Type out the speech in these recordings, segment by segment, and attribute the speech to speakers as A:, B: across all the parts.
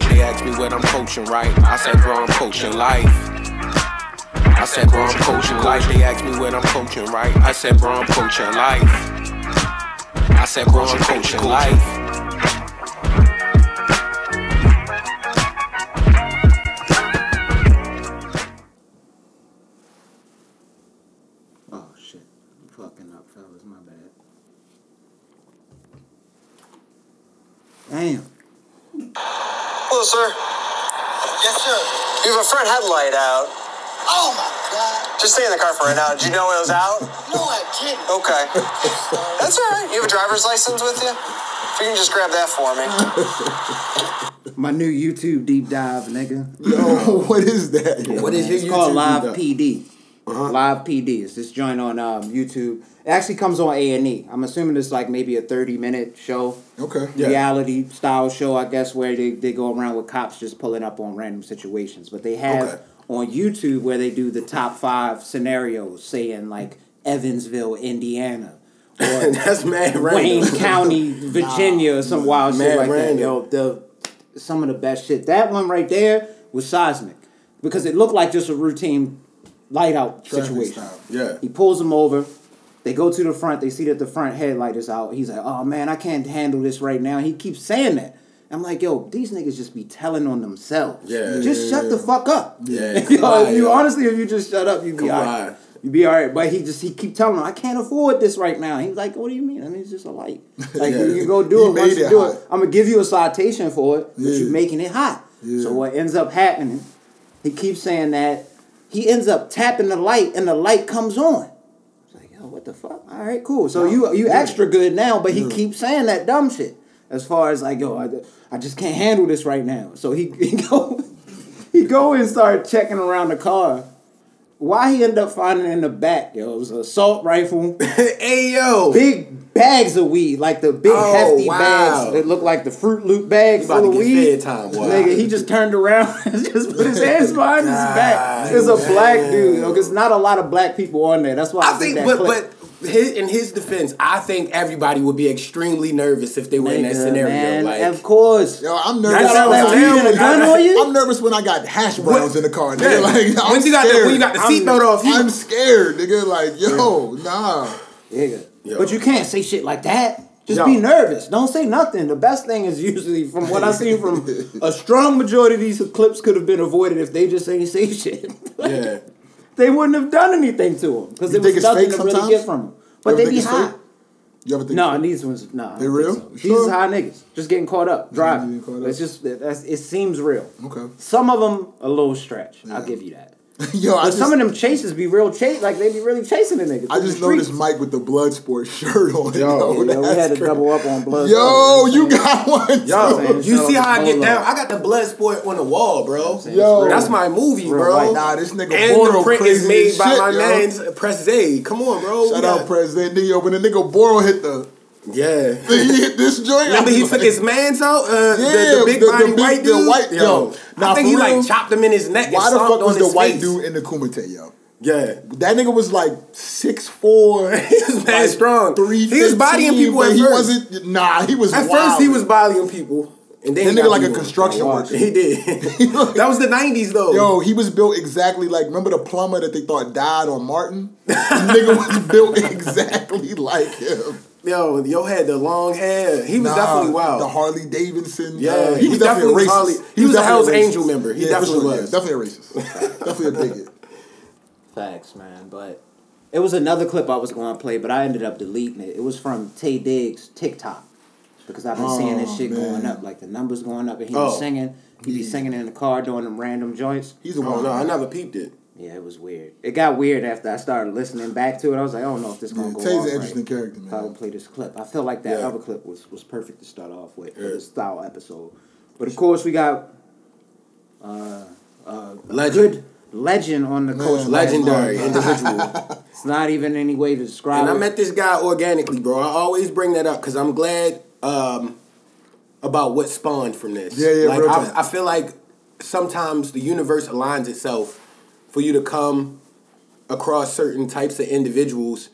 A: They ask me what I'm coaching, right? I said, bro, I'm coaching life. I said, bro, I'm coaching life. They ask me what I'm coaching, right? I said, bro, I'm coaching life. I said, bro, I'm coaching life.
B: Oh shit. I'm fucking up, fellas. My bad. Damn.
C: Hello, sir. Yes, sir. You have a front headlight out.
D: Oh my god.
C: Just stay in the car for right now. Did you know it was out?
D: No, I didn't.
C: Okay. That's all right. You have a driver's license with you? If you can just grab that for me.
B: My new YouTube deep dive, nigga.
E: Yo, what is that? yo?
B: What is
E: your
B: it's called
E: YouTube
B: Live
E: though? Uh-huh.
B: PD. Live PD. It's this joint on um, YouTube. It actually comes on A and E. I'm assuming it's like maybe a 30 minute show,
E: Okay.
B: reality style show, I guess, where they, they go around with cops just pulling up on random situations. But they have
E: Okay.
B: on YouTube where they do the top five scenarios, saying like Evansville, Indiana, or
E: That's mad
B: Wayne
E: random.
B: County, Virginia, or some wild
E: Mad
B: shit like
E: random.
B: that. Yo, the some of the best shit. That one right there was seismic because it looked like just a routine light out
E: Traffic
B: situation.
E: stop. Yeah.
B: He pulls him over. They go to the front. They see that the front headlight is out. He's like, "Oh man, I can't handle this right now." He keeps saying that. I'm like, "Yo, these niggas just be telling on themselves.
E: Yeah.
B: just shut the fuck up.
E: Yeah,
B: yo,
E: come on,
B: if you
E: yo.
B: honestly, if you just shut up, you be
E: Come
B: all
E: on.
B: right. You be all right. But he just he keep telling him, I can't afford this right now. He's like, What do you mean? I mean, it's just a light. Like
E: Yeah.
B: you go
E: He
B: do it
E: made
B: once you
E: it
B: do
E: hot.
B: it. I'm gonna give you a citation for it, but
E: Yeah.
B: you're making it hot.
E: Yeah.
B: So what ends up happening? He keeps saying that he ends up tapping the light, and the light comes on. It's like, yo, what the fuck? All right, cool. So you you extra good now, but he keeps saying that dumb shit. As far as like, yo, I, I just can't handle this right now. So he, he go he go and start checking around the car. Why he end up finding in the back, yo, it was an assault rifle,
E: hey yo.
B: big bags of weed, like the big
E: Oh,
B: hefty
E: wow.
B: bags that look like the Fruit Loop bags
E: About
B: full
E: to
B: of
E: get
B: weed.
E: fed time, boy.
B: Nigga, he just turned around and just put his hands behind his back. It's a black dude, yo. Cause not a lot of black people on there. That's why I,
E: I think,
B: that
E: but
B: clip.
E: but his, in his defense, I think everybody would be extremely nervous if they were in that
B: Nigga,
E: scenario.
B: man,
E: like,
B: of course.
E: Yo,
B: Yo,
E: I'm
B: nervous. That's all that weed and a gun on you?
F: I'm nervous when I got hash browns in the car.
E: yeah,
F: Nigga. Like, I'm
E: when you got
F: scared.
E: the, when you got the seatbelt off, you,
F: I'm scared, nigga. Like, yo, nah.
E: Yo.
B: But you can't say shit like that. Just
E: Yo.
B: be nervous. Don't say nothing. The best thing is usually, from what I've seen, from a strong majority of these clips could have been avoided if they just ain't say shit. Like,
E: yeah.
B: They wouldn't have done anything to him because
F: You
B: there
F: think
B: was
F: it's
B: nothing
F: fake
B: to really
F: sometimes?
B: get from him. But
F: You
B: they
F: think
B: be
F: it's
B: high.
F: fake? You ever think?
B: No, and these ones, nah. I
F: They
B: don't
F: real?
B: think so.
F: You
B: These is
F: sure?
B: high niggas just getting caught up driving.
F: Getting caught up?
B: It's just it- that's, it seems real.
F: Okay.
B: Some of them a little stretch. I'll give you that.
F: yo, I
B: But
F: just,
B: some of them chases be real chase, like they be really chasing the niggas.
F: I
B: through
F: just
B: the streets.
F: noticed Mike with the Bloodsport shirt on. Yo,
B: Yeah, yo, we had to double up on blood.
F: yo you got one.
B: Yo,
F: too.
B: man,
E: You
B: shout
E: see
B: out
E: how
B: to
E: I get
B: Polo.
E: down? I got the blood sport on the wall, bro.
F: Yo.
E: That's my movie,
B: Real
E: bro.
B: life.
F: Nah, this nigga
E: and the
F: Boro
E: print
F: crazy
E: is made
F: as
E: by
F: shit,
E: my
F: yo.
E: man's Press A. Come on, bro.
F: Shout
E: We
F: out,
E: got-
F: President. Nigga, yo, when the nigga Boro hit the,
E: Yeah.
F: he hit this joint.
E: Remember
F: I
E: he
F: was
E: took
F: like-
E: his man's out? Uh,
F: Yeah,
E: the, the big
F: the- the
E: body
F: big-
E: white
F: the
E: dude?
F: white- yo.
E: I
F: Nah,
E: think
F: for
E: he
F: real,
E: like chopped him in his neck
F: Why
E: and
F: the
E: stomped
F: fuck
E: on
F: was the
E: his
F: white
E: face.
F: dude in the Kumite, yo?
E: Yeah.
F: That nigga was like six four. He
E: was mad strong.
F: Three.
E: He was bodying people
F: but
E: at
F: he
E: first.
F: wasn't. Nah, he was.
E: At first,
F: wild.
E: he was bodying people. And then
F: That
E: he
F: nigga
E: got
F: like a
E: beat on.
F: construction worker.
E: He did. that was the 90s, though.
F: Yo, he was built exactly like. Remember the plumber that they thought died on Martin? The nigga was built exactly like him.
E: Yo, yo had the long hair. He was
F: Nah,
E: definitely wild.
F: The Harley Davidson.
E: Yeah,
F: uh,
E: he definitely was Harley- he was a
F: definitely
E: Hell's
F: racist.
E: Angel member. He
F: Yeah, for
E: definitely
F: sure, yeah,
E: was.
F: definitely a racist. definitely a bigot.
B: Facts, man. But it was another clip I was going to play, but I ended up deleting it. It was from Tay Diggs TikTok because I've been seeing
F: Oh,
B: this shit going up, like the numbers going up, and he
E: Oh.
B: was singing. He be singing in the car doing them random joints.
F: He's a
E: Oh,
F: wild.
E: no, I never peeped it.
B: Yeah, it was weird. It got weird after I started listening back to it. I was like, I don't know if this gonna
F: Yeah,
B: go.
F: Tay's
B: off
F: an
B: right.
F: interesting character,
B: If I
F: man.
B: would play this clip, I feel like that
E: Yeah.
B: other clip was was perfect to start off with for this style episode. But of course, we got uh,
E: Legend.
B: good legend on the coach.
E: Legendary individual.
B: It's not even any way to describe.
F: Oh.
E: And I
B: it.
E: met this guy organically, bro. I always bring that up because I'm glad um, about what spawned from this.
F: Yeah, yeah,
E: Like
F: real
E: I,
F: talk.
E: I feel like sometimes the universe aligns itself for you to come across certain types of individuals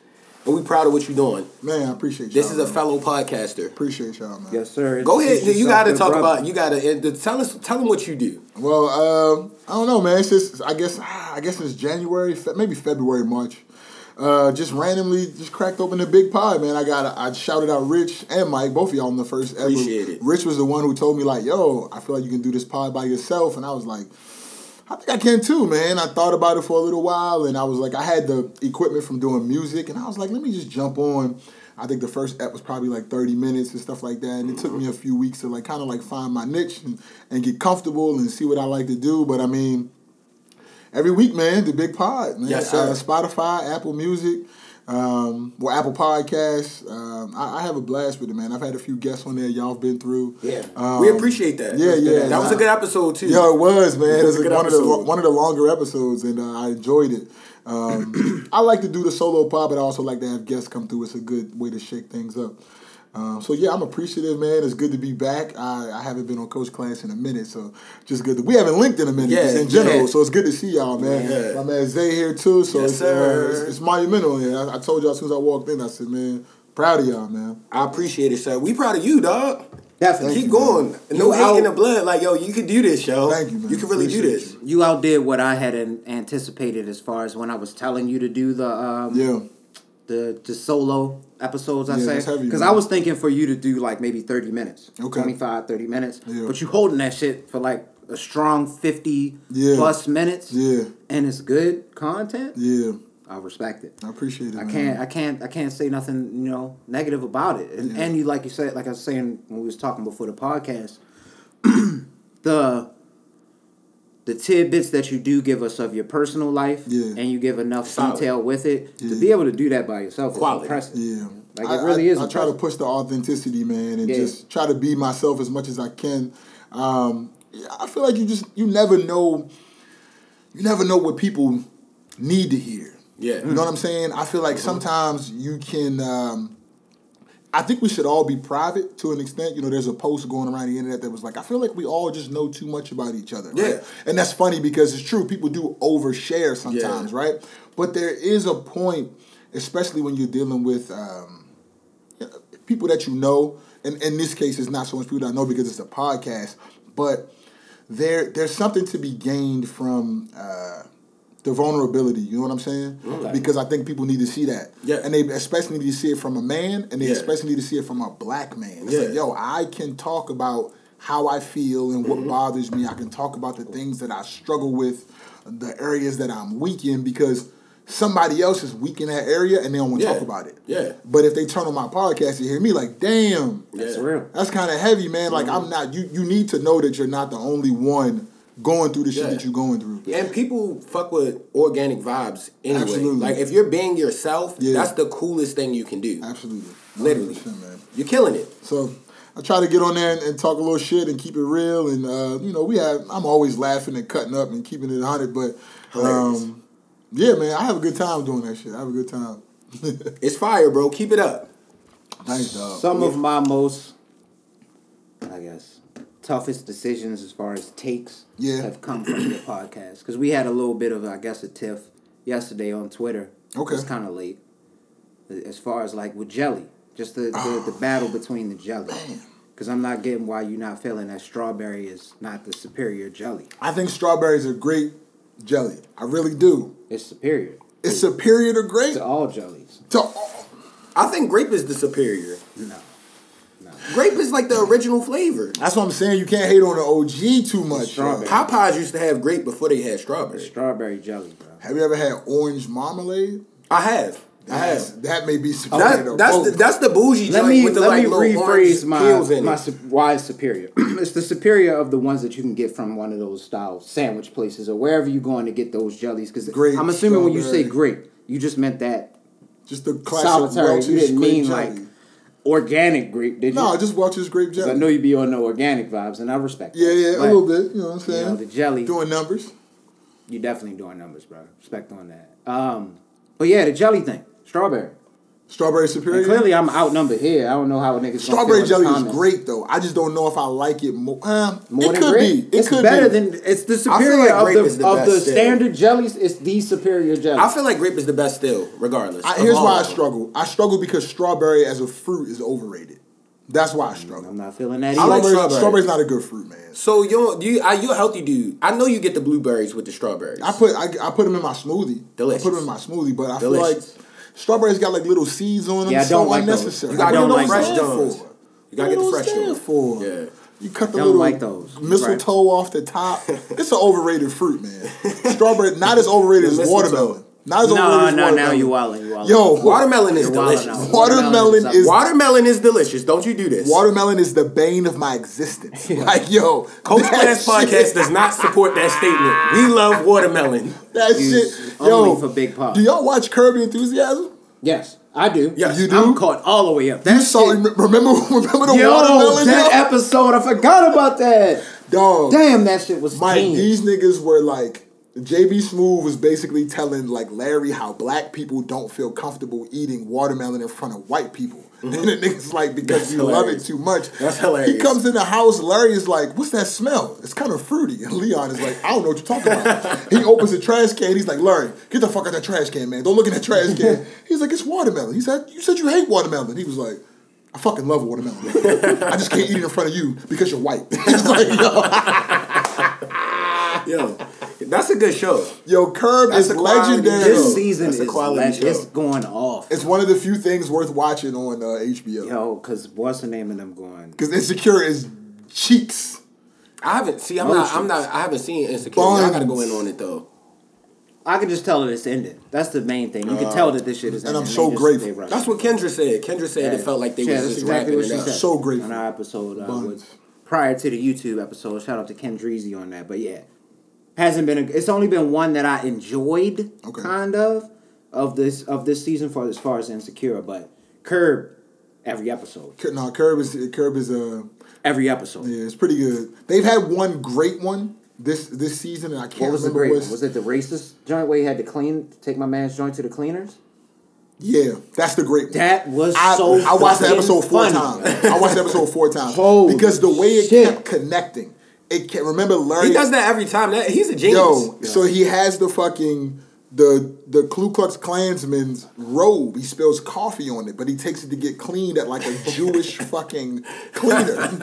E: and we proud of what you're doing.
F: Man, I appreciate y'all.
E: This is a
F: man.
E: fellow podcaster.
F: Appreciate y'all, man.
B: Yes, sir.
E: Go ahead.
B: Introduce
E: You got to
B: yourself,
E: talk
B: good brother.
E: about. You got to tell us. Tell them what you do.
F: Well, um, I don't know, man. It's just I guess I guess it's January, fe- maybe February, March. Uh, just randomly, just cracked open the big pie, man. I got I shouted out Rich and Mike, both of y'all in the first ever.
E: Appreciate it.
F: Rich was the one who told me like, "Yo, I feel like you can do this pod by yourself," and I was like, "I think I can too, man." I thought about it for a little while, and I was like, I had the equipment from doing music, and I was like, let me just jump on. I think the first app was probably like thirty minutes and stuff like that, and it took me a
E: Mm-hmm.
F: few weeks to like kind of like find my niche and, and get comfortable and see what I like to do. But I mean, every week, man, the big pod, man.
E: Yes, sir.
F: Uh, Spotify, Apple Music, um, well, Apple Podcasts. Um, I, I have a blast with it, man. I've had a few guests on there. Y'all have been through.
E: Yeah,
F: Um,
E: we appreciate that.
F: yeah, yeah,
E: That was a
F: nah.
E: good episode too.
F: Yo, it was man. It
E: was
F: was,
E: a good
F: one of the
E: episode.
F: one of the longer episodes, and uh, I enjoyed it. Um, I like to do the solo pod, but I also like to have guests come through. It's a good way to shake things up. Um, so yeah, I'm appreciative, man. It's good to be back. I, I haven't been on Coach Class in a minute, so just good. To, we haven't linked in a minute,
E: Yeah,
F: just in general.
E: yeah.
F: So it's good to see y'all, man.
E: Yeah.
F: My man Zay here too, so
E: Yes,
F: it's, uh,
E: sir.
F: it's it's monumental. Yeah, I, I told y'all as soon as I walked in, I said, man, proud of y'all, man.
E: I appreciate it, sir. We proud of you, dog.
B: Definitely.
E: Keep going. No
B: You
E: hate
B: out-
E: in the blood. Like, yo, you can do this, yo.
F: Thank you, man.
E: You can really do
F: Appreciate
E: this.
F: you.
B: You outdid what I had an- anticipated as far as when I was telling you to do the um,
F: Yeah,
B: the the solo episodes. I
F: Yeah, that's
B: say
F: heavy,
B: because
F: man.
B: I was thinking for you to do like maybe thirty minutes,
F: Okay.
B: 25, 30 minutes.
F: Yeah.
B: But you holding that shit for like a strong fifty
F: Yeah.
B: plus minutes,
F: yeah,
B: and it's good content.
F: yeah.
B: I respect it.
F: I appreciate it.
B: I
F: man.
B: can't, I can't, I can't say nothing, you know, negative about it. And, and you, like you said, like I was saying when we was talking before the podcast, the the tidbits that you do give us of your personal life,
F: Yeah.
B: and you give enough
E: Solid.
B: detail with it to
F: Yeah.
B: be able to do that by yourself
E: Quality.
B: is impressive.
F: Yeah,
B: Like, it really
F: I,
B: is
F: I try to
B: impressive.
F: push the authenticity, man, and
B: Yeah.
F: just try to be myself as much as I can. Um, yeah, I feel like you just you never know, you never know what people need to hear.
E: Yeah.
F: you know what I'm saying. I feel like sometimes you can. Um, I think we should all be private to an extent. You know, there's a post going around the internet that was like, I feel like we all just know too much about each other.
E: Yeah.
F: Right? And that's funny because it's true. People do overshare sometimes,
E: Yeah.
F: right? But there is a point, especially when you're dealing with um, people that you know. And in this case, it's not so much people that I know because it's a podcast, but there there's something to be gained from uh, the vulnerability. You know what I'm saying? Because I think people need to see that.
E: Yeah.
F: And they especially need to see it from a man, and they
E: Yeah.
F: especially need to see it from a black man. It's
E: Yeah.
F: like, yo, I can talk about how I feel and
E: Mm-hmm.
F: what bothers me. I can talk about the things that I struggle with, the areas that I'm weak in, because somebody else is weak in that area and they don't want to
E: Yeah.
F: talk about it.
E: Yeah.
F: But if they turn on my podcast and hear me, like, damn,
B: That's
E: Yeah.
B: real.
F: that's kind of heavy, man. Like,
E: Mm-hmm.
F: I'm not, you, you need to know that you're not the only one going through the shit
E: Yeah.
F: that you're going through.
E: And people fuck with organic vibes anyway.
F: Absolutely.
E: Like if you're being yourself,
F: Yeah.
E: that's the coolest thing you can do.
F: Absolutely.
E: Literally.
F: 100%, man.
E: You're killing it.
F: So I try to get on there and, and talk a little shit and keep it real. And uh, you know, we have I'm always laughing and cutting up and keeping it hundred. But
E: Hilarious.
F: um, yeah, man, I have a good time doing that shit. I have a good time.
E: It's fire, bro. Keep it up.
F: Thanks, dog.
B: Some of my most, I guess, toughest decisions as far as takes
F: Yeah.
B: have come from your podcast. Because we had a little bit of, I guess, a tiff yesterday on Twitter.
F: Okay.
B: It's kind of late. As far as like with Jelly, just the, the, the battle between the jelly. Because I'm not getting why you're not feeling that strawberry is not the superior jelly.
F: I think strawberries are great jelly. I really do.
B: It's superior
F: It's superior to grape.
B: to all jellies.
F: To,
E: I think grape is the superior.
B: No.
E: Grape is like the original flavor.
F: that's what I'm saying. You can't hate on the OG too much. yo.
B: Strawberry.
E: Popeyes used to have grape before they had strawberry.
B: Strawberry jelly, bro.
F: Have you ever had orange marmalade?
E: I have. I
F: That's-
E: have.
F: That may be superior.
E: That,
F: to
E: that's
F: both.
E: the that's the bougie
B: Oh. Let
E: joint
B: me
E: with the
B: let
E: like
B: me
E: little orange
B: rephrase
E: peels
B: my
E: in
B: my
E: it.
B: su- why it's superior. it's the superior of the ones that you can get from one of those style sandwich places or wherever you're going to get those jellies. Because
F: Grape,
B: I'm assuming when you say
F: strawberry.
B: grape, you just meant that
F: just the classic
B: solitary.
F: Welch's
B: You didn't
F: grape
B: mean
F: jelly.
B: like organic grape, did you?
F: no, just Welch's grape jelly.
B: I know you be on the organic vibes, and I respect.
F: Yeah,
B: that.
F: yeah, a
B: But
F: little bit. You know what I'm
B: You
F: saying?
B: know, the jelly.
F: Doing numbers.
B: You're definitely doing numbers, bro. Respect on that. Um, but yeah, the jelly thing, strawberry.
F: Strawberry
B: And
F: Superior.
B: clearly, I'm outnumbered here. I don't know how a nigga's gonna feel
F: Strawberry
B: in
F: jelly
B: the
F: is
B: comments.
F: great though. I just don't know if I like it more. Uh,
B: More
F: it
B: than
F: could
B: grape.
F: be. It
B: it's
F: could
B: better
F: be.
B: than it's the
E: like
B: superior of
E: grape is
B: the,
E: the
B: of the
E: best, yeah.
B: standard jellies. It's the superior jelly.
E: I feel like grape is the best still, regardless.
F: I,
E: of
F: here's
E: all
F: why I
E: of them.
F: struggle. I struggle because strawberry as a fruit is overrated. That's why I struggle.
B: Mm, I'm not feeling that.
E: I
B: either.
E: like
F: Strawberry,
E: strawberry.
F: Strawberry's not a good fruit, man.
E: So you don't, you I, you a healthy dude. I know you get the blueberries with the strawberries.
F: I put I, I put them in my smoothie. I put
E: Delicious.
F: them in my smoothie, but I
E: Delicious.
F: feel like strawberries got like little seeds on them.
B: Yeah, I
F: so
B: don't like those.
F: unnecessary.
E: You gotta
B: I
E: get
B: don't
E: the
B: like
E: fresh
B: those.
E: Johns. You gotta get the
F: What
E: fresh
F: those stand
E: Johns.
F: for?
E: Yeah.
F: You cut the
B: Don't
F: little
B: like those.
F: mistletoe off the top. It's an overrated fruit, man. Strawberry, not as overrated as
E: The
F: watermelon. Not as
B: No,
F: overrated
B: no,
F: as
B: now you
F: watermelon.
B: wildin', you wildin'.
F: Yo,
E: Watermelon is
B: You're wildin'
E: delicious.
B: out.
F: Watermelon
B: up.
F: is-
E: Watermelon is delicious. Don't you do this.
F: Watermelon is the bane of my existence. Like, yo,
E: Coach
F: that
E: Plans
F: shit-
E: Podcast does not support that statement. We love watermelon.
F: That
B: Used
F: shit,
B: only
F: yo.
B: for Big Pop.
F: Do y'all watch Curb Your Enthusiasm?
B: Yes, I do.
E: Yes,
F: you
B: I'm
F: do?
B: caught all the way up.
F: You
B: That
F: saw,
B: shit-
F: remember, remember the
B: Yo,
F: watermelon?
B: that
F: yo?
B: episode, I forgot about that.
F: Dog.
B: Damn, that shit was
F: Mike,
B: genius.
F: these niggas were like, JB Smooth was basically telling like Larry how black people don't feel comfortable eating watermelon in front of white people. And the niggas like, because
E: Mm-hmm. That's
F: you love
E: hilarious.
F: it too much.
E: That's hilarious.
F: He comes in the house, Larry is like, what's that smell? It's kind of fruity. And Leon is like, I don't know what you're talking about. he opens the trash can, he's like, Larry, get the fuck out that trash can, man. Don't look in that trash can. he's like, it's watermelon. He said, you said you hate watermelon. He was like, I fucking love watermelon. I just can't eat it in front of you because you're white. It's like, yo.
E: Yo, that's a good show.
F: Yo, Curb
E: That's
F: is
E: a quality
F: legendary.
E: show.
B: this season
E: That's
B: is
E: a quality
B: like,
E: show.
B: it's going off.
F: It's one of the few things worth watching on uh, HBO.
B: Yo, because what's the name of them going?
F: Because Insecure is cheeks.
E: I haven't see. I'm not. I'm not. I haven't seen Insecure. I gotta go in on it though.
B: I can just tell that it's ended. That's the main thing. You can tell that this shit is
F: Uh, and
B: ended.
F: I'm so
B: just-
F: grateful.
B: they rushed
E: That's
B: it.
E: what Kendra said. Kendra said it felt like they
B: Yeah,
E: was
B: that's
E: just
B: exactly what
E: wrapping
B: she
E: it up.
B: said.
F: So grateful.
B: On our episode, uh,
F: Buns.
B: was prior to the YouTube episode, shout out to Kendreezy on that. But yeah, hasn't been. A, it's only been one that I enjoyed,
F: Okay.
B: kind of, of this of this season for as far as Insecure. But Curb, every episode,
F: Cur- No, Curb is Curb is uh,
B: every episode.
F: yeah, it's pretty good. They've had one great one this this season, and I can't
B: What was the
F: remember
B: great
F: what's.
B: one? Was it the racist joint where you had to clean, take my man's joint to the cleaners?
F: Yeah, that's the great one.
B: That was
F: I,
B: so.
F: I watched the
B: fucking
F: episode four
B: funny.
F: times. I watched the episode four times
B: Holy
F: because the way it
B: shit.
F: kept connecting. It can remember Larry.
E: He does that every time. That he's a genius.
F: Yo, so he has the fucking the the Ku Klux Klansman's robe. He spills coffee on it, but he takes it to get cleaned at like a Jewish fucking cleaner, and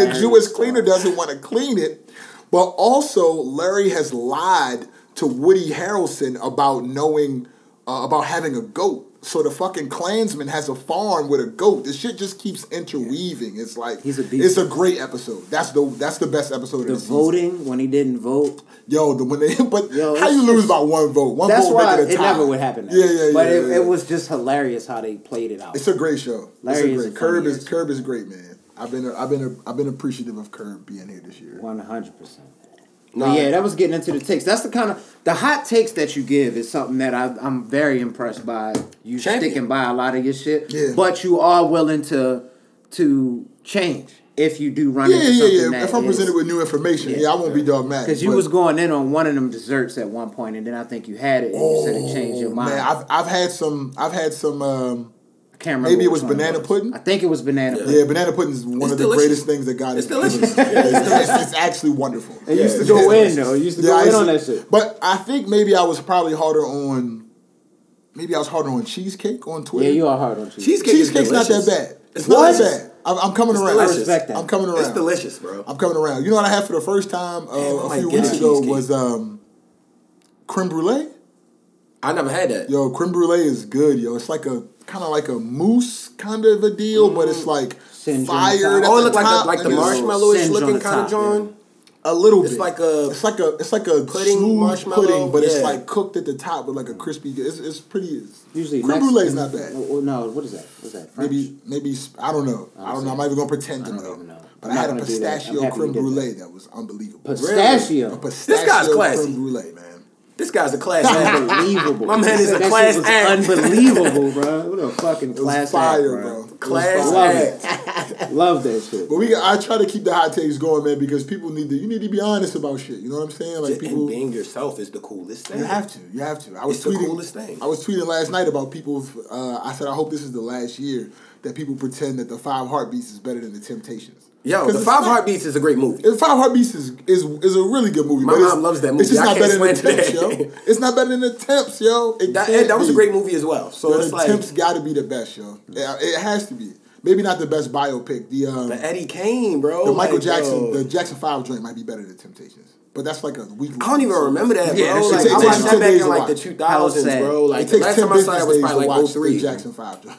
F: the Jewish cleaner doesn't want to clean it. But also, Larry has lied to Woody Harrelson about knowing uh, about having a goat. So the fucking Klansman has a farm with a goat. This shit just keeps interweaving. It's like
B: He's a beast.
F: it's a great episode. That's the that's the best
B: The
F: episode of the season.
B: voting when he didn't vote.
F: Yo, the when they but
B: Yo,
F: how
B: it's
F: you lose
B: just-
F: by one vote? One
B: That's
F: vote
B: why
F: make it a
B: it
F: tie.
B: never would happen. Now.
F: Yeah, yeah, yeah.
B: But it,
F: yeah.
B: it was just hilarious how they played it out.
F: It's a great show.
B: Larry is
F: it's a
B: a funny
F: great, Curb is
B: ass.
F: Curb is great, man. I've been I've been I've been appreciative of Curb being here this year.
B: One hundred percent. yeah, that was getting into the takes. That's the kind of the hot takes that you give is something that I, I'm very impressed by. You
E: Champion.
B: sticking by a lot of your shit,
F: Yeah.
B: but you are willing to to change if you do run
F: Yeah,
B: into
F: yeah,
B: something
F: yeah.
B: that
F: If I'm
B: is-
F: presented with new information, yeah,
B: Yeah.
F: I won't be dogmatic.
B: Because you
F: but-
B: was going in on one of them desserts at one point, and then I think you had it, and you said it changed your
F: Oh,
B: mind.
F: Man, I've I've had some I've had some um
B: I can't remember.
F: maybe it
B: which
F: was
B: one
F: banana pudding?
B: I think it was banana pudding.
F: yeah, banana pudding is one
E: It's
F: of the
E: delicious.
F: greatest things that God
E: It's
F: has given us.
E: delicious.
F: it's, delicious. It's actually wonderful.
B: It used to go in though. It used to
F: Yeah,
B: go
F: I
B: in
F: used
B: on
F: to-
B: that shit.
F: But I think maybe I was probably harder on. Maybe I was harder on cheesecake on Twitter.
B: Yeah, you are hard on cheese.
E: cheesecake is
F: Cheesecake's not that
E: delicious.
F: bad. It's
E: It's
F: not that
E: delicious.
F: bad. I'm, I'm coming around.
E: delicious. I
B: respect that.
F: I'm coming around.
E: It's delicious, bro.
F: I'm coming around. You know what I had for the first time uh,
E: Damn, I
F: a
E: might
F: few
E: get
F: weeks
E: a
F: ago
E: cheesecake.
F: was um, creme brulee.
E: I never had that.
F: Yo, creme brulee is good. Yo, it's like a kind of like a mousse kind of a deal, but it's like
B: Singe on the
F: fired.
B: Mm. top.
F: at
E: oh, it
F: the
E: looked like
F: top,
E: the, like the
F: nigga.
B: marshmallow.
E: marshmallowish
B: Singe on
E: looking
B: the
E: kind
B: top,
E: of John.
F: A little
E: It's
F: bit.
E: like a-
F: It's like a. It's like a
E: Pudding,
F: smooth
E: marshmallow,
F: pudding, but it's
E: yeah.
F: like cooked at the top with like a crispy. It's, it's pretty. It's,
B: Mm. Usually
F: creme
B: Mexican-
F: brulee is not bad.
B: Oh, oh, no, what is that? What's that? French?
F: Maybe, maybe I don't know. I don't know. I'm not even gonna pretend to
B: I don't
F: know.
B: even know.
F: But
B: I'm
F: I
B: not
F: had a
B: gonna do that. I'm
F: pistachio
B: happy you
F: creme
B: did that.
F: brulee that. was unbelievable.
B: pistachio.
F: A pistachio
E: guy's classy.
F: creme brulee, man.
E: This guy's a class act.
B: Unbelievable.
E: My man is a
B: That shit
E: class
B: was
E: act.
B: Unbelievable, bro. What a fucking
F: It was
B: class act,
F: fire,
B: bro.
F: bro.
E: Class
B: Love
E: act.
B: it. Love that shit.
F: But we, I try to keep the hot takes going, man, because people need to. You need to be honest about shit. You know what I'm saying? Like
E: And
F: people,
E: being yourself is the coolest thing.
F: you have to. You have to. I was
E: It's the
F: tweeting.
E: coolest thing.
F: I was tweeting last night about people. Uh, I said, I hope this is the last year that people pretend that the Five Heartbeats is better than the Temptations.
E: Yo,
F: 'Cause
E: the
F: it's
E: Five
F: not.
E: Heartbeats is a great movie.
F: The Five Heartbeats is, is is a really good movie.
E: My
F: but it's-
E: mom loves that
F: It's
E: movie.
F: just
E: I
F: not
E: can't
F: better than the
E: swear
F: Temps,
E: to that.
F: yo. It's not better than the Temps, yo. It
E: That,
F: can't
E: that was a
F: be.
E: great movie as well. So
F: Yo,
E: it's
F: the
E: like
F: Temps got to be the best, yo. Yeah, It, has to be. Maybe not the best biopic. The um,
E: the Eddie Kane, bro.
F: the Michael
E: Like,
F: Jackson,
E: yo.
F: the Jackson Five joint might be better than Temptations, but that's like a week.
E: I don't even remember that, bro.
B: Yeah, that shit
E: like,
B: takes
E: I watched that
F: 10
E: back
F: days
E: in
F: to
E: like the
F: watch.
B: How
E: 2000s,
B: sad.
E: bro. Like
F: It
E: the
F: takes
E: last
F: ten
E: time I
F: business
E: saw that was
F: days to
E: probably
F: watch
E: like
F: the
E: 03.
F: Jackson Five joint.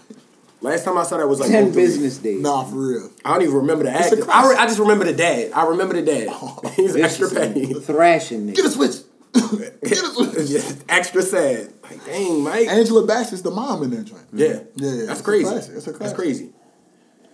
E: Last time I saw that was like
B: 10
E: 03.
B: business days.
F: Nah, for real.
E: I don't even remember the
F: a
E: actor. I, re-
F: classic.
E: I just remember the dad. I remember the dad. He's extra petty.
B: Thrashing
F: Get a
B: niggas.
F: switch. Get a
E: It's
F: switch.
E: just extra sad. Like, dang, Mike.
F: Angela Bassett's the mom in that joint.
E: yeah.
F: yeah, yeah.
E: That's
F: It's a
E: crazy.
F: classic. It's a
E: That's
F: classic.
E: crazy.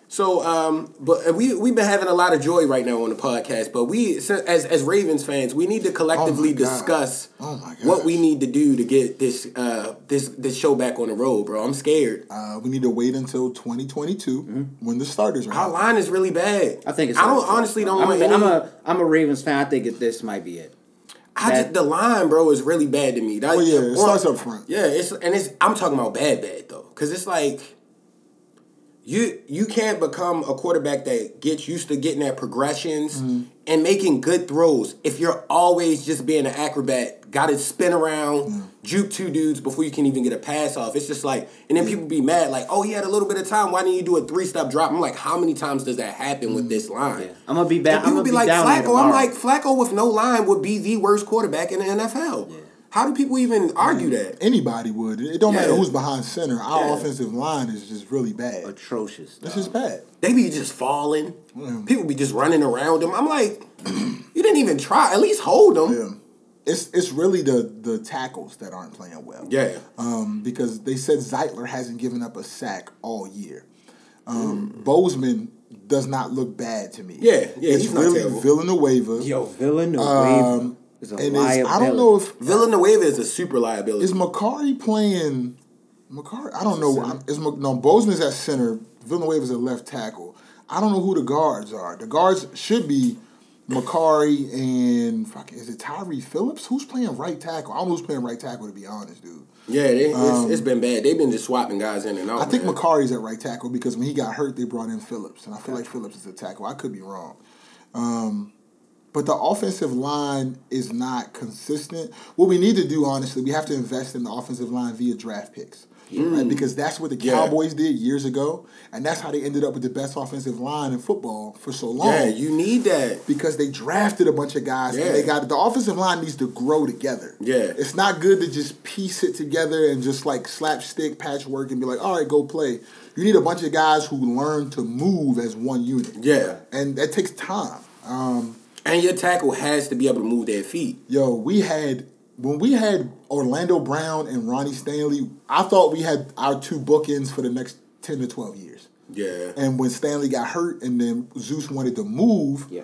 E: So, um, but and we we've been having a lot of joy right now on the podcast. But we, so- as as Ravens fans, we need to collectively
F: God.
E: discuss
F: Oh my gosh.
E: what we need to do to get this uh this this show back on the road, bro. I'm scared.
F: Uh, we need to wait until 2022
E: Mm-hmm.
F: when the starters are.
E: Our
F: out.
E: line is really bad.
B: I think it's
E: I don't
B: over.
E: honestly don't
B: I'm,
E: want.
B: I'm
E: I'm, i
B: a I'm a Ravens fan. I think it, this might be it.
E: just, the line, bro, is really bad to me. That,
F: Well, yeah, it
E: on-
F: starts up front.
E: Yeah, it's and it's. I'm talking about bad, bad though, because it's like you you can't become a quarterback that gets used to getting at progressions and making good throws if you're always just being an acrobat, got to spin around, juke two dudes before you can even get a pass off. It's just like, and then people be mad like, oh, he had a little bit of time. Why didn't you do a three step drop? I'm like, how many times does that happen with this line?
B: I'm gonna be back. I'm
E: And people
B: gonna
E: be,
B: be,
E: like
B: down there
E: Flacco. I'm
B: tomorrow.
E: like Flacco with no line would be the worst quarterback in the NFL. How do people even argue that?
F: Anybody would. It don't matter
E: Yeah.
F: who's behind center. Our
E: Yeah.
F: offensive line is just really bad.
B: atrocious.
F: This
B: dog.
F: is bad.
E: They be just falling.
F: Mm.
E: People be just running around them. I'm like, you didn't even try. At least hold them.
F: Yeah. It's it's really the the tackles that aren't playing well.
E: Yeah.
F: Um, because they said Zeitler hasn't given up a sack all year. Um, Bozeman does not look bad to me.
E: Yeah, yeah,
F: It's
E: he's not
F: really
E: terrible.
F: Villanueva.
E: Yo,
B: Villanueva
F: um,
B: is a
F: and
B: liability.
F: it's, I don't know if
E: Villanueva is a super liability.
F: is Makari playing. Makari, I don't know. I'm- Is Mc- no Bozeman's at center. Villanueva's at left tackle. I don't know who the guards are. The guards should be Makari and fuck. Is it Tyree Phillips? Who's playing right tackle? I don't know who's playing right tackle to be honest, dude.
E: yeah, they, it's, it's been bad. They've been just swapping guys in and out.
F: Um, I think
E: man.
F: Makari's at right tackle because when he got hurt, they brought in Phillips, and I feel like Phillips is a tackle. I could be wrong, um, but the offensive line is not consistent. What we need to do, honestly, we have to invest in the offensive line via draft picks, right? Because that's what the
E: Mm. Yeah.
F: Cowboys did years ago, and that's how they ended up with the best offensive line in football for so long
E: Yeah, you need that.
F: because they drafted a bunch of guys
E: Yeah.
F: and they got the offensive line needs to grow together.
E: Yeah.
F: It's not good to just piece it together and just like slapstick patchwork and be like, all right, go play. You need a bunch of guys who learn to move as one unit.
E: Yeah.
F: And that takes time. Um,
E: And your tackle has to be able to move their feet.
F: yo, we had when we had Orlando Brown and Ronnie Stanley, I thought we had our two bookends for the next ten to twelve years.
E: Yeah.
F: And when Stanley got hurt, and then Zeus wanted to move.
B: Yeah.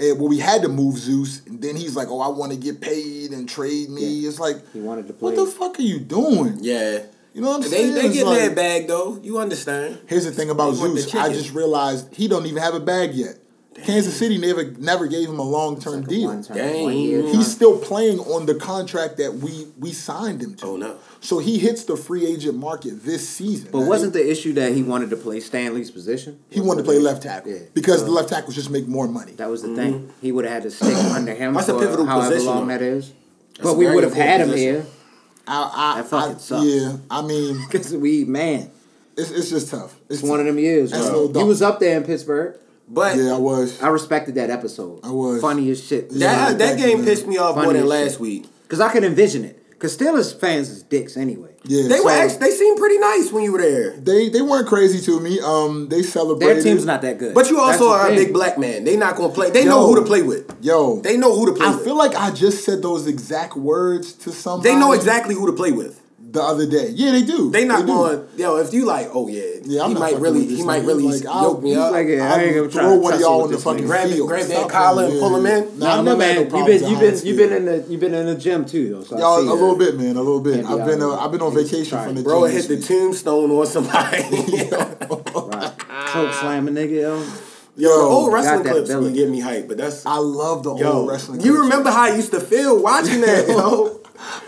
F: And well, we had to move Zeus, and then he's like, "Oh, I want to get paid and trade me."
B: Yeah.
F: It's like
B: He wanted to
F: What
B: play.
F: the fuck are you doing?
E: yeah.
F: You know what I'm
E: They,
F: saying?
E: they
F: It's
E: get
F: like-
E: that bag, though. You understand.
F: Here's the thing about
E: They want the
F: Zeus. I
E: chicken.
F: just realized he don't even have a bag yet. Kansas City never never gave him a long term
B: Like a
F: deal.
B: one-time,
E: Dang.
B: one-year
E: He's
F: He's
B: contract.
F: still playing on the contract that we we signed him to.
E: Oh, no.
F: So he hits the free agent market this season.
B: But wasn't the issue that he wanted to play Stanley's position?
F: he wanted to play left tackle
B: Yeah.
F: because the left tackles just make more money.
B: That was the thing. He would have had to stick under him
E: Mm-hmm. That's a
B: for
E: pivotal
B: however
E: position,
B: long
E: though.
B: that is.
E: a
B: but we
E: very
B: would have
E: important
B: had him
E: position.
B: here
F: I, I,
B: That fucking
F: I-
B: sucks.
F: Yeah, I mean,
B: because we man,
F: it's, it's just tough. It's
B: it's one of them years.
F: That's
B: bro.
F: so dumb.
B: He was up there in Pittsburgh.
E: But
F: Yeah, I was.
B: I respected that episode.
F: I was.
B: funny as shit.
F: Yeah,
E: that, that
F: thank you,
E: game
F: man.
E: pissed me off more
B: Funny
E: than
B: as
E: last
B: shit.
E: week.
B: because I could envision it. Because Steelers fans is dicks anyway.
F: yeah,
E: They
F: so
E: were actually, they seemed pretty nice when you were there.
F: they they weren't crazy to me. Um, they
B: Their
F: celebrated.
B: team's not that good.
E: But you
B: That's
E: also
B: the
E: are a
B: thing.
E: big black man. They not gonna play. They know
F: Yo.
E: who to play with.
F: Yo,
E: They know who to play
F: I
E: with.
F: feel like I just said those exact words to somebody.
E: they know exactly who to play with.
F: the other day. Yeah, they do.
E: They not
F: do.
E: going. Yo, if you like, oh yeah,
F: Yeah, I'm
E: he
F: not
E: might
F: fucking
E: really,
F: with this
E: he might
F: nigga.
E: really
F: Like, I'll-
E: yoke me
F: he's
E: up.
B: like, yeah, I ain't gonna try
F: throw
B: to
F: one of
B: tussle
F: y'all
B: with
F: in the
B: this
F: fucking
B: nigga.
E: Grab it-
F: field.
E: grab that
F: Stop
E: collar
F: playing.
E: and pull 'em in.
F: Nah, I
B: I
F: don't
B: know,
F: have no
B: man. you
F: problem
B: been
F: with
B: you
F: Hines
B: been you
F: Field.
B: been in the you been in the gym too though. So I
F: Y'all
B: see
F: a
B: that.
F: little bit, man, a little bit.
B: Can't be
F: I've been
B: out
F: uh,
B: here.
F: I've been on vacation
B: Trying.
F: from the
E: Bro,
F: gym
E: hit the
F: this week.
E: tombstone on somebody.
B: Right. choke slam a nigga, yo.
E: Yo, the old
B: got
E: wrestling
B: that
E: clips
B: ability.
E: would get me hyped, but that's
F: I love the
E: yo.
F: old wrestling.
E: you
F: culture.
E: remember how I used to feel watching that, yo?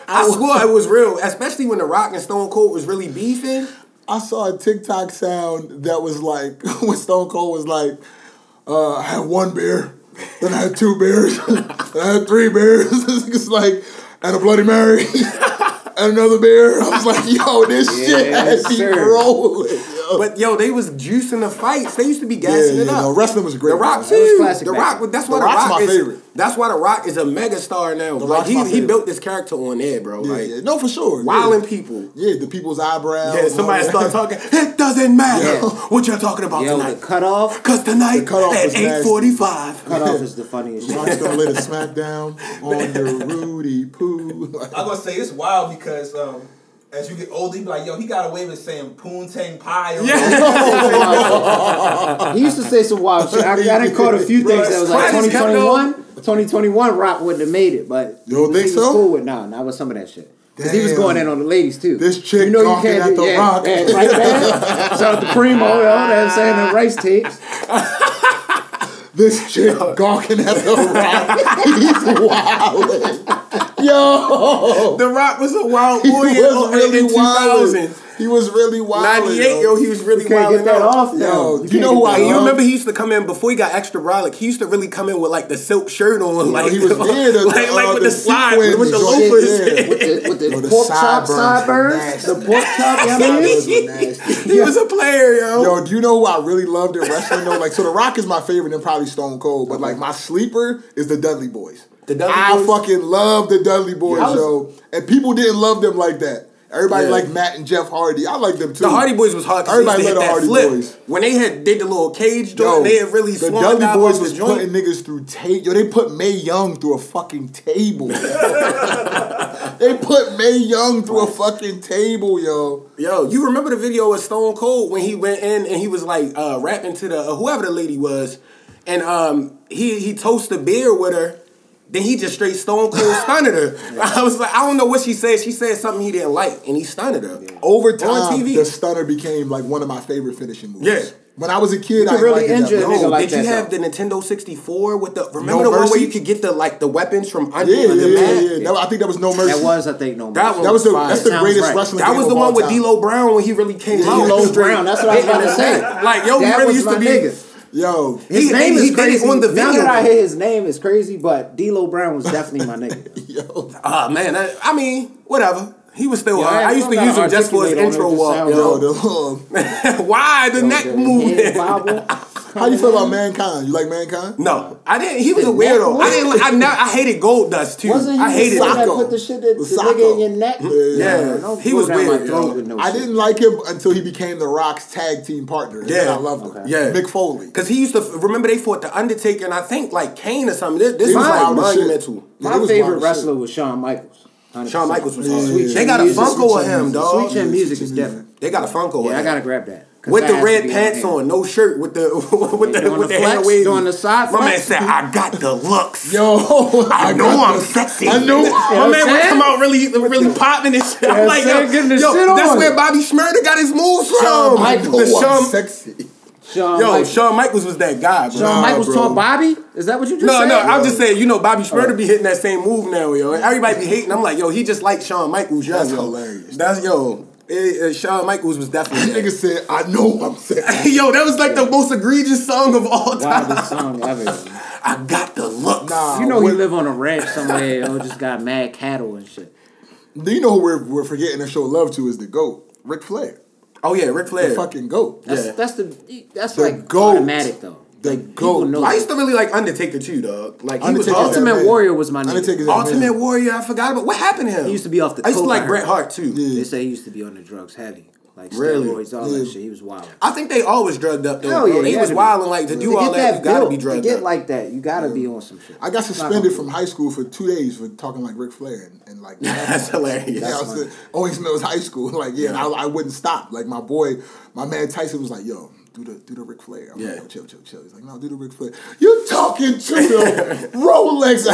E: I swore it was real, especially when The Rock and Stone Cold was really beefing.
F: I saw a TikTok sound that was like when Stone Cold was like, uh, "I had one beer, then I had two beers, then I had three beers." it's like, and a Bloody Mary, and another beer. I was like, "Yo, this shit
B: Yes,
F: has be
B: sir.
F: rolling." Yo.
E: But yo, they was juicing the fights. They used to be
F: yeah,
E: gassing
F: yeah,
E: it up.
F: no, wrestling was great.
E: The Rock
F: man.
B: was
E: too.
B: classic
E: the
B: back
E: Rock.
B: then.
E: That's why
F: The
E: the,
F: Rock's
E: Rock
F: my
E: is.
F: favorite.
E: That's why the Rock is a megastar now. like
F: Rock's
E: he,
F: my
E: he
F: favorite.
E: built this character on air, bro.
F: Yeah,
E: like
F: yeah. No, for sure.
E: wilding
F: yeah.
E: people.
F: Yeah, the people's eyebrows.
E: Yeah, somebody
F: and all
E: start
F: that.
E: talking. It doesn't matter
B: Yeah.
E: what you're talking about
B: Yo, the
E: tonight.
B: cutoff.
E: Cause tonight
F: cutoff
E: at
F: was nasty.
E: eight forty-five.
B: Cutoff is the funniest shit.
F: Rock's gonna let a smackdown on the Rudy Poo.
G: I'm gonna say it's wild because um, as you get older, you be like, yo, he got away with saying poontang pie. or
E: Yeah.
B: He used to say some wild shit. I, I done caught a few things that was like
E: Bro, it's crazy.
B: 2021. 2021, Rock wouldn't have made it, but
F: You don't
B: he
F: think
B: was
F: so?
B: cool with nah, not with some of that shit. Because he was
F: Damn.
B: going in on the ladies too.
F: This chick talking at
B: do-
F: the Rock.
B: Yeah, right there. Shout out to Primo, yo, that's saying the rice tapes.
F: This chick gawking at the rock. He's wild. Yo,
E: The Rock was a wild
F: he
E: boy in,
F: was really
E: in two
F: wild.
E: thousand
F: He was really wild.
E: ninety-eight. Yo, he was really
B: Can't
E: wild.
B: get that off
F: Yo,
B: now.
F: you
B: can't
F: know who
B: get
F: I
B: that
E: And
B: off.
E: you
F: love?
E: remember he used to come in before he got extra brolic. He used to really come in with like the silk shirt on, like
F: he was there, the-
E: like, like
F: uh,
E: with
F: the
E: the, slide, with,
F: sequins
E: the
F: joint,
E: loafers.
F: yeah.
B: with the, with the
F: Yo, the
B: pork chop sideburns,
F: sideburns were nasty.
B: the pork chop, you know what I mean?
F: Sideburns were nasty.
E: he was a player, yo.
F: Yo, do you know who I really loved in wrestling though? Like, so The Rock is my favorite and probably Stone Cold, but like my sleeper is the Dudley Boys.
E: The Dudley
F: I
E: Boys?
F: fucking love the Dudley Boys,
B: I was-
F: yo. And people didn't love them like that. Everybody
E: Yeah.
F: liked Matt and Jeff Hardy. I like them too.
E: the Hardy Boys was hard. 'cause
F: Everybody
E: they used to hit
F: love the
E: that
F: Hardy
E: flip.
F: Boys.
E: When they had did the little cage
F: Yo,
E: joint, they had really
F: the
E: swung
F: Dudley
E: down
F: Boys
E: off
F: was
E: the joint.
F: putting niggas through tape. Yo, they put May Young through a fucking table. they put May Young through a fucking table, yo.
E: Yo, you remember the video of Stone Cold when he went in and he was like uh, rapping to the uh, whoever the lady was, and um, he he toasts the beer with her. Then he just straight Stone Cold stunned her. I was like, I don't know what she said. She said something he didn't like, and he stunned her.
F: Over time,
E: On TV.
F: the stunner became like one of my favorite finishing moves.
E: Yeah.
F: When I was a kid, I
B: could
F: didn't
B: really
F: like it that
B: injure a
F: much.
B: nigga
E: Oh,
B: like
E: did you
B: that,
E: have the Nintendo 64 with the remember
F: No
E: the one where
F: Mercy?
E: you could get the like the weapons from under
F: Yeah, yeah,
E: the
F: yeah,
E: mat?
F: yeah. That- I think that was no mercy.
B: That was, I think, no more.
E: That one
F: That was the
E: fire.
F: that's the
B: Sounds
F: greatest
B: right.
F: wrestling.
E: That
F: game
E: was
F: of
E: the
F: all
E: one with
F: time.
E: D'Lo Brown when he really came out.
B: D'Lo Brown, that's what I was about to say.
E: Like yo, we
B: That
E: really
B: was
E: used
B: my
E: to be.
B: nigga.
F: Yo,
B: His
E: He-
B: name
E: and
B: is
E: he did it
B: crazy.
E: on the
B: Now
E: video.
B: that I hear his name is crazy, but D'Lo Brown was definitely my nigga.
F: yo,
E: Oh man, I, I mean, whatever. He was still.
B: Yeah,
E: hard. I,
B: I
E: used to
B: don't
E: use
B: know
E: him just for his
B: articulate on it,
E: intro
B: it just
E: walk.
B: sounds
E: Yo.
F: yo, the little-
E: Why the neck
B: Head
E: movement?
B: bobble.
F: How do you feel about mankind? You like mankind?
E: No, I didn't. He was a
B: The neck
E: weirdo. I
B: movement?
E: didn't. I, now, I hated Gold Dust too.
B: Wasn't he
E: I hated
B: the one
E: it.
B: that
F: Sacco.
B: put the shit that the
F: Sacco.
B: nigga in your neck?
F: Yeah.
B: No, don't
E: He
B: go
E: was
B: down my
E: weird,
B: throat
E: yo.
B: with no
F: I
B: shit.
F: didn't like him until he became The Rock's tag team partner. And then
E: Yeah.
F: I loved him.
E: Okay. Yeah.
F: Mick Foley.
E: Cause he used to remember they fought the Undertaker and I think like Kane or something. This, this
F: He
E: is
F: was
E: like
F: wild as shit.
E: monumental.
F: Yeah, it
B: My
F: was
B: favorite
F: wild as shit.
B: wrestler was Shawn Michaels. 100%.
E: Shawn Michaels was
F: Yeah,
E: hard.
F: yeah,
E: They got a
B: yeah.
E: Funko of him,
F: Sweet
E: dog.
B: Sweet Chin Music is
F: Yeah.
B: different.
E: They got a Funko of
B: Yeah, I
E: him.
B: gotta grab that. 'Cause
E: with
B: that
E: the
B: has to
E: red
B: be
E: pants
B: there.
E: on, no shirt, with the with
B: Yeah,
E: the
B: doing
E: with
B: the
E: the hair
B: flex,
E: wavy.
B: doing the side
E: My man
B: flex.
E: said, "I got the looks."
F: Yo,
E: I know
F: got
E: I'm
F: the-
E: sexy.
F: I know.
E: My man
B: what I'm
E: would
B: saying?
E: come out really, really popping and shit.
B: Yeah,
E: I'm like,
B: saying,
E: yo,
B: getting the
E: yo,
B: shit
E: that's
B: on.
E: where Bobby Schmurda got his moves
F: Shawn
E: from.
F: Michaels.
E: The
F: I'm
E: Shawn-
F: sexy.
B: Shawn
E: yo,
B: Michaels.
E: Shawn Michaels was that guy, bro.
B: Shawn
F: Nah,
B: Michaels
F: bro.
B: taught Bobby? Is that what you just
E: No,
B: said?
E: no, I'm just saying, you know, Bobby Schmurda be hitting that same move now, yo. And Everybody be hating. I'm like, yo, he just like Shawn Michaels, yo.
F: That's
E: yo.
F: hilarious.
E: That's yo. It, uh, Shawn Michaels was definitely.
F: Nigga said, I know I'm sexy.
E: yo, that was like the most egregious song of all time.
B: Wildest song ever.
E: I got the looks.
F: Nah.
B: You know he
F: What-
B: Oh, live on a ranch somewhere. Oh, just got mad cattle and shit.
F: Do you know who we're, we're forgetting to show love to is the GOAT? Ric Flair.
E: Oh yeah, Ric Flair.
F: The fucking GOAT.
B: That's
E: Yeah.
B: that's the that's
F: The
B: like
F: GOAT.
B: automatic though.
F: The
B: like, people
F: GOAT.
B: know
E: I
B: that.
E: used to really like Undertaker too, dog. Like he was
F: Undertaker's
E: awesome.
B: Ultimate
F: that man.
B: Warrior was my nigga.
F: Undertaker's that
E: Ultimate
F: man.
E: Warrior. I forgot about what happened to him.
B: He used to be off the
E: I used to
B: coke,
E: like
B: I
E: Bret
B: heard.
E: Hart too.
B: They say he used to be on the drugs heavy, like
E: Really?
B: steroids, all that shit. He was wild.
E: I think they always drugged up though.
B: Hell
E: bro.
B: yeah,
E: they
B: you
E: was
B: gotta be.
E: wild and like to do
B: to
E: all
B: get
E: that,
B: that
E: you gotta
B: built,
E: be drugged
B: to get
E: up.
B: like that, you gotta be on some shit.
F: I got
B: It's not
F: suspended
B: gonna
F: from
B: be-
F: high school for two days for talking like Ric Flair and, and like
E: That's hilarious.
F: Yeah, I was oh, always when it was high school. Like, yeah, and I, I wouldn't stop. Like my boy, my man Tyson was like, "Yo, do the do the Ric Flair. I'm
E: Yeah.
F: like, yo, chill, chill, chill. He's like, no, do the Ric Flair. You talking to the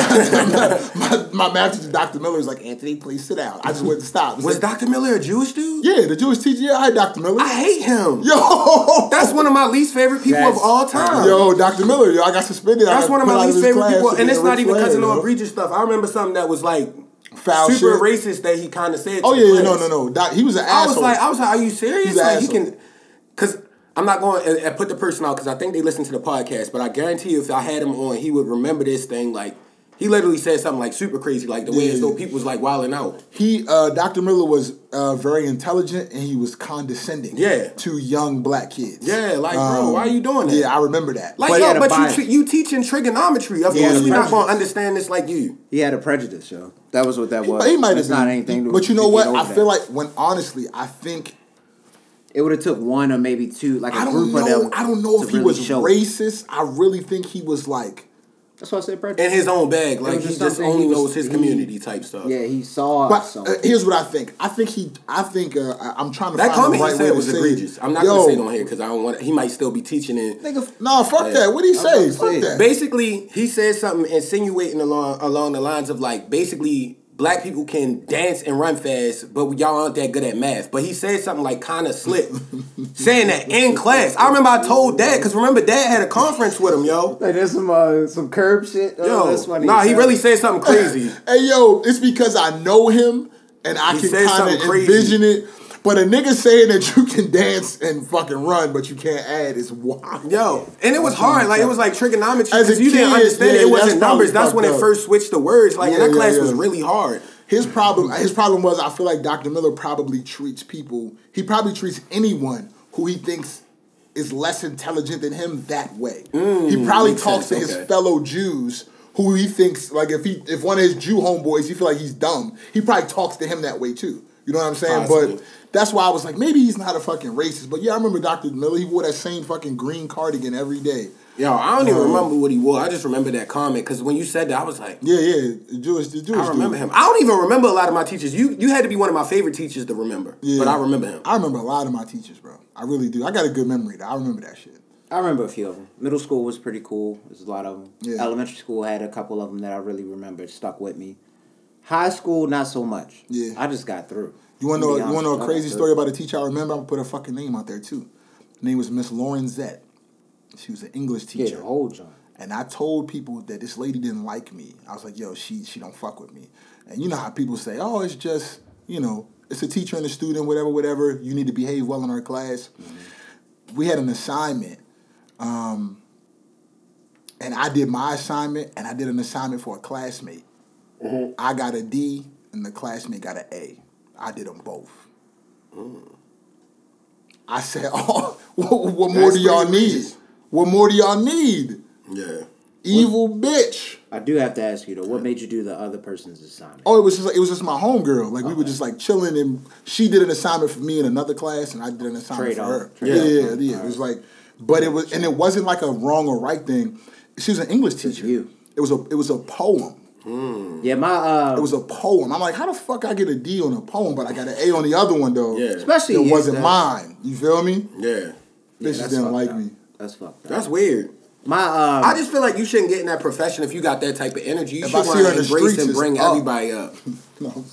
F: Rolex? my, my master, Dr. Miller, is like, Anthony, please sit down. I just went to stop. It's
E: Was
F: like,
E: Dr. Miller a Jewish dude?
F: yeah, the Jewish TGI, Dr. Miller.
E: I hate him.
F: yo,
E: That's one of my least favorite people
B: That's-
E: of all time.
F: yo, Dr. Miller, yo, I got suspended. I
E: That's
F: got
E: one of
F: put
E: my
F: out
E: least
F: his
E: favorite
F: class
E: people,
F: for
E: and it's
F: being
E: not
F: Ric
E: even
F: Flair,
E: cousin
F: yo.
E: on egregious stuff. I remember something that was like
F: Foul
E: super
F: shit.
E: racist that he kind of said.
F: Oh
E: to
F: yeah, yeah,
E: Prince.
F: no, no, no. Doc, he was an
E: I
F: asshole.
E: was like, I was like, are you serious?
F: He's an
E: like, you
F: asshole.
E: can, because I'm not going to put the person out because I think they listen to the podcast, but I guarantee you, if I had him on, he would remember this thing. Like, he literally said something like super crazy, like the way as
F: Yeah.
E: though people was like wilding out.
F: he uh, Dr. Miller was uh, very intelligent and he was condescending
E: Yeah.
F: to young black kids. Um,
E: Yeah, like, bro, why are you doing that?
F: Yeah, I remember that.
E: Like,
B: But he
E: yo,
B: had a
E: but you,
B: bias.
E: tr- you teaching trigonometry. Of
B: He had
E: course,
B: a
E: we're not
B: prejudice.
E: going to understand this like you.
B: He had a prejudice, yo. That was what that was.
F: But he might
B: It's
F: have
B: not
F: been-
B: anything. To,
F: But you know
B: to
F: what?
B: get over
F: I
B: that.
F: feel like when honestly, I think
B: it would have took one or maybe two, like a
F: I
B: group
F: don't
B: of them.
F: know. I don't know
B: to
F: if he
B: really
F: was
B: show. it.
F: racist. I really think he was like
B: That's why I said prejudice.
E: In his own bag, like
B: was
E: he
B: just
E: just
B: something he
E: only
B: was-
E: knows his
B: he-
E: community type stuff.
B: yeah, he saw
F: But
B: us.
F: uh, here's what I think. I think he. I think uh, I- I'm trying to
E: That
F: find the
E: comment
F: right
E: he
F: way
E: said
F: to
E: was
F: say it.
E: egregious. I'm not
F: Yo,
E: gonna say it on here because I don't want. He might still be teaching it.
F: Nigga, nah, fuck that. What he
B: I'm about
F: say?
B: to
F: Fuck
B: say.
F: that.
E: Basically, he said something insinuating along along the lines of like basically black people can dance and run fast, but y'all aren't that good at math. But he said something like kind of slick, saying that in class. I remember I told dad because remember dad had a conference with him, yo.
B: Like there's some uh, some curb shit. Oh,
E: Yo,
B: that's funny.
E: nah, he
B: So-
E: really said something crazy.
F: Hey yo, it's because I know him and I
E: He said
F: can kind
E: something
F: of
E: crazy.
F: envision it. But a nigga saying that you can dance and fucking run, but you can't add is wild.
E: Yo, and it was hard. Like it was like trigonometry
F: As a
E: because you didn't
F: kid,
E: understand
F: yeah,
E: it. It wasn't
F: that's probably
E: numbers. That's when
F: fucked
E: it
F: up.
E: first switched to words. Like and
F: Yeah,
E: that
F: yeah,
E: class was
F: yeah.
E: really hard.
F: His problem, his problem was I feel like Dr. Miller probably treats people. He probably treats anyone who he thinks is less intelligent than him that way. he
E: Mm,
F: probably
E: makes
F: talks
E: sense,
F: to
E: okay.
F: his fellow Jews who he thinks like if he if one of his Jew homeboys he feel like he's dumb. He probably talks to him that way too. You know what I'm saying?
E: Possibly.
F: But that's why I was like, maybe he's not a fucking racist. But yeah, I remember Dr. Miller. He wore that same fucking green cardigan every day.
E: Yo, I don't even
F: Uh-huh.
E: remember what he wore. I just remember that comment because when you said that, I was like,
F: Yeah, yeah, the Jewish, the Jewish.
E: I remember
F: dude.
E: him. I don't even remember a lot of my teachers. You you had to be one of my favorite teachers to remember, but I remember him.
F: I remember a lot of my teachers, bro. I really do. I got a good memory. Though. I remember that shit.
B: I remember a few of them. Middle school was pretty cool. There's a lot of them.
F: Yeah.
B: Elementary school had a couple of them that I really remember stuck with me. High school, not so much.
F: Yeah.
B: I just got through.
F: You want to
B: To
F: know?
B: be
F: You
B: honest
F: want to
B: with
F: know a
B: I
F: crazy
B: got
F: story
B: through.
F: about a teacher? I remember. I'm gonna put her fucking name out there too. Her name was Miss Lauren Zett. She was an English
B: Yeah,
F: teacher.
B: the whole joint.
F: And I told people that this lady didn't like me. I was like, yo, she she don't fuck with me. And you know how people say, oh, it's just you know, it's a teacher and a student, whatever, whatever. You need to behave well in our class.
E: Mm-hmm.
F: We had an assignment, um, and I did my assignment, and I did an assignment for a classmate.
E: Mm-hmm.
F: I got a D, and the classmate got an A. I did them both.
E: Mm.
F: I said, oh, what, what more
E: That's
F: do y'all
E: pretty
F: need?
E: racist.
F: What more do y'all need?
E: Yeah.
F: evil bitch.
B: I do have to ask you though, what made you do the other person's assignment?
F: Oh, it was just like, it was just my homegirl. Like we were just like chilling, and she did an assignment for me in another class, and I did an assignment
B: Trade
F: for
B: off.
F: her.
B: Trade
F: yeah,
B: off.
F: yeah, yeah, It was like, but it was, and it wasn't like a wrong or right thing. She was an English teacher.
B: you.
F: It was a it was a poem.
B: Yeah, my uh,
F: It was a poem. I'm like, how the fuck I get a D on a poem, but I got an A on the other one though.
E: Yeah.
B: Especially
F: it
B: you,
F: wasn't
B: that-
F: mine. You feel me?
E: Yeah.
B: yeah,
F: Bitches
B: that's
F: didn't
B: fucked
F: like
B: up.
F: me.
B: That's fucked. Up.
E: That's weird.
B: My um,
E: I just feel like you shouldn't get in that profession if you got that type of energy. You
F: If I
E: should
F: see
E: want
F: her
E: to
F: in the
E: embrace
F: streets,
E: and
F: it's
E: bring
F: up.
E: everybody up.
F: No.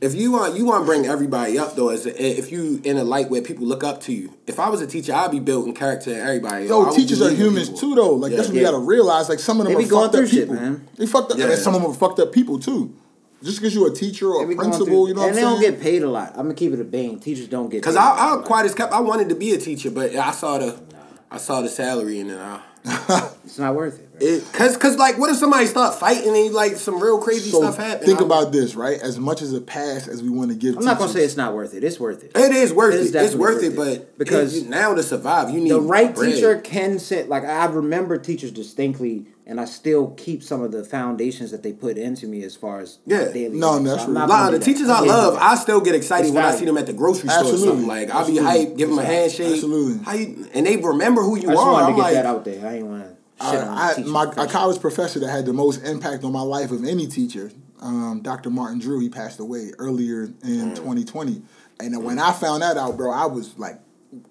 E: If you want, you want to bring everybody up though. As a, eh, if you in a light where people look up to you. If I was a teacher, I'd be built in character and everybody. I
F: Yo,
E: would
F: teachers are
E: believe in
F: humans
E: people.
F: too, though. Like
E: Yeah.
F: that's what
B: Yeah.
F: we gotta realize. Like some of them
B: They be
F: are
B: going
F: fucked
B: through
F: up
B: shit,
F: people.
B: man.
F: They fucked up.
E: Yeah.
F: And some of them are fucked up people too. Just because you're a teacher or
B: they
F: a
B: be going
F: principal,
B: through-
F: you know what
B: and
F: I'm
B: they
F: saying?
B: don't get paid a lot. I'm gonna keep it a bang. Teachers don't get
E: Cause
B: paid a
E: I,
B: lot.
E: I quite as kept. I wanted to be a teacher, but I saw the, I saw the salary and then I.
B: It's not worth it. Bro.
E: It, cause, cause, like, what if somebody start fighting and like some real crazy
F: so
E: stuff happen?
F: think
E: I-
F: about this, right? As much as a pass as we want to give,
B: I'm not gonna
F: teachers-
B: say it's not worth it. It's worth it.
E: It is worth
B: It is
E: it. It's
B: definitely
E: worth it,
B: worth
E: but
B: it.
E: it-
B: Because
E: you- now to survive, you need
B: the right
E: bread.
B: teacher can sit like i remember teachers distinctly and i still keep some of the foundations that they put into me as far as my
E: Yeah.
B: daily
F: No,
B: life.
F: that's
B: I'm not gonna
F: real.
E: Nah,
B: do
E: the
B: that.
E: teachers I
B: can't do
E: love,
B: that.
E: I still get excited
B: It's
E: when I
B: value.
E: see them at the grocery store or something.
F: Absolutely.
E: Like, I'll be
F: Absolutely.
E: hyped, give them a handshake.
F: Absolutely.
E: How you, and they remember who you
B: i just
E: are.
B: wanted to
E: I'm
B: get
E: like,
B: that out there i ain't want to shit on
F: I, I,
B: teachers
F: my a
B: profession.
F: college professor that had the most impact on my life of any teacher, um, Dr. Martin
B: Mm.
F: Drew, he passed away earlier in 2020. And when I found that out, bro, I was like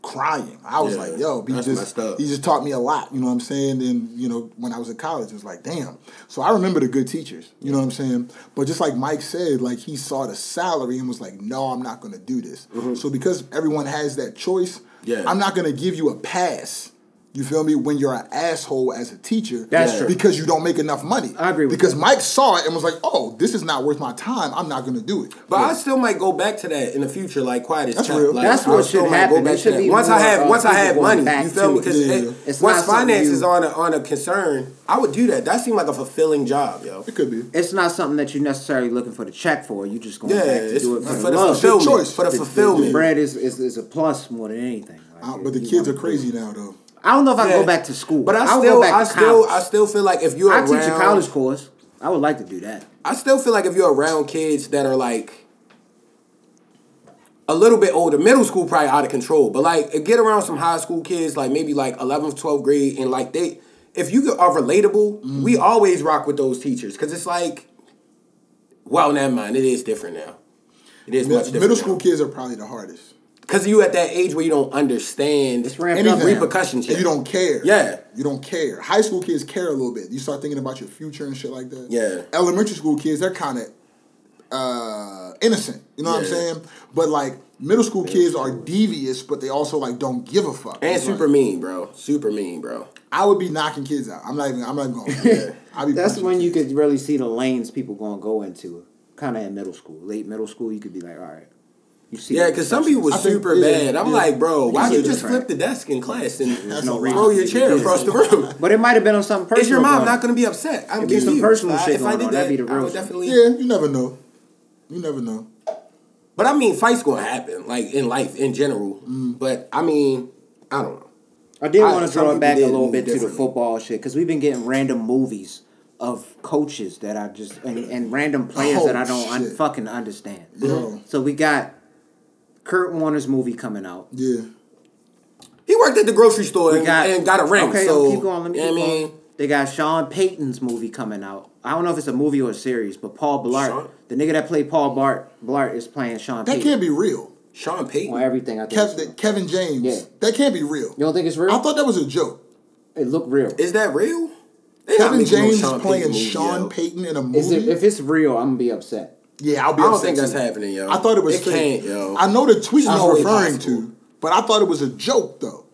F: crying. I was
E: Yeah,
F: like, yo, he
E: that's
F: just
E: messed up.
F: he just taught me a lot. You know what I'm saying? And you know, when I was in college, it was like, damn. So I remember the good teachers. You know what I'm saying? But just like Mike said, like he saw the salary and was like, no, I'm not gonna do this. So because everyone has that choice,
E: Mm-hmm. Yeah.
F: I'm not gonna give you a pass. You feel me? When you're an asshole as a teacher,
B: That's true.
F: Because you don't make enough money.
B: I agree with
F: Because
B: you.
F: Mike saw it and was like, "Oh, this is not worth my time. I'm not gonna do it."
E: But I still might go back to that in the future, like quiet as
F: That's
E: Child.
F: real.
E: Like,
B: That's
E: I
B: what
E: still
B: should
E: might go
B: happen.
E: back
B: It
E: to
B: should
E: that.
B: be
E: once I
B: more,
E: have
B: uh,
E: once I
B: people
E: have
B: going
E: money,
B: back
E: you feel
B: to
E: me?
B: it.
E: Because
F: Yeah, yeah.
B: It's
E: once
B: not something
E: finance
B: you-
E: is on a, on a concern, I would do that. That seemed like a fulfilling job, yo.
F: it could be.
B: It's not something that you're necessarily looking for the check for. You just going
E: Yeah,
B: back to
E: it's
B: do it
E: for,
B: for,
E: for the
B: love.
E: fulfillment.
F: choice.
E: For the
F: It's-
E: fulfillment.
B: Bread is, is is a plus more than anything. Like,
F: Uh,
B: you-
F: but the
B: you
F: kids
B: wanna
F: are
B: do it.
F: crazy now, though.
B: I don't know if I
E: Yeah.
B: go back to school,
E: But I
B: I'll
E: still,
B: go back
E: I
B: to
E: still, I
B: college.
E: still feel like if you're
B: I
E: around,
B: teach a college course. I would like to do that.
E: I still feel like if you're around kids that are like a little bit older, middle school probably out of control, but like if get around some high school kids, like maybe like 11th, 12th grade, and like they, if you are relatable,
B: Mm-hmm.
E: we always rock with those teachers because it's like, well, never mind, it is different now. It is much different.
F: middle school kids are probably the hardest.
E: because you at that age where you don't understand
B: It's ramped
F: Anything.
B: up. now.
E: repercussions
F: And
E: yet.
F: you don't care.
E: Yeah.
F: You don't care. High school kids care a little bit. You start thinking about your future and shit like that.
E: Yeah.
F: Elementary school kids, they're kind of uh, innocent. You know what I'm
E: Yeah.
F: saying? But like middle school kids are devious, but they also like don't give a fuck.
E: and
F: It's like,
E: super mean, bro. Super mean, bro.
F: I would be knocking kids out. I'm not even. I'm not even going. I'd be.
B: That's
F: punching
B: when you
F: kids.
B: could really see the lanes people gonna go into. Kind of in middle school, late middle school, you could be like, all right, you see.
E: Yeah, because some people were
F: I think-
E: super
F: yeah,
E: bad. I'm
F: yeah.
E: like, bro, why'd
B: Yeah,
E: you just
B: that's
E: flip
B: right.
E: the desk in class and
F: That's
B: no
F: a
B: reason.
E: throw your chair
B: Yeah.
E: across the room?
B: But it might have been on something personal.
E: Is your mom
B: going
E: not
B: on.
E: going to be upset? I'm
B: It'd be some
E: confused.
B: personal
E: I-
B: shit
E: if I
B: going
E: did
B: on. That'd be the
E: I
B: real
E: would
B: shit.
E: definitely.
F: Yeah, you never know. You never know.
E: But I mean, fights gonna happen, like in life in general.
B: Mm-hmm.
E: But I mean, I don't know.
B: I did
E: I-
B: want to
E: some
B: throw it
E: people
B: back a
E: did
B: little
E: move
B: bit to the
E: differently.
B: football shit because we've been getting random movies of coaches that I just and, and random players that I don't
F: Oh,
B: un-
F: shit.
B: fucking understand.
F: Yo.
B: So we got Kurt Warner's movie coming out.
F: Yeah.
E: He worked at the grocery store
B: We
E: and
B: got
E: got, and got a ring.
B: Okay,
E: so
B: keep going. Let me
E: you know
B: keep
E: what I
B: going.
E: mean,
B: They got Sean Payton's movie coming out. I don't know if it's a movie or a series, but Paul Blart,
E: Sean?
B: the nigga that played Paul Blart, Blart is playing Sean
F: That
B: Payton
F: can't be real.
E: Sean Payton.
B: on everything. I think. it's real.
F: Kevin, Kevin James.
B: Yeah.
F: That can't be real.
B: you don't think it's real?
F: I thought that was a joke.
B: it looked real.
E: Is that real? They not
F: Kevin
E: making no
F: James
E: Sean
F: playing
E: Payton movie,
F: Sean
E: yo.
F: Payton in a
B: Is
F: movie.
B: it, if it's real, I'm gonna be upset.
F: yeah, I'll be.
E: I don't
F: upset
E: think that's
F: too.
E: happening, yo.
F: I thought it was
E: It
F: fake.
E: can't, yo.
F: I know the tweet I was
E: always
F: referring
E: possible.
F: to, but I thought it was a joke though.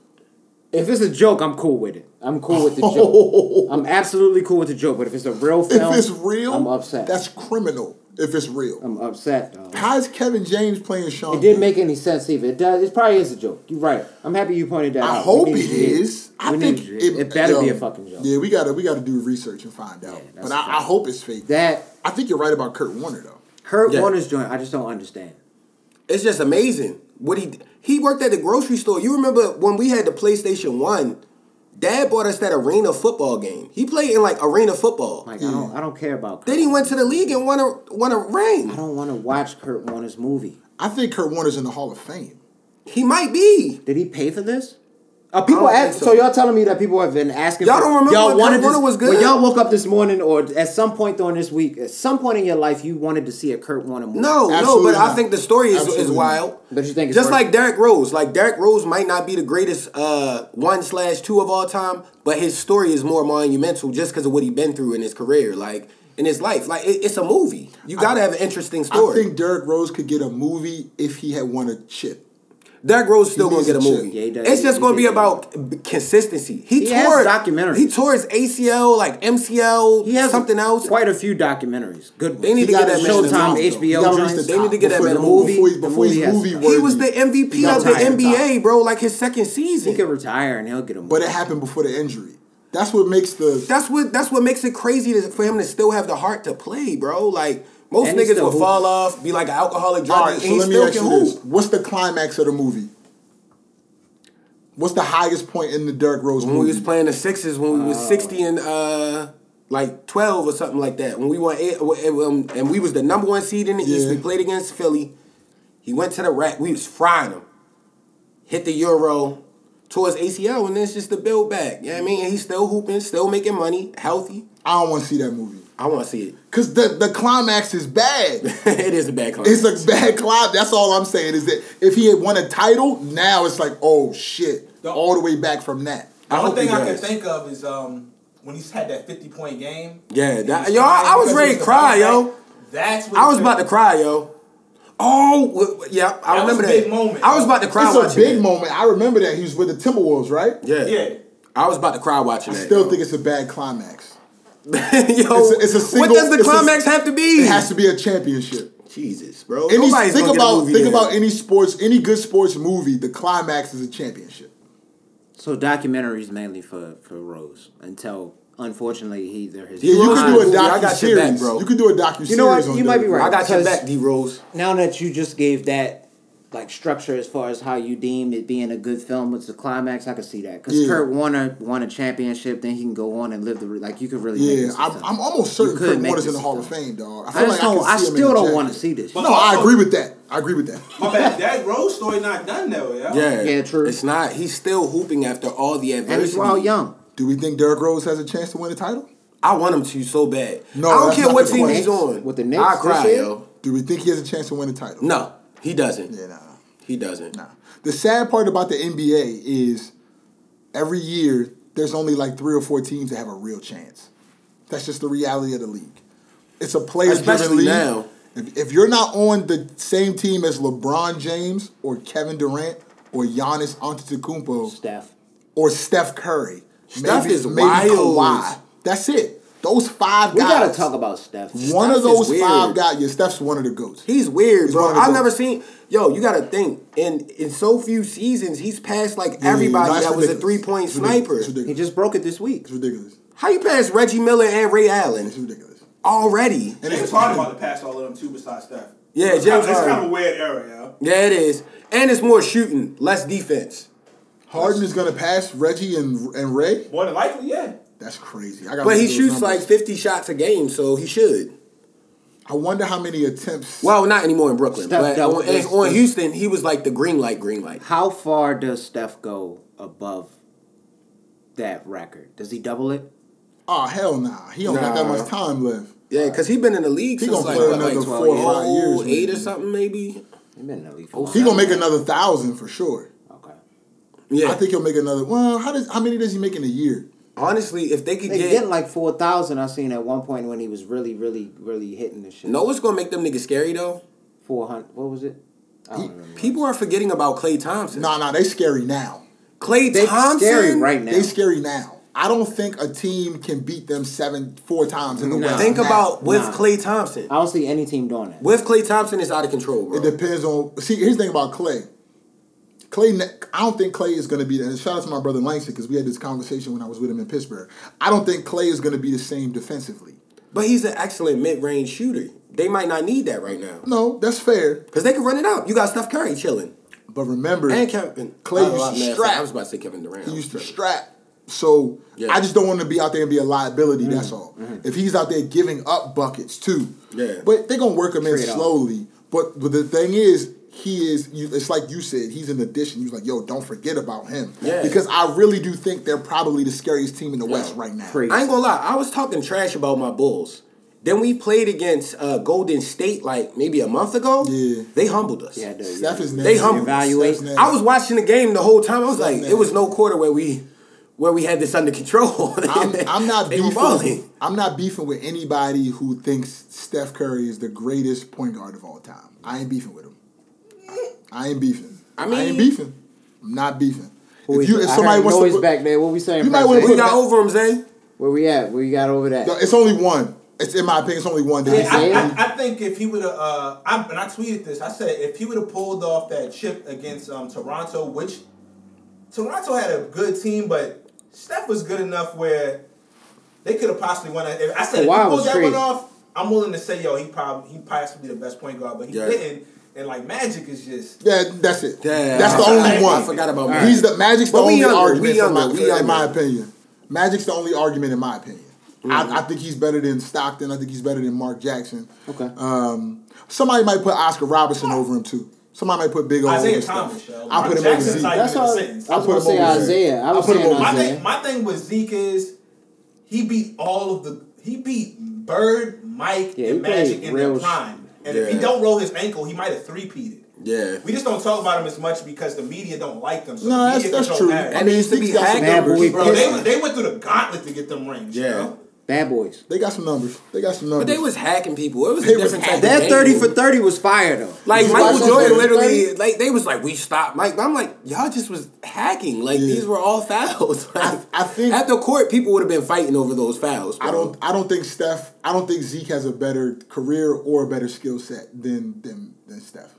B: If it's a joke, I'm cool with it. I'm cool with the joke. I'm absolutely cool with the joke. But if it's a real
F: if
B: film,
F: it's real,
B: I'm upset.
F: That's criminal. If it's real,
B: I'm upset. Dog.
F: how is Kevin James playing Sean?
B: It didn't
F: Payton?
B: make any sense either. It does. It probably is a joke. You're right. I'm happy you pointed that out.
F: I
B: We
F: hope it
B: need to hear
F: is. I
B: we
F: think
B: need to hear it, better be a fucking joke.
F: Yeah, we gotta we gotta do research and find out.
B: Yeah, that's
F: but
B: a
F: I, I
B: fact.
F: hope it's fake.
B: That
F: I think you're right about Kurt Warner though.
B: Kurt
E: Yeah.
B: Warner's joint, I just don't understand.
E: It's just amazing what he he worked at the grocery store. You remember when we had the PlayStation One? Dad bought us that arena football game. He played in like arena football.
B: Like I don't, I don't care about. Kurt.
E: then he went to the league and won a won a
B: I
E: ring.
B: don't want to watch Kurt Warner's movie.
F: I think Kurt Warner's in the Hall of Fame.
E: He might be.
B: Did he pay for this? Are people
E: I don't
B: ask,
E: think
B: so.
E: so.
B: y'all telling me that people have been asking?
E: Y'all
B: for-
E: don't remember when
B: wanted
E: Kurt
B: this-
E: Warner was good?
B: When y'all woke up this morning, or at some point during this week, at some point in your life, you wanted to see a Kurt Warner movie.
E: No,
F: Absolutely
E: no, but I
F: not.
E: think the story is, is
F: Absolutely
E: wild.
B: But you think it's
E: just
B: worth
E: like
B: it?
E: Derrick Rose, like Derrick Rose might not be the greatest uh, one slash two of all time, but his story is more monumental just because of what he been through in his career, like in his life. Like it, it's a movie. You got to have an interesting
F: I
E: story.
F: think Derrick Rose could get a movie if he had won a chip.
E: Derrick Rose still gonna
F: needs
E: get a
F: a
E: movie.
F: chip.
B: Yeah, he does.
E: It's just
B: He
E: gonna
B: did
E: be
B: get
E: about b- consistency. He,
B: He has
E: tore
B: documentaries.
E: He tore his ACL, like MCL,
B: he has
E: something else.
B: quite a few documentaries. Good.
E: They need
B: ones.
E: to get
F: gotta
E: that
F: reach the
B: Showtime,
E: man.
F: top, though.
B: HBO
F: He gotta reach
B: joints.
F: the
E: They need to get that
F: before
E: man a
F: the
E: movie.
F: Before, he- before
B: The
F: he's
B: movie has
F: movie
B: to-
E: He was the
F: He
E: MVP
F: got
E: of the
F: tired.
E: NBA, bro. Like his second season.
B: He could retire and he'll get a movie.
F: but it happened before the injury. That's what makes the.
E: That's what that's what makes it crazy to, for him to still have the heart to play, bro. Like most
B: And he
E: niggas
B: still
E: will
B: hooping.
E: fall off, be like an alcoholic drunk,
F: all right,
E: and
F: so
E: he
F: let me
E: still
F: ask
E: can
F: you this:
E: hoop.
F: What's the climax of the movie? What's the highest point in the Derrick Rose
E: When we
F: movie?
E: was playing the sixes, when we was sixty and uh like twelve or something like that, when we won eight, um, and we was the number one seed in the East,
F: Yeah.
E: we played against Philly. He went to the rack, we was frying him, hit the Euro, tore his ACL, and then it's just the build back. You know what I mean? And he's still hooping, still making money, healthy.
F: I don't want to see that movie.
E: I want to see it.
F: Cause the the climax is bad.
E: it is a bad clip.
F: It's a bad climax. That's all I'm saying is that if he had won a title, now it's like oh shit, all the way back from that.
G: The only
E: hope he
G: thing I can
E: does.
G: think of is um when he's had that fifty point game.
E: Yeah, that,
G: He's
E: yo, I, I
G: crying
E: was
G: because
E: ready
G: he
E: to cry,
G: about
E: yo.
G: to- That's what
E: I
G: it
E: was
G: took.
E: about to cry, yo. Oh, w- w- yeah, I
G: That was
E: remember
G: a
E: that.
G: big moment.
E: I was about to cry
F: It's a
E: watching
F: big
E: that.
F: moment. I remember that he was with the Timberwolves, right?
E: Yeah.
G: Yeah.
E: I was about to cry watching
F: I
E: that.
F: still
E: yo.
F: think it's a bad climax.
E: yo,
F: it's a- it's a single-
E: what does the
F: it's a-
E: climax have to be?
F: It has to be a championship.
E: Jesus, bro.
F: Any,
E: Nobody's
F: think
E: gonna get a
F: about
E: movie
F: think
E: in.
F: about any sports, any good sports movie. The climax is a championship.
B: So documentaries mainly for for Rose until unfortunately he either his
F: Yeah, you
E: Nah,
F: could do a
E: dude, I got
F: docu
E: your
F: series,
E: back, bro.
F: You could do a docu series.
B: You know what?
F: On
B: You might be
F: WWE.
B: right.
E: I got your
B: because-
E: back, D Rose.
B: now that you just gave that like structure as far as how you deem it being a good film with the climax, I could see that because
F: Yeah.
B: Kurt Warner won a championship, then he can go on and live the re- like you could really make
F: Yeah,
B: this a
F: I'm,
B: film.
F: I'm almost certain
B: You could
F: Kurt
B: make
F: Warner's
B: this
F: in the
B: a
F: Hall of
B: film.
F: Fame, dog. I
B: I
F: feel
B: just
F: like I,
B: don't.
F: can
B: I
F: see him in
B: still
F: the
B: don't
F: jacket.
B: want to see this.
G: But-
B: shit.
F: No, I agree with that. I agree with that.
G: My bad. That Rose story not done that way, yo.
E: Yeah,
B: Oh, Yeah, true.
E: It's not. He's still hooping after all the adversity.
B: And he's wild young.
F: Do we think Derrick Rose has a chance to win a title?
E: I want him to so bad.
F: No,
E: I don't
F: that's
E: care
F: not
E: what
F: the
E: team
F: question.
E: he's on.
B: With the Knicks
E: I cry,
B: this year?
E: yo.
F: Do we think he has a chance to win a title?
E: No, he doesn't.
F: Yeah, nah,
E: He doesn't.
F: nah. The sad part about the NBA is every year there's only like three or four teams that have a real chance. That's just the reality of the league. It's a player-driven
E: Especially
F: league.
E: now.
F: If, if you're not on the same team as LeBron James or Kevin Durant or Giannis Antetokounmpo,
B: Steph.
F: or Steph Curry.
E: Steph is wild.
F: Kawhi. That's it. Those five
B: We
F: guys.
B: gotta talk about Steph.
F: one
E: Steph
F: of those
E: is weird.
F: five guys. Yeah, Steph's one of the goats.
E: He's weird,
F: He's
E: bro.
F: one of the
E: I've
F: goats.
E: never seen. Yo, you got to think. In in so few seasons, he's passed like
F: Yeah,
E: everybody
F: no, it's
E: that was a
F: Mm, ridiculous.
E: three point
F: It's ridiculous.
E: sniper.
F: It's
B: He
F: ridiculous.
B: just broke it this week.
F: It's ridiculous.
E: How you pass Reggie Miller and Ray
F: It's
E: Allen
F: ridiculous.
E: already?
F: And
G: James
F: it's
G: Harden about to pass all of them too, besides Steph.
E: Yeah,
G: it's
E: James
G: kind of, It's kind
E: Harden.
G: of a weird era, yo.
E: Yeah, it is. And it's more shooting, less defense.
F: Harden is gonna pass Reggie and and Ray.
G: More than likely, yeah.
F: That's crazy. I gotta
E: But
F: look
E: he
F: at those
E: shoots like
F: numbers.
E: 50 shots a game, so he should.
F: I wonder how many attempts.
E: Well, not anymore in Brooklyn.
B: Steph
E: but
B: double
E: on,
B: this-
E: on
B: this-
E: Houston, he was like the green light, green light.
B: How far does Steph go above that record? Does he double it?
F: oh hell nah. He don't got that
E: Nah.
F: much time left.
E: Yeah, because he been in the league
F: He
E: since
F: gonna
E: like,
F: play
E: what, like
F: another
E: 12,
F: four or five years,
E: eight
F: maybe.
E: or something, maybe.
B: He been in the league for a
F: He
B: while.
F: gonna make another thousand for sure.
B: Okay.
E: Yeah.
F: I think he'll make another. Well, how does how many does he make in a year?
E: Honestly, if they could
B: They
E: get,
B: get like four thousand. I seen at one point when he was really, really, really hitting the shit.
E: know what's gonna make them niggas scary though.
B: four hundred. What was it? I don't remember.
E: People are forgetting about Clay Thompson.
F: Nah, nah. They scary now.
E: Clay
B: They
E: Thompson,
B: scary right now.
F: They scary now. I don't think a team can beat them seven four times in the
B: Nah.
F: West.
E: Think
F: now.
E: about with
B: Nah.
E: Clay Thompson.
B: I don't see any team doing that.
E: With Clay Thompson is out of control, bro.
F: it depends on. See, here's the thing about Clay. Clay, ne- I don't think Clay is going to be. And shout out to my brother Langston because we had this conversation when I was with him in Pittsburgh. I don't think Clay is going to be the same defensively.
E: But he's an excellent mid-range shooter. They might not need that right now
F: No, that's fair.
E: because they can run it out. You got Steph Curry chilling
F: But remember,
E: and Kevin
F: Clay
E: Oh,
F: used
E: I-
F: to
E: man,
F: strap.
E: I was about to say Kevin Durant.
F: he used to
E: I was tripping.
F: strap. So
E: Yeah. Mm-hmm.
F: I just don't want him to be out there and be a liability. That's all. If he's out there giving up buckets too,
E: Yeah.
F: But they're gonna work him in
B: Trade-off.
F: slowly. But but the thing is, he is. You, it's like you said, he's an addition. You're like, yo, don't forget about him.
E: Yeah.
F: Because I really do think they're probably the scariest team in the West right now.
B: Crazy.
E: I ain't gonna lie, I was talking trash about my Bulls. Then we played against uh, Golden State like maybe a month ago.
F: Yeah.
E: They humbled us.
B: Yeah, dude.
F: Steph is
E: They
F: nasty.
E: humble.
B: Evaluate.
F: Steph's nasty.
E: I was watching the game the whole time. I was
F: Steph
E: like,
F: Curry.
E: it was no quarter where we where we had this under control.
F: I'm, I'm not
E: They were
F: beefing.
E: balling.
F: I'm not beefing with anybody who thinks Steph Curry is the greatest point guard of all time. I ain't beefing with him. I ain't beefing. I,
E: I mean-
F: ain't beefing. I'm not beefing.
B: Who
F: if
B: is
F: you,
B: it?
F: if
B: I
F: somebody
B: heard
F: wants
B: noise
F: to, put-
B: back there. What we saying?
F: You might
B: Frank?
F: wanna
E: We
F: put-
E: got over him, Zay.
B: Where we at? Where you got over that?
F: No, it's only one. It's in my opinion, it's only one. That
G: Yeah, I,
B: Yeah.
G: I, I think if he would have, uh, I, and I tweeted this. I said if he would have pulled off that chip against um, Toronto, which Toronto had a good team, but Steph was good enough where they could have possibly won. That. If I said if he
B: Kawhi
G: pulled
B: was
G: that one
B: crazy.
G: off, I'm willing to say, yo, he probably he possibly the best point guard, but he
E: Yeah.
G: didn't. And like Magic is just
F: yeah, that's it.
E: Yeah,
F: that's
E: I
F: the
E: forgot-
F: only
E: I
F: one.
E: forgot about Magic.
F: He's the Magic's the
E: But we
F: only
E: younger,
F: argument
E: we
F: in my-
E: younger, we
F: in my
E: younger.
F: opinion. Magic's the only argument in my opinion. I, I think he's better than Stockton. I think he's better than Mark Jackson.
B: Okay.
F: Um, somebody might put Oscar Robinson over him too. Somebody might put Big O.
G: Isaiah
F: over Steph.
G: Thomas. yo.
F: I put him over
G: Jackson's
F: Zeke.
G: not even
B: That's
G: in the
B: all-
G: sentence.
B: I was
F: put
B: gonna
F: him
B: say
F: over Zeke.
B: Isaiah. I
F: I
B: was
F: put him
B: saying
F: over
G: My
B: Isaiah.
G: thing, my thing with Zeke is he beat all of the he beat Bird, Mike,
B: Yeah, he
G: and Magic
B: played
G: in their
B: real
G: prime. And if he
E: Yeah.
G: don't roll his ankle, he might have three-peated.
E: Yeah.
G: We just don't talk about him as much because the media don't like them. So
F: No,
G: the
F: that's
G: media
F: that's
G: control
F: true.
G: narrative.
E: And they used to be
F: Sneaks got some
E: hacked
B: numbers,
E: over,
G: Bro, they,
E: bro.
G: they went through the gauntlet to get them rings.
E: Yeah.
G: Bro.
B: Bad boys.
F: They got some numbers. They got some
E: But
F: numbers.
E: they was hacking people. It was
F: They
E: a
F: was
E: different type of
B: That
E: game.
B: thirty for thirty was fire though.
E: Like
F: You
E: Michael
F: watch those
E: Jordan
F: thirty for
E: literally,
F: thirty?
E: like they was like, we stopped Mike. But I'm like, y'all just was hacking. Like
F: Yeah.
E: these were all fouls. Like,
F: I think-
E: at the court, people would have been fighting over those fouls.
F: I
E: bro.
F: don't. I don't think Steph. I don't think Zeke has a better career or a better skill set than than than Steph.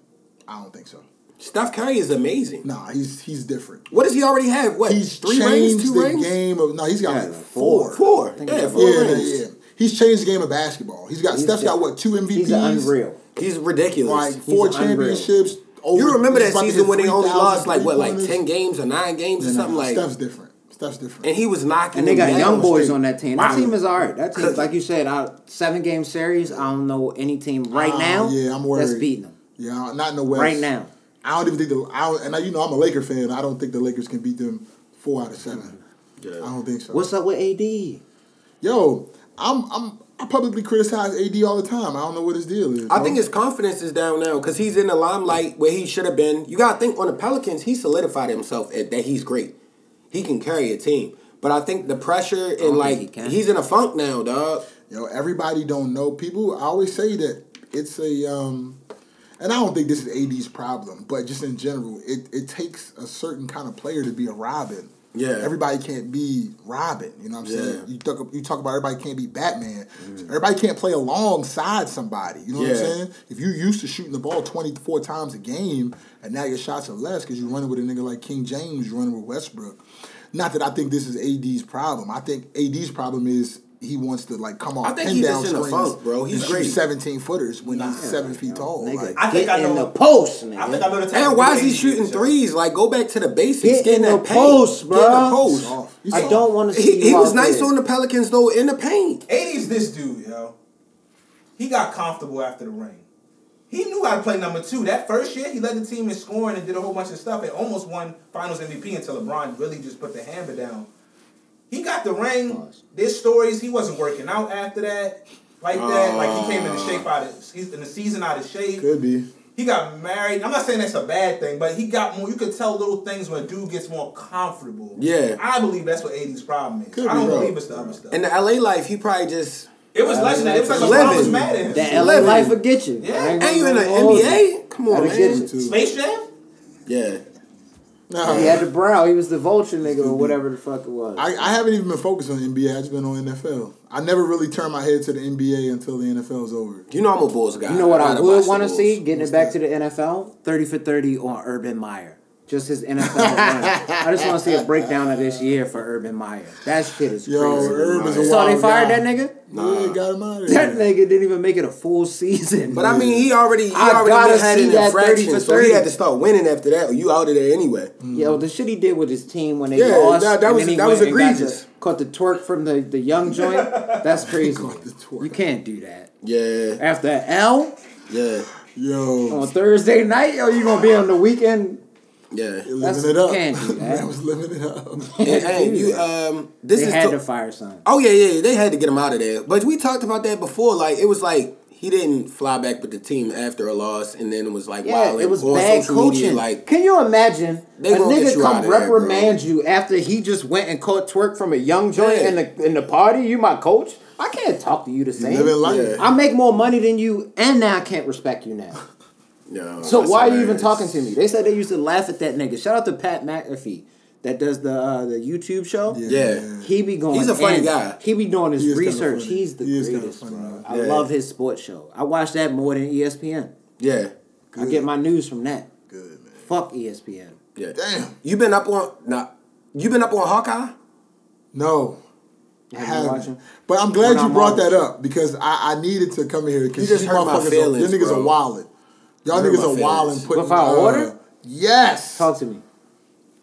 F: I don't think so.
E: Steph Curry is amazing.
F: Nah, he's he's different.
E: What does he already have? What
F: He's
E: three
F: changed
E: rings, two
F: the
E: rings,
F: game of. No, he's got like
B: like
F: four.
E: four. Yeah, four
F: Yeah,
E: rings.
F: yeah, yeah. He's changed the game of basketball. He's got Steph's got what two MVPs.
B: He's unreal.
E: He's ridiculous.
F: Like four
B: unreal.
F: championships. Over,
E: you remember
F: he's
E: that
F: about to
E: season
F: hit
E: when they only
F: 3,000
E: lost like what, like
F: three-pointers?
E: ten games or nine games or
F: Nah,
E: something like?
F: Steph's uh, different. Steph's different.
E: and he was knocking.
B: And they
E: them
B: got
E: down.
B: young boys on that team.
E: Wow.
B: That team is all right. That team,
E: Cause-
B: like you said, out seven game series. I don't know any team right
F: Ah,
B: now.
F: yeah, I'm worried.
B: That's beating them
F: yeah, not in the West
B: right now.
F: I don't even think the. I don't, and I, you know I'm a Laker fan. I don't think the Lakers can beat them four out of seven. I don't think so.
B: What's up with AD?
F: Yo, I'm I'm I publicly criticize AD all the time. I don't know what his deal is.
E: I
F: bro.
B: Oh.
E: think his confidence is down now because he's in the limelight where he should have been. You gotta think on the Pelicans, he solidified himself at, that he's great. He can carry a team, but I think the pressure and
B: think
E: like
B: he can.
E: he's in a funk now, dog.
F: yo everybody don't know people. I always say that it's a um, and I don't think this is AD's problem, but just in general, it it takes a certain kind of player to be a Robin.
E: Yeah.
F: everybody can't be Robin. You know what I'm saying?
E: Yeah. Mm.
F: You talk you talk about everybody can't be Batman. Everybody can't play alongside somebody. You know what I'm
E: Yeah.
F: saying? If you used to shooting the ball 24 times a game and now your shots are less because you're running with a nigga like King James, you're running with Westbrook. Not that I think this is AD's problem. I think AD's problem is he wants to like come off
E: think
F: pin
E: he's
F: down
E: just in a
F: screens
E: funk, bro. He's
F: and shoot
E: great.
F: 17 footers when he's seven feet tall.
B: Nigga,
F: Like,
G: I think
B: get
G: I know-
B: in the post, nigga.
G: I think I know the type
E: And
G: of
E: why is
G: game
E: he shooting
G: is.
E: threes? Like go back to the basics.
B: Get
E: Get
B: in the
E: that paint.
B: post,
E: Get in
B: bruh.
E: the post.
F: Soft. He's
B: I
F: soft.
B: don't want to see.
E: He, he
B: you
E: was
B: out
E: nice
B: there.
E: on the Pelicans though in the paint.
G: 80's this dude, yo. He got comfortable after the ring. He knew how to play number two. That first year, he led the team in scoring and did a whole bunch of stuff and almost won Finals MVP until LeBron really just put the hammer down. He got the ring. There's stories he wasn't working out after that, like that. Like he came into shape out of he's in the season out of shape.
F: could be.
G: He got married. I'm not saying that's a bad thing, but he got more. You could tell little things when a dude gets more comfortable.
E: Yeah.
G: I believe that's what 80's problem is.
F: Could
G: I
F: be
G: don't
F: wrong.
G: believe it's the other stuff.
E: In the LA life, he probably just
G: It was legendary. It was like LeBron
E: Eleven.
G: was mad at him.
B: Uh, That LA
E: Eleven.
B: life will get you.
G: Yeah.
B: I ain't
E: ain't you in
B: gonna
E: the
B: hold you.
E: NBA? Come on,
B: That'll get
E: man.
B: you.
G: Space Jam?
E: Yeah.
F: Nah.
B: He had the brow. He was the vulture nigga or whatever the fuck it was.
F: I, I haven't even been focused on NBA. I've just been on NFL. I never really turned my head to the NBA until the NFL's over.
E: You know I'm a Bulls guy.
B: you know what I
E: gotta
B: would
E: watch the
B: want to
E: Bulls.
B: see? Getting it back to the NFL. Thirty for thirty on Urban Meyer. Just his NFL. run. I just want to see a breakdown of this year for Urban Meyer. That shit is
F: Yo,
B: crazy.
F: Herb is a
B: You saw they
F: wild
B: fired
F: guy.
B: that nigga.
F: Yeah, got him out of
B: That
F: there.
B: nigga didn't even make it a full season.
E: But I mean, he already he
B: Mm. I gotta
E: already had
B: see
E: an
B: that 30
E: infraction,
B: for
E: so he
B: 30.
E: had to start winning after that. Or you out of there anyway.
B: Yo, the shit he did with his team when they
E: Mm-hmm. Yeah,
B: lost,
E: that- that
B: and
E: was-
B: then he
E: that
B: went
E: was
B: and got
E: egregious.
B: the- caught the twerk from the, the young joint. That's crazy.
F: Caught the twerk.
B: You can't do that.
E: Yeah,
B: After an L
E: yeah,
F: Yo,
B: on Thursday night, yo, you gonna be on the weekend?
E: yeah.
F: living it up.
B: can't do that.
F: I was living it up.
E: And, and you, um, this
B: They
E: is
B: had
E: to-
B: to fire son.
E: oh yeah, yeah. They had to get him out of there. But we talked about that before. Like it was like he didn't fly back with the team after a loss, and then it was like
B: Yeah,
E: wow,
B: it was
E: on
B: bad
E: social media,
B: coaching.
E: like
B: Can you imagine
E: They
B: a
E: gonna get
B: nigga
E: you
B: come
E: outta there, bro.
B: reprimand you after he just went and caught twerk from a young joint
E: Yeah.
B: in the in the party? You my coach? I can't talk to you the same.
F: living life.
B: I make more money than you, and now I can't respect you now.
E: no.
B: So
E: that's
B: why are you even
E: hilarious.
B: talking to me? They said they used to laugh at that nigga. Shout out to Pat McAfee that does the uh, the YouTube show.
E: Yeah.
B: He be going.
E: He's a funny
B: in.
E: guy.
B: He be doing his
F: He is kinda
B: research.
F: funny.
B: He's the
F: He is kinda
B: greatest,
F: funny,
B: bro.
F: man.
B: I
E: Yeah.
B: love his sports show. I watch that more than E ESPN.
E: Yeah,
B: I get my news from that.
F: Good man.
B: Fuck E ESPN.
E: yeah.
F: Damn.
E: you been up on nah. You been up on Hawkeye?
F: No,
B: You haven't
F: I
B: been
F: haven't.
B: watching?
F: But I'm glad
B: When
F: you
B: I'm
F: brought
B: on-
F: that up because I, I needed to come here because
E: You just
F: these
E: hurt my
F: motherfuckers are,
E: feelings,
F: y'all niggas
E: bro.
F: are wildin'. Y'all
E: You hurt
F: niggas
E: my
F: are wildin'
E: feelings.
F: putting.
B: If I
F: uh,
B: order?
F: Yes.
B: Talk to me,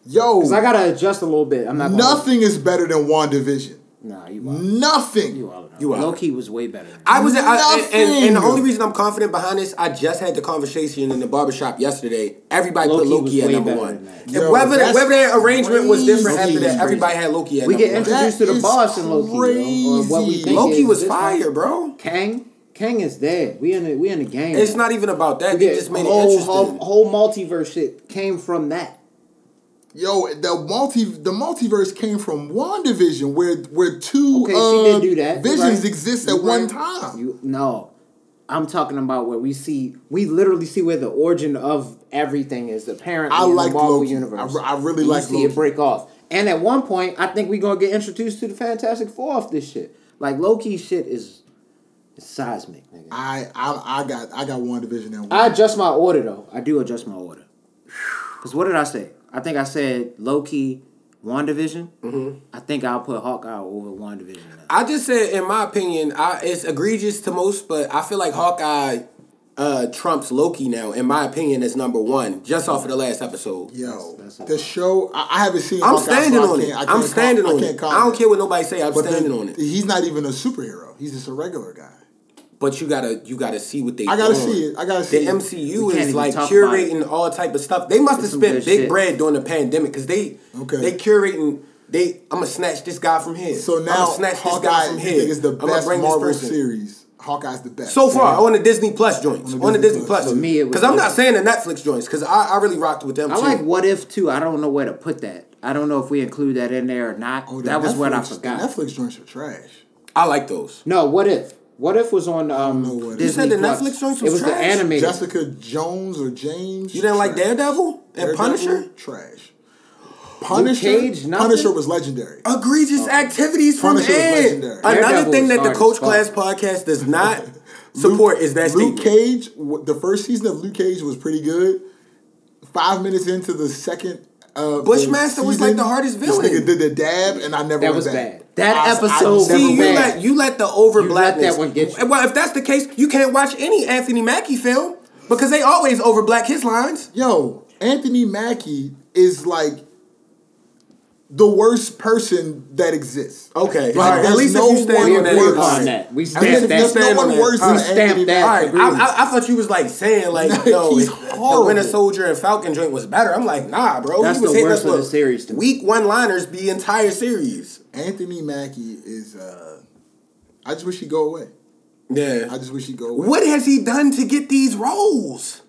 F: Yo.
B: cause I gotta adjust a little bit. I'm not gonna-
F: Nothing is better than WandaVision.
B: Nah, you wild.
F: Nothing.
B: You wild.
E: You wild.
B: Low key was way better.
E: I was I, and, and, and the
F: Nothing.
E: only reason I'm confident behind this, I just had the conversation in the barbershop yesterday. Everybody
B: Loki
E: put
B: was
E: Loki at
B: way
E: number
B: better
E: one.
B: than that.
E: And
F: Yo,
E: whether
F: that's
E: whether their arrangement was different
B: Loki
E: after that,
F: crazy.
B: was
E: everybody had Loki at
B: We
E: number
B: get
E: one.
F: That
B: introduced to the
F: is
B: boss in Loki. Yo, or what we
F: crazy.
B: think
E: Loki
B: is
E: was
B: this one.
E: fire, bro.
B: Kang, Kang is dead. We in the we in the game.
E: It's not even about that. They
B: Yeah,
E: just made it
B: whole,
E: interesting.
B: whole whole multiverse shit came from that.
F: Yo, the multi the multiverse came from WandaVision where where two
B: Okay, she
F: uh,
B: did do that. You're
F: visions
B: right.
F: exist at
B: You're
F: one
B: right.
F: time.
B: You no, I'm talking about where we see we literally see where the origin of everything is. Apparently,
F: I
B: in
F: like
B: the Marvel
F: Loki.
B: universe.
F: I- I really
B: You
F: like
B: see
F: Loki.
B: it break off. And at one point, I think we're gonna get introduced to the Fantastic Four off this shit. Like Loki shit is, is seismic, nigga. I,
F: I, I I got I got WandaVision at one.
B: adjust my order though. I do adjust my order. Cause what did I say? I think I said Loki, WandaVision. Mm-hmm. I think I'll put Hawkeye over WandaVision. Now.
E: I just said, in my opinion, I, it's egregious to most, but I feel like Hawkeye uh, trumps Loki now, in my opinion, as number one, just off of the last episode.
F: Yo,
B: That's- that's
F: the show I, I haven't seen.
E: I'm
F: Hawkeye, so I
E: standing on
F: can't-
E: it.
F: I
E: I'm
F: can't
E: standing
F: com-
E: on
F: can't
E: it. I don't
F: comment.
E: care what nobody say. I'm
F: But the-
E: standing on it.
F: He's not even a superhero. He's just a regular guy.
E: But you gotta, you gotta see what they.
F: I gotta
E: doing.
F: see it. I gotta see
E: The
F: it.
E: MCU
B: We can't
E: is
B: even
E: like
B: talk about it.
E: curating all type of stuff. They must have
B: It's some
E: spent
B: good
E: big
B: shit.
E: bread during the pandemic because they,
F: Okay.
E: they curating. They, I'm gonna snatch this guy from here.
F: So now
E: I'ma snatch
F: Hawkeye
E: this guy from
F: you
E: here.
F: think is the
E: I'ma
F: best
E: bring this
F: Marvel
E: person.
F: series. Hawkeye's the best.
E: So far on the Disney Plus joints, on the Disney Plus.
B: For me, it was
E: because I'm not
B: Disney.
E: saying the Netflix joints because I, I really rocked with them.
B: I
E: too.
B: like What If too. I don't know where to put that. I don't know if we include that in there or not.
F: Oh, the
B: that was what I
F: Netflix- the
B: forgot.
F: Netflix joints are trash.
E: I like those.
B: No, What If? What If was on um,
F: know What If.
B: Disney
F: You
E: said the
B: Plus.
E: Netflix joints
B: It
E: was
B: was the
E: trash?
B: animated.
F: Jessica Jones or James.
E: You didn't like
F: trash.
E: Daredevil and
F: Daredevil,
E: Punisher?
F: Trash. Punisher.
B: Cage, nothing?
F: Punisher was legendary.
E: Uh, Egregious activities from
F: Punisher was
E: Ed.
F: legendary.
E: Another
B: Daredevil
E: thing
B: was
E: that the
B: hard
E: Coach
B: as fuck.
E: Class podcast does not support is that
F: Luke
E: statement.
F: Cage. w- The first season of Luke Cage was pretty good. Five minutes into the second. Uh, the
E: Bushmaster was, like,
F: season,
E: the hardest villain.
F: This nigga did the dab, and I never.
B: That
F: went
B: was
F: back.
B: bad. That
F: I- I
B: episode
E: See,
F: never
B: was
F: went
E: you
B: bad.
F: back.
E: let you let the over
B: You let
E: blackness.
B: that one get you.
E: Well, if that's the case, you can't watch any Anthony Mackie film because they always over black his lines.
F: Yo, Anthony Mackie is like the worst person that exists.
E: Okay,
F: Like,
E: all right. at
F: there's
E: least
F: no
E: if you stand
F: one
E: on that,
B: worse.
E: all right.
B: On that. We
E: At
B: stand
E: least if
B: that.
E: you
F: There's
E: stand
F: no
E: on
F: one
E: that.
F: worse
E: All
F: than
E: right.
F: Anthony
B: Stamp that.
E: All
F: Mackie.
E: right,
B: Agreed.
E: I, I, I thought you was like saying like,
F: Like,
E: yo,
F: he's
E: if the
F: horrible.
E: Winter Soldier and Falcon joint was better. I'm like, nah, bro.
B: That's
E: he was
B: the
E: hitting
B: worst
E: us
B: of the
E: with
B: series to me.
E: Week one liners the entire series.
F: Anthony Mackie is. uh I just wish he'd go away. I
E: Yeah.
F: just wish he'd go away.
E: What has he done to get these roles?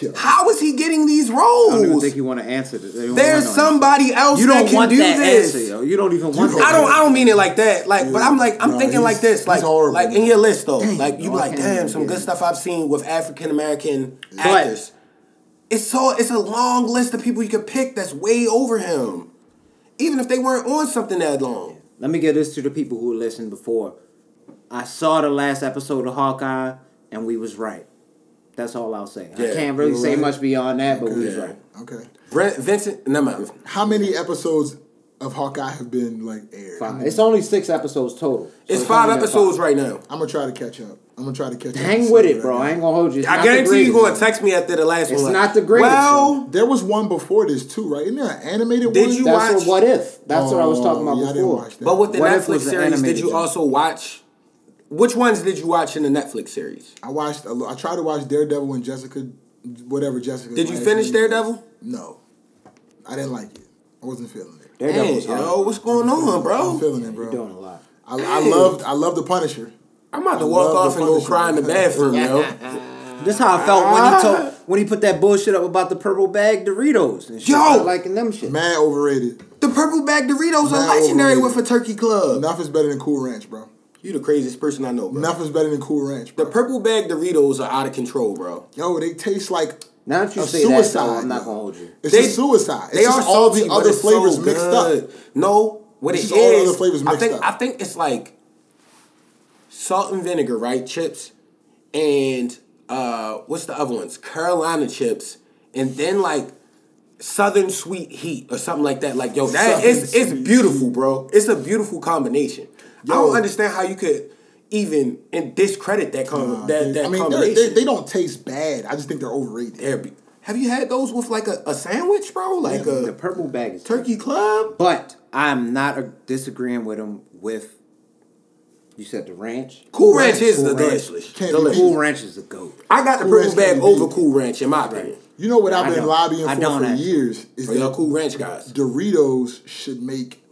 F: Yo.
E: How is he getting these
B: I don't even
E: roles?
B: think you want to answer this. They don't
E: There's
B: want no
E: somebody
B: answer.
E: else
B: You
E: that
B: don't
E: can
B: want
E: do
B: that
E: this.
B: answer, yo. You don't even want that.
E: I don't. I
B: answer.
E: don't mean it like that. Like, but I'm like, I'm
F: Nah,
E: thinking like
F: he's-
E: this. Like,
F: he's horrible.
E: like in your list though. like, you
B: no,
E: be
B: I
E: like,
B: can't
E: damn,
B: even
E: some
B: do
E: good
B: it.
E: stuff I've seen with African American actors. It's so. It's a long list of people you could pick that's way over him, even if they weren't on something that long.
B: Let me get this to the people who listened before. I saw the last episode of Hawkeye, and we was right. That's all I'll say.
E: Yeah,
B: I can't really
F: you were
B: say
F: right.
B: much beyond that, but we was
E: Yeah.
B: right.
F: Okay.
E: Brent, Vincent, no mind.
F: How many episodes of Hawkeye have been like aired?
B: Five. It's only six episodes total. So
E: It's five
B: only been
E: episodes right now.
F: I'm gonna try to catch up. I'm gonna try to catch up.
B: Hang with it, bro. I ain't gonna hold you. It's
E: I
B: not the
E: guarantee you
B: greatest.
E: gonna text me after the last
B: It's
E: one.
B: not the greatest
E: Well,
F: There was one before this too, right? Isn't there an animated
E: Did
F: one?
E: you-
B: That's
E: watch-
B: what what if. That's what I was talking about
F: Oh, yeah, I didn't
B: before.
F: watch that.
E: but with the
B: What if
E: Netflix
B: was an
E: series, did
B: animated
E: you
B: joint?
E: also watch? Which ones did you watch in the Netflix series?
F: I watched. a lo- I tried to watch Daredevil and Jessica, whatever Jessica.
E: Did you
F: last
E: finish
F: name
E: Daredevil?
F: is. No, I didn't like it. I wasn't feeling it.
B: Daredevil
E: Hey,
B: was hard.
E: yo, what's going on,
F: I'm
E: bro?
F: feeling it,
B: You're doing
F: bro.
B: a lot.
F: I, I loved. I loved the Punisher.
E: I'm about to
F: I
E: walk
F: love
E: off
F: the
E: and go
F: Punisher.
E: cry in the bathroom, yo.
B: This how I felt when he told when he put that bullshit up about the purple bag Doritos and shit.
E: Yo!
B: Not liking them shit.
F: Mad overrated.
E: The purple bag Doritos are
F: Nah,
E: legendary
F: overrated.
E: with a turkey club.
F: Nothing's better than Cool Ranch, bro.
E: You the craziest person I know, bro.
F: Nothing's better than Cool Ranch,
E: The
F: bro.
E: purple bag Doritos are out of control, bro.
F: Yo, they taste like
B: Now that you
F: a
B: say
F: suicide.
B: that, though, I'm not
F: yo.
B: gonna hold you.
F: It's
E: They-
F: just suicide. It's
E: they
F: just
E: are
F: all
E: salty,
F: the
E: but
F: other
E: it's so
F: flavors mixed up.
E: good. No, what
F: It's
E: it
F: just all the
E: is,
F: other flavors
E: I
F: mixed
E: think
F: up.
E: I think it's like salt and vinegar, right? Chips, and uh, what's the other ones? Carolina chips, and then like southern sweet heat or something like that. Like yo, that
F: Southern
E: it's it's
F: sweet
E: beautiful, bro. It's a beautiful combination. I
F: Yo.
E: don't understand how you could even and discredit that com-
F: Nah,
E: that,
F: they-
E: that
F: I mean, they're-
E: combination.
F: they, they don't taste bad. I just think they're overrated.
E: They're be- have you had those with like a, a sandwich, bro? Like
B: The
E: a
B: purple bag is
E: turkey club?
B: But I'm not a- disagreeing with him with. You said the ranch.
E: Cool Ranch is
B: Cool
E: the
B: Ranch.
E: delicious.
F: Can't
E: delicious.
F: be
B: Cool ranch is a goat.
E: I got the
F: Cool
E: purple
F: Ranch can't
E: bag
F: be
E: over
F: beat.
E: Cool Ranch in my opinion.
F: You know what
B: I
F: I've been
B: don't-
F: lobbying
B: I
F: for
B: don't
F: for
B: actually.
F: years is
E: For y'all
F: that
E: Cool Ranch guys.
F: Doritos should make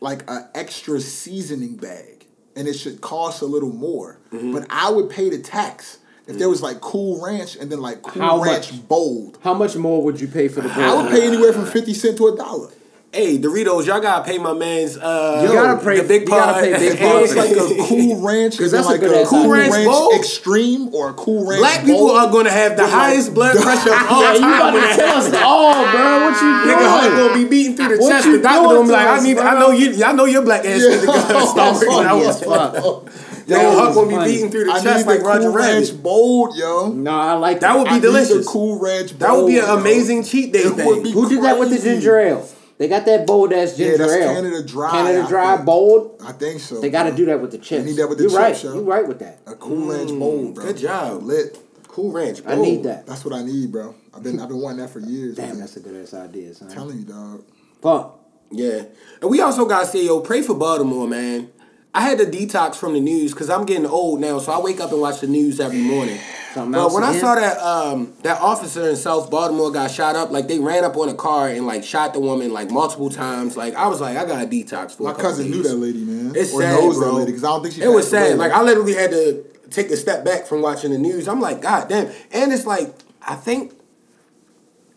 F: like an extra seasoning bag, and it should cost a little more. But I would pay the tax if there was like Cool Ranch and then like Cool
B: How
F: Ranch
B: much?
F: Bold.
B: How much more would you pay for the
F: I would
B: burger?
F: pay anywhere from fifty cent to a dollar.
E: Hey, Doritos, y'all gotta pay my man's uh
B: You gotta pay-
E: the big
B: you gotta
E: pot
B: pay big
E: and
B: pot.
F: Or it's like
E: everything.
F: a Cool Ranch,
B: 'Cause
F: and then
B: that's a
F: like
B: good
F: a,
B: ass
F: Cool
B: idea.
F: Ranch,
E: Bold?
F: Extreme or a Cool Ranch.
E: Black people
F: Bold.
E: are gonna have the highest blood pressure of all
B: Yeah, you
E: time
B: about
E: when that
B: to tell us all, bro? What you
E: Nigga heart
B: doing?
E: gonna be beating through the
B: What
E: chest.
B: you
E: The doctor
B: doing
E: gonna be like,
B: to
E: I
B: us,
E: need, I
B: bro?
E: know you, I know your black ass nigga gotta stop
B: That's
E: working
B: funny
E: out.
B: as fuck.
E: Your
B: That
E: heart
B: was
E: gonna be
B: funny.
E: beating through the
F: I
E: chest
F: need the
E: like Roger
F: Cool
E: Rabbit.
F: Ranch Bold, yo.
B: No, I like
E: That would
F: I
E: be
F: need the
E: delicious.
F: Cool Ranch Bold.
E: That would be an
F: yo.
E: amazing cheat day
F: It would
E: thing.
F: be
B: Who did that with the
F: crazy.
B: ginger ale? They got that bold ass
F: Yeah,
B: ginger
F: that's
B: ale.
F: Canada Dry,
B: Canada
F: I
B: dry,
F: think.
B: bold.
F: I think so.
B: They got to
F: bro.
B: do that Mm, with the chips.
F: need that with the
B: You're right.
F: chips, yo.
B: You're right with that.
F: A Cool Ranch Bold, bro.
E: good job.
F: Lit.
E: Cool Ranch.
B: I
E: bold.
B: need that.
F: That's what I need, bro. I've been I've been wanting that for years.
B: Damn,
F: man.
B: that's a good ass idea, son.
F: I'm telling you, dog.
B: Fuck.
E: Yeah, and we also gotta say, yo, pray for Baltimore, man. I had to detox from the news because I'm getting old now, so I wake up and watch the news every morning.
B: Something
E: But
B: else
E: when I
B: again?
E: saw that um, that officer in South Baltimore got shot up, like they ran up on a car and like shot the woman like multiple times. Like I was like, I gotta detox for. a
F: My
E: couple
F: cousin
E: days.
F: knew that lady, man.
E: It's
F: or
E: sad,
F: knows
E: bro.
F: that lady because I don't think she.
E: It was
F: passed away.
E: sad. Like I literally had to take a step back from watching the news. I'm like, God damn. And it's like, I think,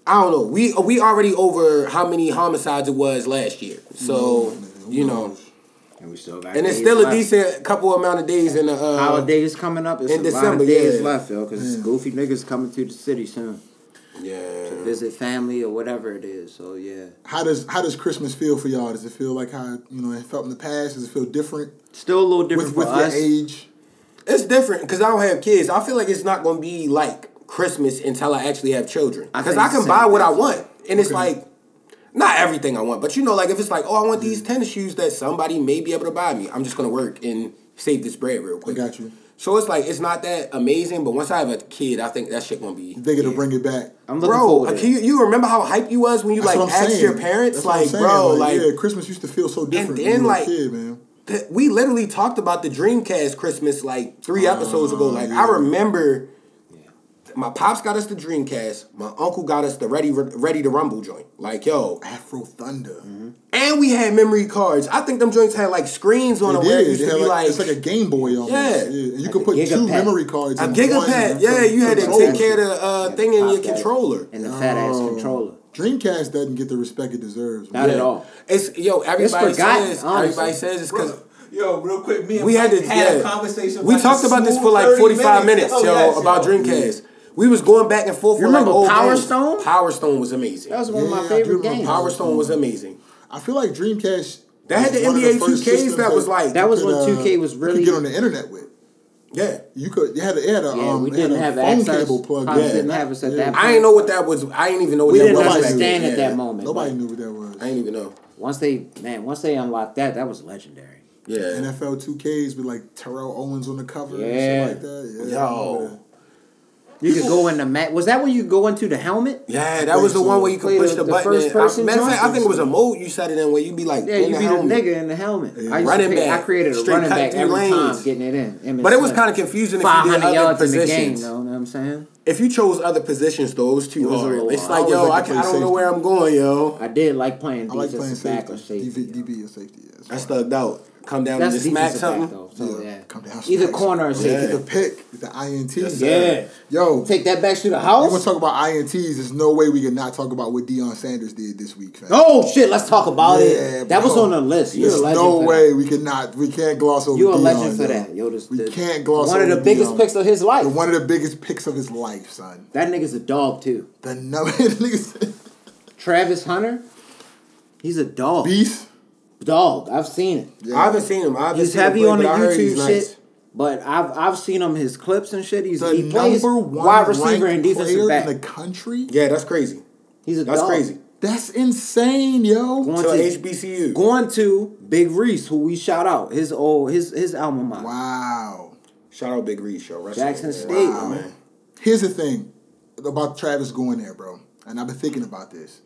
E: I don't know. We we already over how many homicides it was last year. So
F: Mm-hmm.
E: you know,
B: And we still got.
E: and it's
B: days
E: still a
B: left.
E: decent couple amount of days in the uh,
B: Holidays coming up. It's
E: In
B: a lot
E: December,
B: of days
E: yeah.
B: left, yo, because goofy niggas coming through the city soon to
E: Yeah.
B: visit family or whatever it is. So yeah,
F: how does how does Christmas feel for y'all? Does it feel like how you know it felt in the past? Does it feel different
B: still a little different
F: with with
B: for
F: your
B: us.
F: age?
E: It's different because I don't have kids. I feel like it's not gonna be like Christmas until I actually have children.
B: I
E: Because
B: think
E: I can
B: same
E: buy what
B: thing
E: I
B: for
E: want, and it's
F: Okay.
E: like not everything I want, but you know, like if it's like, oh, I want these tennis shoes that somebody may be able to buy me. I'm just gonna work and save this bread real quick.
F: got you.
E: So it's like it's not that amazing, but once I have a kid, I think that shit gonna be.
F: They gonna
E: yeah.
F: bring it back.
B: I'm looking
E: Bro,
B: forward
E: like,
B: to
E: you,
B: it.
E: you remember how hype you was when you
F: That's
E: like
F: what I'm
E: asked
F: saying.
E: your parents,
F: That's what I'm
E: like,
F: saying.
E: bro, like,
F: yeah, Christmas used to feel so different. when
E: then,
F: you were
E: like,
F: a kid, man.
E: th- we literally talked about the Dreamcast Christmas like three episodes ago. Like I
F: yeah.
E: remember, my pops got us the Dreamcast. My uncle got us the Ready Ready to Rumble joint. Like yo,
F: Afro Thunder.
B: Mm-hmm.
E: and we had memory cards. I think them joints had like screens on
F: It
E: them. Where it
F: did.
E: used
F: They
E: to
F: had
E: be
F: like,
E: like,
F: it's like a Game Boy almost.
E: Yeah.
F: Yeah, and you
B: Like
F: could
B: a
F: put two
B: Gigapad.
F: memory cards.
E: a
F: in
E: gigapad.
F: one
E: Yeah, you had to
F: controller.
E: take care of the uh,
B: Yeah,
E: thing in
B: pop
E: your
B: that.
E: controller. Oh.
B: and the fat ass controller.
F: Dreamcast doesn't get the respect it deserves.
B: Not
F: man.
B: at all.
E: It's yo. Everybody
B: forgotten,
E: says.
B: honestly.
E: Everybody says it's because.
G: Yo, real quick, me and
E: We had to
G: Mike had
E: yeah.
G: a conversation.
E: We
G: like
E: talked
G: a
E: about this for
G: smooth
E: like
G: 30
E: forty five minutes,
G: Oh,
E: yo,
G: yes,
E: about
G: yo.
E: Dreamcast. We was going back and forth.
B: You
E: for like
B: remember
E: old
B: Power
E: games.
B: Stone?
E: Power Stone was amazing.
B: That was one of
F: Yeah, I
B: my
F: do
B: favorite
F: remember
B: games.
E: Power Stone was amazing.
F: I feel like Dreamcast.
E: That had
F: was
E: the
F: one of
E: NBA
F: first
E: 2Ks
F: systems
E: that was like
B: That was
F: you
B: when
F: could, uh,
B: 2K was
F: you
B: really-
F: could get on the internet with.
E: yeah.
F: You could. It had a. It had a
B: Yeah,
F: um,
B: we
F: it had
B: didn't
F: a
B: have
F: phone
B: access.
F: cable plug.
B: Pops
F: in.
B: didn't have us at that
E: I ain't know what that was. I ain't even know what
B: We
E: that
B: didn't
E: was. back
B: understand
E: then.
B: at
E: Yeah.
B: that moment.
F: Nobody
B: like,
F: knew what that was.
E: I didn't even know.
B: Once they man, once they unlocked that, that was legendary.
E: Yeah.
F: NFL 2Ks with like Terrell Owens on the cover
B: Yeah.
F: and shit like that. Yeah, I
E: Yo.
F: remember
B: You could go in the mat. Was that when you go into the helmet?
E: Yeah, that was the
F: think
E: one
F: so.
E: where you could
B: Play
E: push
B: the-
E: the,
B: the
E: button.
B: first
E: and- I-
B: person
E: matter of
B: joint?
E: fact, I think it was a mode you set it in where you'd be like,
B: Yeah,
E: in
B: you
E: the
B: be the
E: helmet.
B: nigga in the helmet. I used
E: Running
B: to pick,
E: back.
B: I created a
E: Straight
B: running
E: cut
B: back
E: through
B: every
E: lanes.
B: time getting it in. Emin
E: But it was
B: Smith.
E: kind of confusing if you did
B: 500
E: other
B: yards in the game,
E: positions.
B: though. Know what I'm saying?
E: If you chose other positions, though, it was too
B: It was a
E: hard.
B: little
E: it's
B: hard.
E: like,
F: I
E: yo,
F: always
E: I,
F: like to
E: can, I
F: play
E: don't know where
F: safety.
E: I'm going, yo.
B: I did like playing
F: that. I like playing
B: defensive
F: safety.
B: back or safety.
F: DB, DB or safety. Yeah, that's
E: I
F: right.
E: stubbed out. Come down
B: That's
E: and just smack
B: defensive back,
E: something.
B: though. So,
F: Yeah,
B: yeah.
F: come down,
B: Either
F: smack
B: corner or
E: something.
B: safety.
F: The pick, the INT.
B: Yeah.
F: Yo,
B: Take that back to the
F: we're gonna
B: house?
F: talk about INTs. There's no way we can not talk about what Deion Sanders did this week. Fam.
B: Oh, shit. Let's talk about
F: Yeah,
B: it. That was
F: bro.
B: on the list. You're a
F: There's
B: legend.
F: no
B: for that.
F: way we can not. We can't gloss over.
B: You're a
F: Deion,
B: legend for
F: yo.
B: that. Yo, this,
F: we
B: this-
F: can't gloss
B: One of
F: over
B: the biggest
F: Deion.
B: picks of his life.
F: The one of the biggest picks of his life, son.
B: That nigga's a dog, too.
F: The number niggas
B: Travis Hunter, he's a dog.
F: beast.
B: Dog. I've seen it.
E: I haven't seen him. I haven't
B: He's
E: seen
B: heavy
E: him play,
B: on the
E: but I heard he's
B: YouTube shit.
E: nice.
B: But I've I've seen him his clips and shit. He's
F: The
B: he plays
F: number one
B: wide receiver and
F: ranked
B: defensive
F: player
B: back.
F: in the country.
E: Yeah, that's crazy.
B: He's a
E: That's
B: dog.
E: crazy.
F: That's insane, yo.
B: Going
E: So
B: to
E: HBCU.
B: going to Big Reese, who we shout out his old his his alma mater,
F: Wow.
E: Shout out Big Reed, yo. Rest
B: Jackson
E: in peace,
B: State.
E: man. Wow, man.
F: Here's the thing about Travis going there, bro. And I've been thinking about this.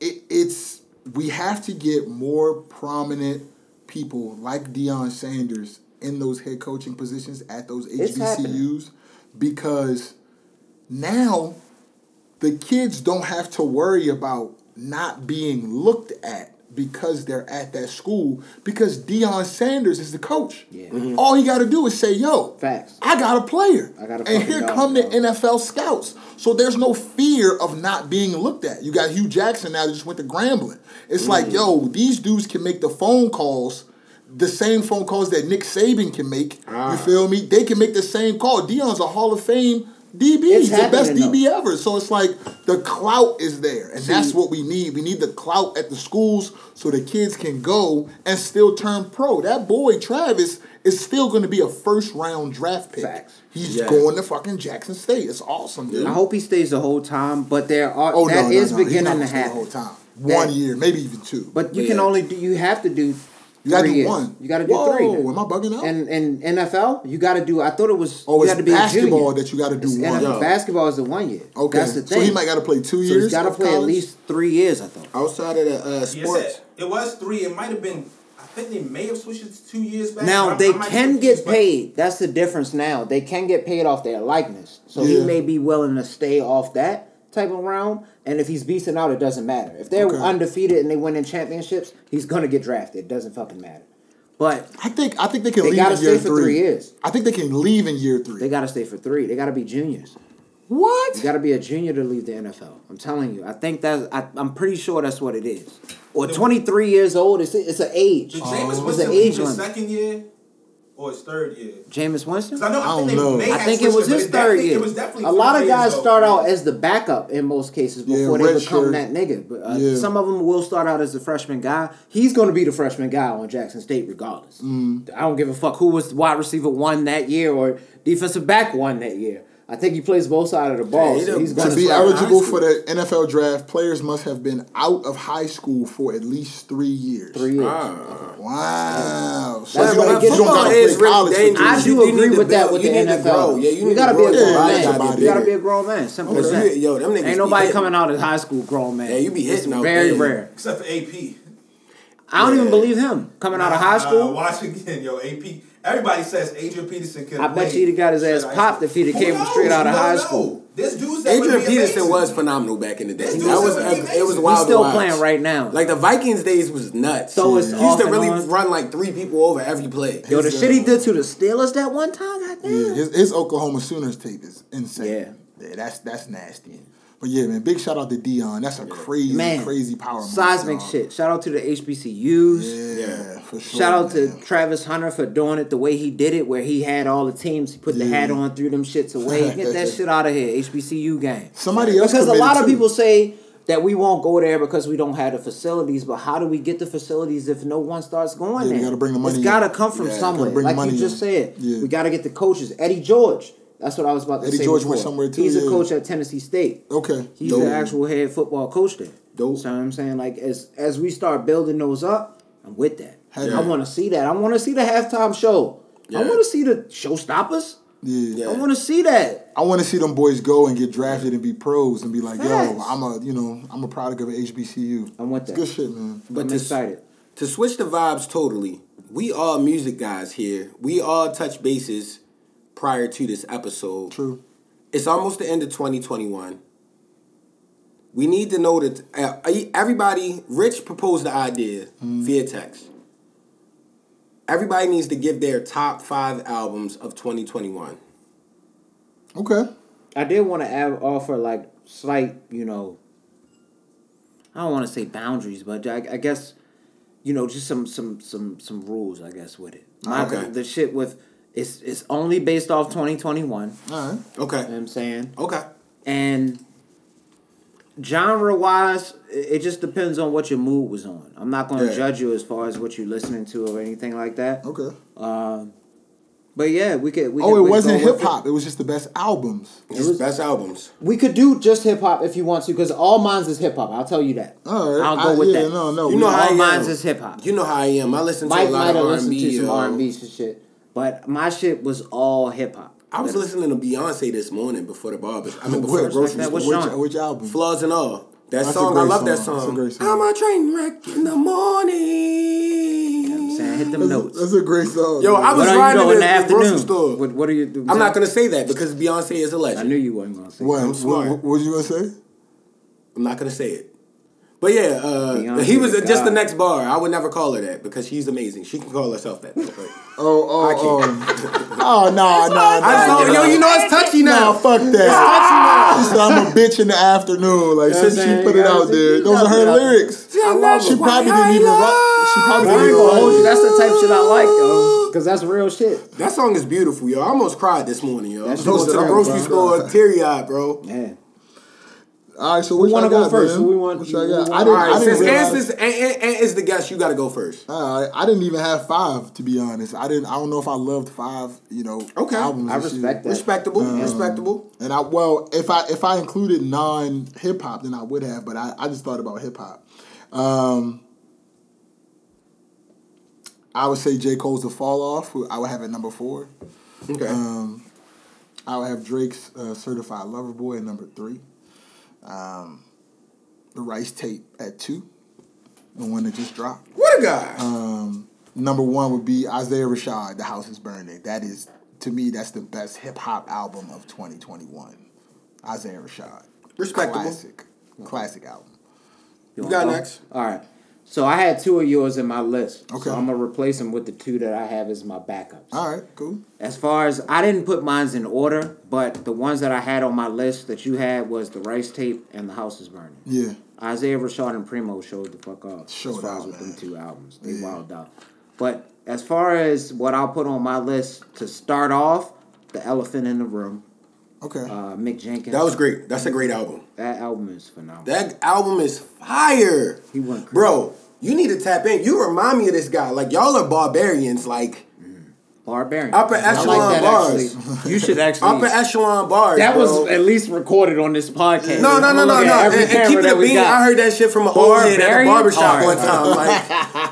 F: It, it's we have to get more prominent people like Deion Sanders in those head coaching positions at those
B: It's
F: HBCUs because now the kids don't have to worry about not being looked at because they're at that school because Deion Sanders is the coach.
B: Yeah.
F: All you got to do is say, "Yo,
B: Mm-hmm. Facts.
F: I got a player.
B: I got a
F: and
B: fucking
F: here
B: dog,
F: come the
B: dog.
F: NFL scouts. So there's no fear of not being looked at. You got Hugh Jackson now that just went to Grambling. It's
B: Mm.
F: like, yo, these dudes can make the phone calls, the same phone calls that Nick Saban can make.
B: Ah.
F: You feel me? They can make the same call. Dion's a Hall of Fame DB.
B: It's
F: He's the best
B: happening,
F: DB ever. So it's like the clout is there. And that's what we need. We need the clout at the schools so the kids can go and still turn pro. That boy, Travis, is still going to be a first round draft pick.
B: Facts.
F: He's
E: Yeah.
F: going to fucking Jackson State. It's awesome, dude.
B: I hope he stays the whole time, but there are
F: Oh no,
B: that
F: no,
B: is
F: no. He's not
B: beginning
F: gonna
B: to
F: stay the whole
B: happen.
F: time. One
B: That-
F: year, maybe even two.
B: But you
E: Yeah.
B: can only do you have to do
F: you gotta
B: three
F: do
B: years.
F: one.
B: You got to do
F: Whoa,
B: three. now.
F: Am I bugging out?
B: And and NFL, you got to do. I thought it was.
F: oh,
B: you
F: it's
B: had to be a
F: basketball
B: junior.
F: that you got to do
B: It's
F: one.
B: NFL,
E: Yeah.
B: basketball is the one year.
F: Okay,
B: that's the thing.
F: so he might got to play two
B: So
F: years.
B: he's got to
F: of
B: play at
F: college?
B: least three years. I thought.
E: Outside of the uh,
G: Yes, it,
E: sports,
G: it was three. It might have been. I think they may have switched it to two years back.
B: Now
G: I'm-
B: they
G: I might be
B: can
G: confused,
B: get
G: but
B: paid. That's the difference. Now they can get paid off their likeness, so
F: Yeah.
B: he may be willing to stay off that type of realm. And if he's beaten out, it doesn't matter. If they're
F: Okay.
B: undefeated and they win in championships, he's gonna get drafted. It doesn't fucking matter. But
F: I think I think they can
B: They
F: leave
B: gotta
F: in year
B: stay for three years.
F: I think they can leave in year three.
B: they gotta stay for three. They gotta be juniors.
F: what?
B: You gotta be a junior to leave the NFL. I'm telling you. I think that's. I, I'm pretty sure that's what it is. Or 23 years old. It's it's an age.
G: Did Jameis
B: Oh. It's
G: Winston
B: an
G: leave
B: age limit.
G: his second year or his third year?
B: Jameis Winston.
G: 'Cause I know.
F: I
G: I, think
F: don't know.
G: they may
B: I
G: have
B: think it
G: switched
B: was
G: but
B: his
G: it
B: third
G: definitely-
B: year.
G: It was definitely
B: a lot
G: three
B: of
G: years
B: guys
G: old.
B: start out as the backup in most cases
F: Yeah,
B: before
F: red
B: they become
F: shirt.
B: that nigga. But uh,
F: Yeah.
B: some of them will start out as the freshman guy. He's going to be the freshman guy on Jackson State, regardless.
F: Mm.
B: I don't give a fuck who was wide receiver one that year or defensive back one that year. I think he plays both sides of the ball.
E: Yeah, he
B: so
E: done-
B: he's
E: to
B: going
F: to
E: Gotta
F: be
E: start in high
F: eligible
E: school.
F: for the NFL draft, players must have been out of high school for at least three years.
B: three
E: Uh,
G: Ah.
B: years.
F: Wow. So
B: That's
F: you
B: what
F: don't,
B: it gets
F: you don't
B: football
F: gotta
E: is
F: play
E: really
F: college. for three
E: dangerous.
F: years.
B: I
E: You-
B: do
E: you
B: agree
E: need to
B: with that
E: build-
B: with
E: you
B: the
E: need to
B: NFL.
E: grow. Yeah, you
B: you
E: need to
B: gotta be a
E: grow.
B: grown
F: Yeah, you gotta
B: man.
F: be
B: You gotta
F: big.
B: be a grown man. Simple
E: Oh,
B: as
E: yeah.
B: that.
E: Yo, them niggas be
B: Ain't nobody
E: hitting.
B: coming out as high school grown man.
E: Yeah, you be
B: It's
E: hitting out
B: Very
E: there.
B: rare.
G: Except for AP.
B: I don't even
E: Yeah.
B: believe him coming out of high
G: Uh,
B: school.
G: watch again, yo. AP. Everybody says Adrian Peterson could.
B: I bet you he'd got his ass popped if he'd have came straight out of high school.
G: This dude's that
E: Adrian
G: would be
E: Peterson
G: amazing.
E: was phenomenal back in the day.
G: This
E: That
G: dude's
E: was
G: gonna be
E: it was
G: amazing.
E: wild.
B: He's
E: to
B: still
E: watch.
B: playing right now.
E: Like the Vikings days was nuts.
B: So it's
E: he
B: off
E: used to
B: and
E: really
B: on.
E: run like three people over every play.
B: Yo, the
F: His,
B: shit he
F: uh,
B: did to the Steelers that one time,
F: Yeah,
B: goddamn.
F: his, his Oklahoma Sooners tape is insane. Yeah.
B: Yeah.
F: that's that's nasty. But yeah, man, big shout out to Dion. That's a crazy,
B: Man,
F: crazy power. move,
B: seismic
F: dog.
B: shit. Shout out to the HBCUs.
F: Yeah,
E: Yeah.
F: for sure.
B: Shout out to
F: man.
B: Travis Hunter for doing it the way he did it, where he had all the teams, he put the
F: Yeah.
B: hat on, threw them shits away. Get that shit out of here, HBCU game.
F: somebody else
B: because a
F: committed
B: lot of
F: too.
B: people say that we won't go there because we don't have the facilities. But how do we get the facilities if no one starts going
F: Yeah, we
B: there?
F: gotta bring the money
B: It's got to
F: in.
B: come from
E: Yeah,
B: somewhere.
F: gotta bring the
B: Like
F: money
B: you just
F: in.
B: said,
F: Yeah.
B: we got to get the coaches. Eddie George. That's what I was about to
F: Eddie
B: say.
F: George went
B: before.
F: somewhere too,
B: He's
F: yeah.
B: a coach at Tennessee State.
F: Okay,
B: He's
F: dope.
B: the actual head football coach there.
E: Dope.
B: So I'm saying, like, as as we start building those up, I'm with that.
F: Have
B: I
F: you-
B: want to see that. I want to see the halftime show. I
E: Yeah.
B: want to see the showstoppers.
F: Yeah.
B: I want to see that.
F: I want to see them boys go and get drafted and be pros and be like, yo,
B: Facts.
F: I'm a, you know, I'm a product of an HBCU.
B: I want
F: It's
B: that.
F: good shit, man.
E: But
B: I'm
E: to-
B: excited.
E: To switch the vibes totally, we all music guys here. We all touch bases prior to this episode.
F: True.
E: It's almost the end of 2021. We need to know that uh, everybody, Rich proposed the idea
B: Mm.
E: via text. Everybody needs to give their top five albums of 2021.
F: Okay.
B: I did want to add, offer like slight, you know, I don't want to say boundaries, but I, I guess, you know, just some some some some rules, I guess, with it. My,
E: Okay.
B: The shit with it's it's only based off twenty twenty one.
F: All right.
B: You know
E: Okay.
B: what I'm saying,
E: Okay.
B: and genre wise, it just depends on what your mood was on. I'm not gonna
E: Yeah.
B: judge you as far as what you're listening to or anything like that.
F: Okay.
B: But yeah, we could. We could-
F: Oh,
B: we
F: it
B: could
F: wasn't
B: go with
F: hip hop. It was just the best albums.
E: Just best albums.
B: We could do just hip hop if you want to, because all mine's is hip hop. I'll tell you that.
F: All right.
B: I'll go
F: I-
B: with
F: yeah,
B: that.
F: No, no.
E: You
F: we-
E: know how
B: all
E: I
B: mine's
E: am.
B: is hip hop.
E: You know how I am. I listen to
B: Mike
E: a lot
B: might have
E: of
B: listened
E: R&B.
B: to some
E: um,
B: R and B shit, but my shit was all hip hop.
E: I was listening to Beyonce this morning before the barbers. I mean, before the
F: Which,
E: grocery
B: that
E: store.
B: was
F: which,
B: Sean.
F: which album?
E: Flaws and all. That
F: That's a
E: song, I
F: great
E: love that
F: song.
E: song.
F: That's a great song.
E: I'm a train wreck in the
B: I'm
E: morning.
B: saying hit them
F: That's,
B: notes.
F: that's a great song.
E: Yo,
F: man.
E: I was
B: What are you
E: riding
B: doing in
E: in
B: the
E: the grocery
B: afternoon?
E: store.
B: What, what are you doing?
E: I'm not gonna say that because Beyonce is a
B: I
E: legend.
B: knew you weren't gonna say.
F: What,
B: that.
F: what,
E: smart.
F: what, what you gonna say?
E: I'm not gonna say it. But yeah, uh,
B: Beyonce
E: he was
B: the
E: just the
B: god.
E: next bar. I would never call her that because she's amazing. She can call herself that. But-
F: Oh,
E: I
F: oh,
E: can't.
F: oh. oh, no, no, no.
E: I told, yo, you know it's touchy
F: Nah,
E: now.
F: fuck that. She said, I'm a bitch in the afternoon. Like, since she
B: saying?
F: put it out
B: Yeah,
F: there,
B: she-
F: those are her
B: yeah.
F: lyrics.
E: I love
F: She
E: her.
F: probably
E: Why
F: didn't
E: I
F: even write.
E: love-
F: She
B: I
F: probably didn't
B: ain't
F: even
B: gonna hold you.
F: write.
B: That's the type of shit I like, though, because that's real shit.
E: That song is beautiful, yo. I almost cried this morning, yo. I
B: That
E: was
B: shit was
E: going to the
B: real,
E: grocery
F: bro.
E: store, teary eyed, bro.
B: Yeah.
F: All right, so what
B: wanna
F: y'all
B: go
F: got,
B: first?
F: man?
B: Who we want-
F: What y'all
B: who
F: got?
B: we
F: I
B: want?
F: didn't,
E: All
F: I
E: right,
F: didn't
E: since Ant is,
F: realize.
E: Ant, Ant, Ant is the guest, you got to go first.
F: All right, Uh, I didn't even have five to be honest. I didn't. I don't know if I loved five. You know,
E: Okay.
F: albums.
B: I
F: and shit.
B: respect that.
E: Respectable, respectable.
F: And I well, if I if I included non hip hop, then I would have. But I, I just thought about hip hop. Um, I would say J Cole's "The Fall Off." who I would have at number four.
E: Okay.
B: Mm.
F: Um, I would have Drake's uh, "Certified Lover Boy" at number three. Um, the Rice Tape at two, the one that just dropped.
E: what a guy.
F: Um, number one would be Isaiah Rashad, "The House Is Burning." That is, to me, that's the best hip hop album of 2021. Isaiah Rashad,
E: Respectable.
F: classic, classic album.
B: You
E: got
B: wanna go?
E: next.
B: All right. So I had two of yours in my list.
F: Okay.
B: So I'm gonna replace them with the two that I have as my backups.
F: All right, cool.
B: As far as I didn't put mines in order, but the ones that I had on my list that you had was the rice tape and the house is burning.
F: Yeah,
B: Isaiah Rashad and Primo showed the fuck off
F: Showed
B: as far
F: out,
B: as with
F: man.
B: them two albums. They wild out. But as far as what I'll put on my list to start off, the elephant in the room,
F: okay.
B: uh, Mick Jenkins.
E: that was great. That's a great album.
B: that album is phenomenal.
E: That album is fire.
B: He went crazy.
E: Bro, you need to tap in. You remind me of this guy. Like, y'all are barbarians. Like,
B: Barbarian.
E: Upper echelon bars.
B: actually. You should actually.
E: upper echelon bars.
B: that was
E: bro.
B: at least recorded on this podcast.
E: No, no, no,
B: Look
E: no,
B: at
E: no. And,
B: every
E: and
B: camera
E: keep it
B: that
E: a
B: we
E: bean.
B: got.
E: I heard that shit from an old head at a
B: Barbarian?
E: barbershop
B: Alright.
E: one time. Like,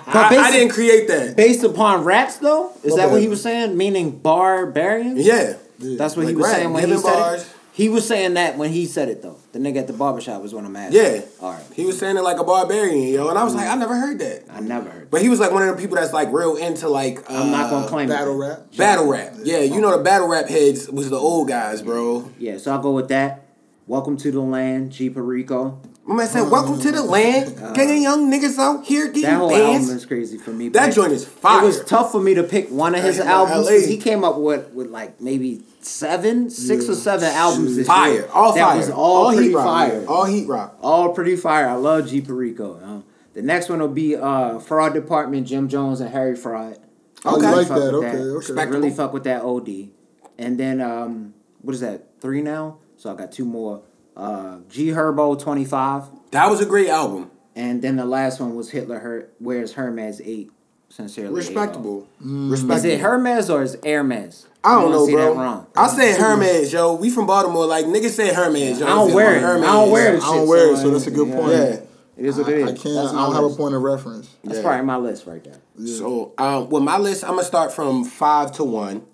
B: But
E: I, I
B: basically-
E: didn't create that.
B: Based upon raps, though, is that what he was saying? Meaning barbarians?
E: Yeah.
B: That's what he
E: Like
B: was
E: rap,
B: saying when he
E: giving
B: said
E: bars.
B: it. He was saying that when he said it though. The nigga at the barbershop was what I'm asking.
E: Yeah.
B: All right.
E: He was saying it like a barbarian, yo. And I was like, I never heard that.
B: I never heard.
E: But he was like one of the people that's like real into like uh,
B: I'm not gonna claim
F: Battle
B: it.
F: rap.
E: battle rap. Yeah, you know the battle rap heads was the old guys, bro.
B: Yeah, so I'll go with that. Welcome to the land, G Perico.
E: My man said, "Welcome to the land, gang of young niggas out here getting
B: Uh-huh. That whole album
E: bands."
B: is crazy for me.
E: That
B: but
E: joint is fire.
B: It was tough for me to pick one of his
E: Damn,
B: albums.
E: LA.
B: 'cause He came up with, with like maybe seven, six or seven albums this
E: Fire,
B: year.
E: all
B: that
E: fire,
B: was all, pretty
E: heat rock,
B: fire.
E: man. all heat rock.
B: All pretty fire. I love G Perico. Um, the next one will be uh, Fraud Department, Jim Jones and Harry Fraud.
F: I
E: Okay.
F: like
B: Fuck
F: that.
B: with
F: Okay, okay.
E: Respect.
B: Really fuck with that OD. And then um, what is that? Three now. So I got two more. Uh, G Herbo twenty five,
E: That was a great album.
B: and then the last one was Hitler. Her wears Hermes eight. Sincerely,
E: Respectable.
B: AO. Mm. Is
E: Respectable.
B: it Hermes or is it Hermes?
E: I don't
B: wanna
E: know,
B: see
E: bro.
B: That wrong.
E: I said Hermes, yo. We from Baltimore. Like niggas said Hermes, yo.
B: I don't
E: It's
B: wear it.
E: Hermes.
B: I don't wear this
F: I don't
B: shit,
F: wear it,
B: I
F: so that's a good
B: yeah.
F: point.
E: Yeah.
B: It is what
F: I,
B: it is.
F: I can't.
B: That's
F: I
B: my
F: don't have a
B: list.
F: point of reference.
B: That's
E: Yeah.
B: probably my list right there.
E: So, um, with my list, I'm gonna start from five to one.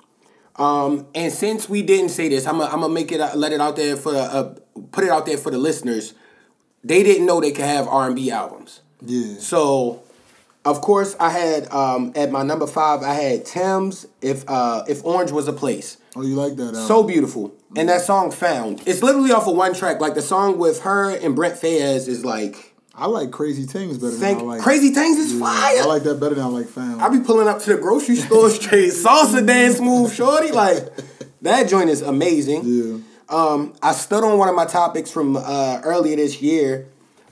E: Um, and since we didn't say this, I'm gonna I'm gonna make it let it out there for the uh, put it out there for the listeners. They didn't know they could have R and B albums.
F: Yeah.
E: So, of course, I had um, at my number five, I had Tim's if uh, if Orange was a place.
F: Oh, you like that? Album.
E: So beautiful. And that song Found. It's literally off of one track. Like the song with her and Brent Fayez is like
F: I like Crazy Things better
E: thank,
F: than I like
E: Crazy Things is
F: Yeah,
E: fire.
F: I like that better than I like Found.
E: I be pulling up to the grocery store straight salsa dance move, shorty. Like that joint is amazing.
F: Yeah.
E: Um, I stood on one of my topics from uh, earlier this year.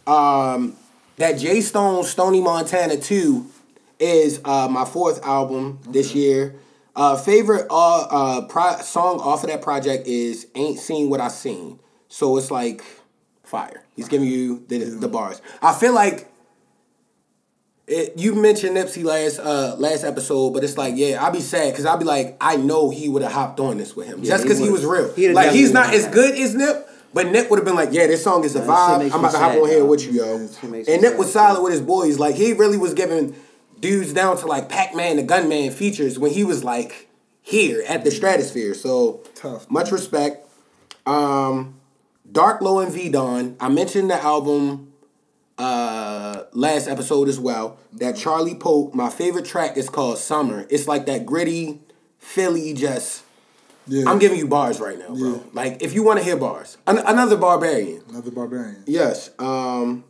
E: Um, that J Stone Stony Montana two is uh, my fourth album this year. Uh, favorite uh, uh pro- song off of that project is "Ain't Seen What I Seen," so it's like fire. He's giving you the the bars. I feel like it, you mentioned Nipsey last uh last episode, but it's like yeah, I'd be sad because I'd be like I know he would have hopped on this with him just
B: he
E: because he,
B: would've.
E: was real.
B: He'd've
E: like he's
B: definitely done
E: not as
B: that.
E: good as Nip, but Nip would have been like yeah, this song is a
B: Yeah, that shit
E: vibe.
B: makes
E: I'm
B: me
E: about to hop
B: sad,
E: on here
B: yo.
E: with you,
B: Yeah,
E: yo.
B: that shit makes me
E: And Nip
B: sad,
E: was solid with his boys. Like he really was giving dudes down to like Pac Man, the Gunman features when he was like here at the stratosphere. So
F: Tough.
E: Much respect. Um, Dark Low and V Don. I mentioned the album uh last episode as well. That Charlie Pope, my favorite track is called Summer. It's like that gritty Philly just
F: Yeah.
E: I'm giving you bars right now, bro.
F: Yeah.
E: Like if you want to hear bars. An- another barbarian.
F: another barbarian.
E: Yes. Um,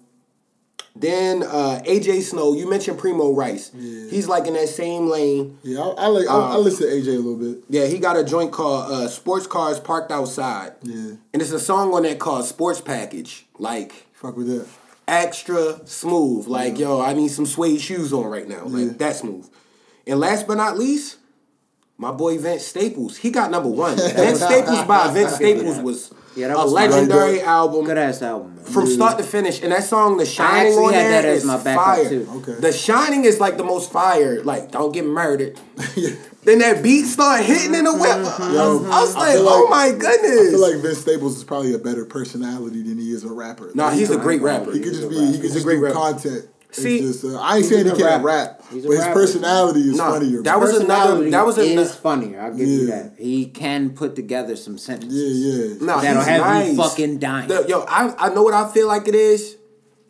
E: then uh, AJ Snow, you mentioned Primo Rice. He's like in that same lane.
F: Yeah, I, I like. I, I listen to AJ a little bit.
E: Yeah, he got a joint called uh, Sports Cars Parked Outside.
F: Yeah.
E: And it's a song on that called Sports Package. Like
F: Fuck with that.
E: extra smooth. Like, yo, I need some suede shoes on right now. Like
F: Yeah.
E: that smooth. And last but not least, my boy Vince Staples. He got number one. Vince Staples by Vince Staples was
B: Yeah, that
E: a
B: was my-
E: legendary album.
B: Good ass album. Man.
E: from start to finish. And that song, The Shining,
B: actually
E: on
B: had
E: there
B: that as
E: is
B: my backup,
E: fire.
B: too.
F: Okay.
E: The Shining is like the most fire. Like, don't get murdered.
F: Yeah.
E: then that beat start hitting in the whip.
F: Yo,
E: I was
F: Mm-hmm. I
E: like,
F: feel
E: oh
F: like-
E: my
F: I
E: goodness.
F: feel like Vince Staples is probably a better personality than he is a rapper.
E: nah, he's a great rapper.
F: He could just be.
E: a
F: He
E: rapper.
F: could just
E: a great
F: do
E: rapper.
F: content. It's
E: See,
F: just, uh, I ain't
B: he's
F: saying
B: a
F: he
B: good
F: can't
B: rapper.
F: rap,
B: He's a
F: but his
B: rapper.
F: personality is
E: Nah,
F: funnier.
E: that was another-
B: Personality
E: that was another-
B: is funnier. I'll give you
F: Yeah.
B: that. He can put together some sentences.
F: yeah, yeah.
E: Nah,
B: That'll
E: he's
B: have you
E: nice.
B: fucking dying.
E: The- yo, I, I know what I feel like it is.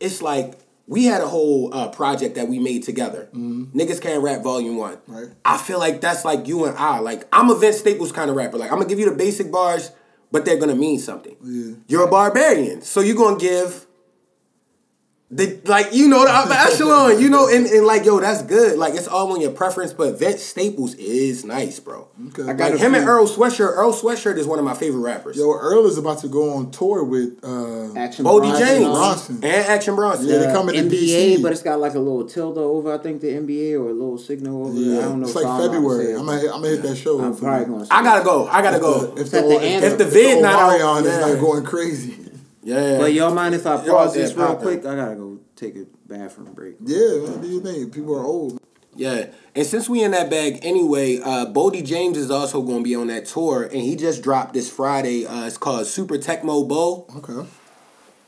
E: It's like we had a whole uh, project that we made together. Niggas Can't Rap Volume 1.
F: Mm-hmm. Right.
E: I feel like that's like you and I. Like, I'm a Vince Staples kind of rapper. Like, I'm going to give you the basic bars, but they're going to mean something.
F: Yeah.
E: You're a barbarian. So you're going to give. The, like you know the upper echelon, you know, and, and like yo, that's good. Like it's all on your preference, but Vince Staples is nice, bro.
F: Okay. I
E: Like
F: got
B: a
E: him and
B: few-
E: Earl Sweatshirt. Earl Sweatshirt is one of my favorite rappers.
F: Yo, Earl is about to go on tour with. Uh,
B: Action
E: Bodie
B: Bronson,
E: James
F: Bronson.
E: and Action Bronson.
F: Yeah, they come- coming to
B: NBA,
F: DC.
B: but it's got like a little tilde over. I think the NBA or a little signal over.
F: yeah,
B: I don't know.
F: it's
B: so
F: like
B: I'm not gonna say
F: February.
B: it.
F: I'm gonna, hit- I'm gonna hit that show.
B: I'm
F: hopefully.
B: probably gonna.
E: I gotta go. I gotta go.
F: If
B: that
F: the,
B: the
F: if the,
B: anthem?
F: if the
E: If the vid not out,
F: Omarion is
E: yeah.
F: not going crazy.
E: yeah.
B: But y'all mind if I
E: Y'all
B: pause
E: did
B: this real
E: pop it.
B: quick? I gotta go take a bathroom break.
F: Yeah, man, do you think people are old?
E: yeah. And since we in that bag anyway, uh, Bodie James is also gonna be on that tour, and he just dropped this Friday. Uh, it's called Super Tecmo Bowl.
F: Okay,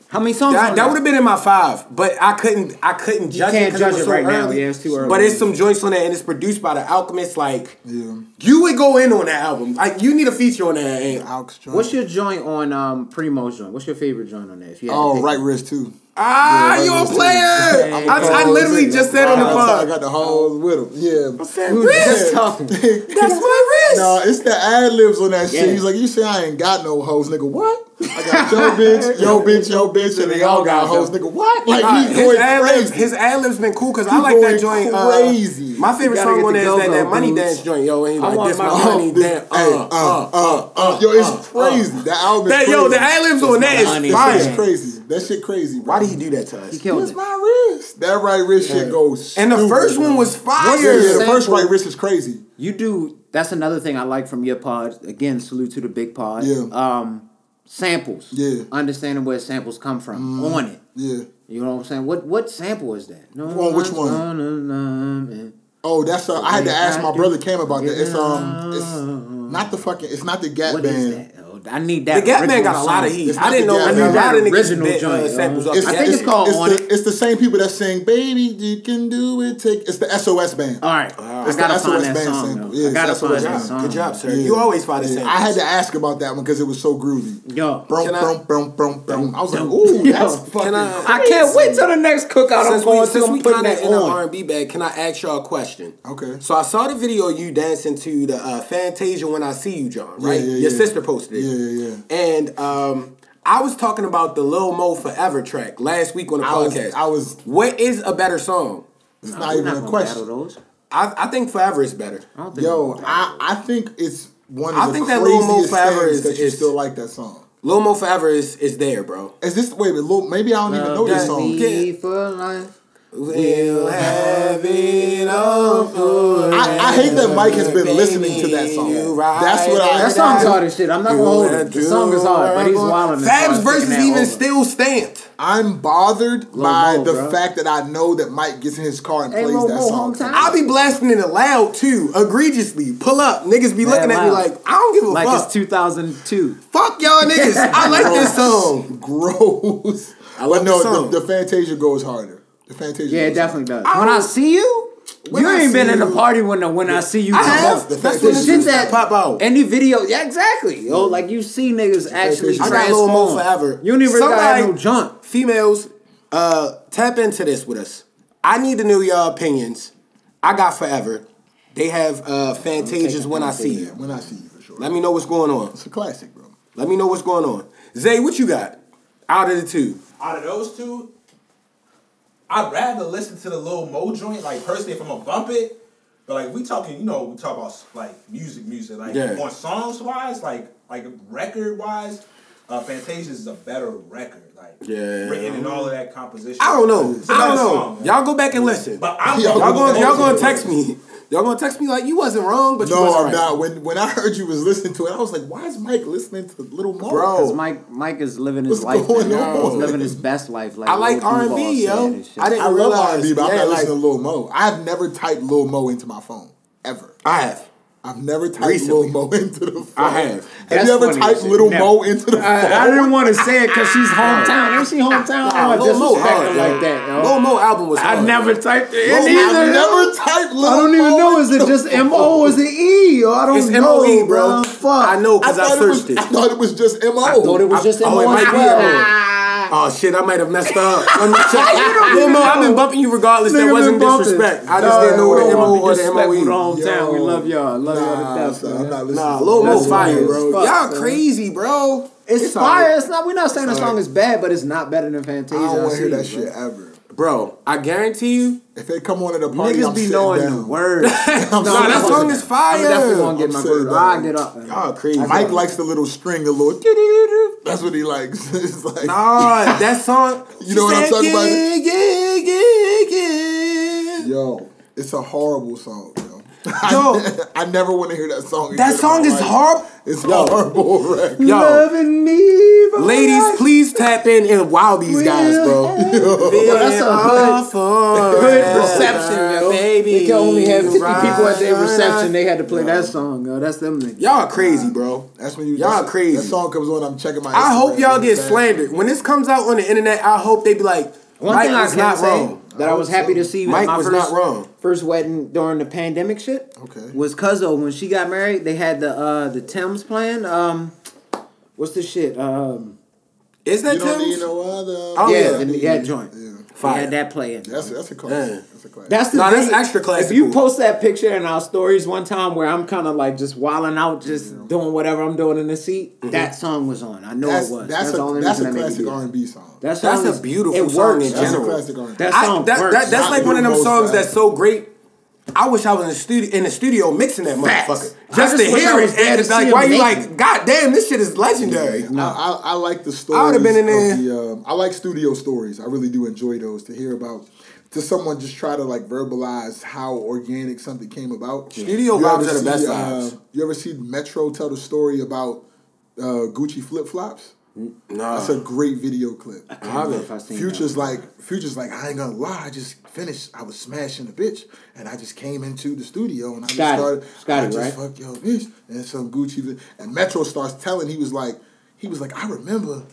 B: How many songs?
E: That,
B: on
E: that
B: there?
E: would have been in my five, but I couldn't. I couldn't judge
B: can't
E: it 'cause it
B: judge
E: was
B: it
E: so
B: right
E: early.
B: now. Yeah, it's too early.
E: But it's some joints on there, and it's produced by the Alchemist. Like
F: yeah.
E: you would go in on that album. Like you need a feature on that. And
F: Alex Jones.
B: What's your joint on um Primo's joint? What's your favorite joint on there? If you had to
F: Oh,
B: pick
F: right
B: one?
F: wrist too.
E: ah,
F: Yeah,
E: you a
F: right,
E: player?
B: right.
E: I, I literally just said on the
F: I got- I
E: pod.
F: got the whole with him. Yeah.
E: said wrist. That's my wrist.
F: No, it's the ad libs on that shit.
B: Yeah.
F: He's like, you say I ain't got no hoes, nigga. What? I got your bitch, yo bitch, yo bitch, and they all got hoes, nigga. What? Like
E: Nah,
F: he's
E: his
F: going
E: ad libs,
F: crazy.
E: his ad libs been cool because
F: He
E: I like that
F: going
E: joint. uh,
F: crazy.
E: my favorite
B: You gotta
E: song
B: get
E: on
B: the
E: there is that,
B: go-go,
E: that money
B: dudes.
E: dance joint, yo. Ain't
B: I
E: like
B: want
E: this
B: my
E: my
B: money
E: money
F: Oh, this-
E: dance.
F: hey,
E: Uh, uh, uh, uh.
F: Yo, it's crazy. that album.
E: That,
F: is
E: yo,
F: crazy.
E: the ad libs on that
B: money
E: is
F: That shit's
E: fire.
F: crazy. That shit crazy. Bro.
E: Why did he do that to us?
B: He killed
F: It's
B: it.
F: my wrist. That right wrist shit goes.
E: And the
F: stupid,
E: first one
F: bro.
E: was
F: Yeah, yeah, the
E: fire.
F: first right wrist is crazy.
B: You do. That's another thing I like from your pod. Again, salute to the big pod.
F: Yeah.
B: Um, samples.
F: Yeah.
B: Understanding where samples come from on it.
F: Yeah.
B: You know what I'm saying? What what sample is that? No
F: On which one?
B: one?
F: Oh, that's a, I had to ask my brother Cam about that. It's um, it's not the fucking. It's not the Gap
B: What
F: band.
B: is that? Oh, I need
E: The
B: that.
E: Gap Man
B: original
E: got a lot of
B: song.
E: heat.
F: It's
E: I
F: not
E: didn't
F: the
E: know.
F: Gap
E: I mean,
F: Man.
E: a lot
B: That
E: of niggas
B: original
E: bit uh,
B: joint,
E: samples
B: uh,
E: up.
F: It's,
E: to
B: I
E: that.
B: think it's called
F: it's
B: On
F: the, it's the same people that sing "Baby, you can do it." Take it's the SOS band.
B: All right, I
F: It's the
B: gotta
F: SOS
B: find that
F: band
B: song.
F: sample.
B: though.
F: Yeah,
B: I gotta
F: it's SOS
B: find that
F: band.
B: song.
E: Good job, sir.
F: Yeah.
E: You always find the
F: Yeah,
E: same.
F: I had to ask about that one because it was so groovy.
B: Yo.
F: brum,
E: Can I-
F: brum, brum, brum, brum. I was like,
B: Yo.
F: ooh, that's
B: Yo.
F: fucking.
E: Can I-
B: I can't wait till the next cookout. I'm
E: since we,
B: going to.
E: since
B: I'm
E: we
B: putting
E: kind
B: that
E: of in the
B: on.
E: R&B bag, can I ask y'all a question?
F: Okay.
E: So I saw the video of you dancing to the uh, Fantasia "When I See You," John. Right?
F: yeah,
E: Your
F: yeah.
E: sister posted it.
F: Yeah, yeah,
E: And um, I was talking about the Lil Mo Forever track last week on the
F: I was-
E: podcast.
F: I was-
E: What is a better song?
F: It's
B: Nah,
F: not
B: we're
F: even a
B: gonna
F: question.
B: battle those.
E: I I think Forever is better.
B: I don't think we're
F: Yo,
B: gonna battle
F: I, I think it's one of
E: I
F: the
E: think that
F: craziest
E: Lil Mo Forever
F: things
E: is-
F: that you
E: is-
F: still like that song.
E: Lil Mo Forever is is there, bro.
F: Is this wait? But Lil, maybe I don't even know this
E: that
F: song.
E: me.
B: Me for life.
E: We'll have it all for
F: I, I hate that Mike has been listening to that song.
E: you right.
F: That's what I.
B: That song's hard as shit. I'm not gonna hold it. The song is hard, but he's wilding. as far
E: Fab's
B: as
E: verse
B: taking
E: is
B: that
E: even
B: over.
E: still stamped.
F: I'm bothered by
B: Mo,
F: the
B: bro.
F: fact that I know that Mike gets in his car and
B: Hey,
F: plays
B: Lil
F: that
B: Mo,
F: song.
B: hometown.
E: I be blasting it loud too, egregiously. Pull up, niggas be
B: Mad
E: looking at me
B: loud.
E: like I don't give a
B: Like
E: fuck.
B: it's 2002.
E: fuck y'all niggas. I like this song.
F: Gross.
E: I love
F: but
E: the
F: no,
E: song.
F: the, the Fantasia goes harder. The Fantasia.
B: Yeah, it
F: goes
B: definitely does.
E: I
B: When I
E: don't-
B: see you,
E: When
B: you
E: I
B: ain't been
E: see
B: in a
E: you-
B: party when when I see you.
E: I
B: come
E: have.
B: out.
E: The fact
B: The
E: that
B: shit
E: you
B: that
E: pop out.
B: Any video, yeah, exactly. Yo, like you see niggas actually
E: I got Lil Mo
B: transform.
E: forever.
B: You never got
E: Somebody-
B: no junk.
E: Females, uh, tap into this with us. I need to know your opinions. I got forever. They have uh, Fantasia's when I see you.
F: When I see you, for sure.
E: Let me know what's going on.
F: It's a classic, bro.
E: Let me know what's going on. Zay, what you got? Out of the two,
G: Out of those two, I'd rather listen to the little Mo joint, like personally, if I'm gonna bump it. But like we talking, you know, we talk about like music, music, like
E: Yeah.
G: on songs wise, like like record wise, uh, Fantasia is a better record, like
E: Yeah.
G: written and all of that composition.
E: I don't know.
G: It's
E: I don't
G: another
E: know.
G: song, man.
E: y'all go back and listen.
G: But I'm
F: Y'all
E: Y'all gonna,
F: go
E: y'all gonna text me. Y'all gonna text me like you wasn't wrong, but you
F: No,
E: wasn't
F: I'm
E: right.
F: not. When when I heard you was listening to it, I was like, why is Mike listening to Little Mo?
E: Bro.
B: Cause Mike, Mike is living his
F: What's
B: life.
F: going
B: man.
F: on?
B: He's living his best life. Like
E: I like
B: Lil Duval
E: R&B,
B: said
E: yo.
B: and shit.
E: I didn't-
F: I love
E: realize,
F: R&B, but I'm
E: yeah,
F: not
E: like-
F: listening to Lil Mo. I've never typed Lil Mo into my phone ever.
E: I have.
F: I've never typed
E: Recently.
F: Lil Mo into the phone.
E: I have.
F: Have
B: That's
F: you ever
B: funny
F: typed
B: as shit.
F: Little
B: Never.
F: Mo into the phone?
B: I, I didn't want to say it because she's hometown. Ain't she hometown? I don't
E: Lil Mo
B: disrespect her
E: hard,
B: like
E: yo.
B: that. Yo.
E: Lil Mo album was.
B: I
E: hard.
B: never typed it in
F: I've
B: either.
F: never typed Lil Mo.
B: I don't even know. Is it just M O? Is it E? Yo, I don't
E: It's
B: know,
E: MOE, bro.
B: bruh. Fuck.
E: I know
F: I
E: because I,
F: thought, it was,
E: searched it.
F: I thought it was just E. M.O.
B: I thought it was just
E: oh,
B: M O
E: it might
B: as
E: be
B: well.
E: Oh shit, I might have messed up. Let me check. Lil Mo, I've been bumping you regardless.
B: Nigga
E: That
B: been
E: wasn't
B: bumping.
E: disrespect. I just didn't know
B: we
E: the E.
B: don't wanna
E: MO
B: be
E: or the
B: disrespectful to
E: MOE.
B: Hometown, we
F: Yo,
B: love y'all. I Love y'all to
F: Nah,
B: death.
F: son, I'm
B: man.
F: not listening.
E: Nah,
F: to
E: Lil Mo
B: That's
E: fire,
B: weird as
E: bro.
B: fuck,
E: Y'all
B: son.
E: crazy, bro.
B: It's,
E: alright.
B: fire. It's not. We're not saying the song is bad, but it's not better than Fantasia.
F: I don't want
B: see
F: to hear
B: you,
F: that
B: bro.
F: shit ever.
E: bro. I guarantee you.
F: If they come on at a party,
B: Niggas
F: I'm
B: be
F: sitting
B: knowing
F: down.
B: the words.
F: I'm
E: Nah,
F: sitting
E: that
F: down.
E: song is
B: I'm definitely gonna
E: fire.
B: get
F: I'm
B: my
F: saying
B: groove.
F: that.
B: I get up. man.
E: Y'all crazy.
F: Mike likes the little string, the little. doo-doo-doo-doo. That's what he likes. it's like
E: Nah, that song.
F: You know what I'm
E: She
F: talking
E: said,
F: about?
E: Yeah, yeah, yeah, yeah.
F: Yo, it's a horrible song, yo.
E: Yo.
F: I, I never want to hear that song.
E: That
F: again in
E: song
F: my
E: is
F: life.
E: horrible.
F: It's horrible, right?
E: Yo.
B: Loving me, bro.
E: Ladies, please tap in and wow these guys, bro.
B: Yo, Oh, that's a hood, hood reception, yo.
E: Baby,
B: They can only have 50 people at their
E: right.
B: reception. They had to play that song, yo. That's them niggas.
E: Y'all crazy, bro.
F: That's when you
E: Y'all
F: that's-
E: crazy.
F: That song comes on. I'm checking my.
E: I hope
F: Instagram,
E: y'all get
F: man.
E: slandered. When this comes out on the internet, I hope they be like,
B: One
E: Mike
B: thing I
E: was
B: can
E: not
B: say
E: wrong.
B: that I was happy to see. at
E: Mike
B: my
E: was
B: first,
E: not wrong.
B: First wedding during the pandemic shit.
F: Okay.
B: Was Cuzzo when she got married? They had the uh the Thames plan. Um, what's the shit? Um,
E: Is that
F: You don't
E: Tim's?
F: need no other.
E: Oh,
B: yeah,
E: yeah.
B: the, that joint.
F: Yeah.
B: They
E: Fire.
B: had that playing.
F: That's that's a classic.
E: Yeah.
F: That's a classic.
B: That's the
E: Nah, that's
B: thing.
E: extra
B: If you
E: classical.
B: post that picture in our stories one time where I'm kind of like just wilding out, just doing whatever I'm doing in the seat,
E: Mm-hmm.
B: that song was on. I know
F: that's,
B: it was.
F: that's, a,
B: all
F: that's a
B: that made me do
F: classic
B: that.
F: R and B song.
B: That
E: That's
B: song
E: a
B: is-
E: beautiful
B: it
E: song in
B: works, yo.
F: that's a
E: general.
F: classic R and B.
B: That
E: I,
B: song
E: that,
B: works.
E: that, that's
F: Not
E: like
F: the
E: one of them
F: most
E: songs
F: bad.
E: that's so great. I wish I was in the studio in the studio mixing that
B: Facts.
E: motherfucker
B: I
E: just to
B: just wish I
E: hear
B: was
E: it.
B: there
E: And
B: to
E: it's like,
B: see
E: why
B: him
E: you
B: make
E: like, God damn, this shit is legendary.
F: I, I, I like the stories.
E: I would've been in
F: of
E: there.
F: The, um, I like studio stories. I really do enjoy those to hear about. To someone just try to like verbalize how organic something came about.
E: Studio
F: You
E: vibes
F: ever
E: are the best
F: uh,
E: vibes.
F: you ever see Metro tell the story about uh, Gucci flip flops?
E: Nah,
F: That's a great video clip.
B: I don't know if I've seen that
F: Future's like, Future's like, I ain't gonna lie, I just finished. I was smashing a bitch, and I just came into the studio and I just
B: Scotty.
F: started.
B: Scotty,
F: I just
B: right?
F: fuck yo bitch, and some Gucci. vi- And Metro starts telling. He was like, he was like, I remember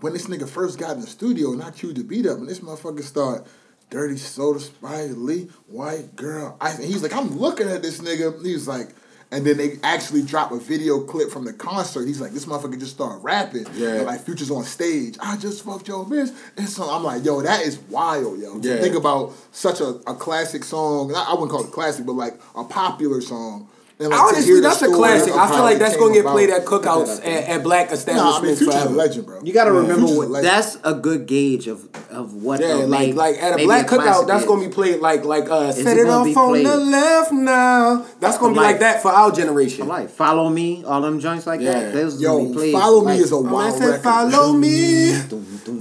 F: when this nigga first got in the studio and I queued the beat up, and this motherfucker started. Dirty soda, Spike Lee, white girl. I, and he's like, I'm looking at this nigga. and He's like, and then they actually drop a video clip from the concert. He's like, this motherfucker just started rapping.
E: Yeah.
F: And, like Future's on stage. I just fucked your bitch. And so I'm like, yo, that is wild, yo. To
E: Yeah.
F: Think about such a, a classic song. I, I wouldn't call it classic, but like a popular song. And, like, to
E: honestly,
F: hear the
E: that's a
F: story
E: classic.
F: of
E: I feel
F: how
E: like
F: it
E: that's
F: came
E: gonna get
F: about.
E: played at cookouts at, at black
F: Nah, I mean,
E: establishments
F: Future's a
E: forever.
F: legend, bro.
B: You gotta remember
F: Future's a
B: what
F: legend.
B: that's a good gauge of of what.
E: Yeah,
B: the
E: like
B: make-
E: like at a
B: maybe
E: black
B: classic
E: cookout, that's
B: is.
E: gonna be played like like uh, set
B: it
E: it
B: gonna
E: off
B: be
E: on
B: played?
E: the left now. That's gonna be
B: Like-
E: like that for our generation.
B: like follow me, all them joints like
E: Yeah.
B: that. Those is gonna be
F: Yo,
B: played,
F: Follow
B: like,
F: Me is a
E: Oh, I
F: wild
E: said,
F: record.
E: follow me,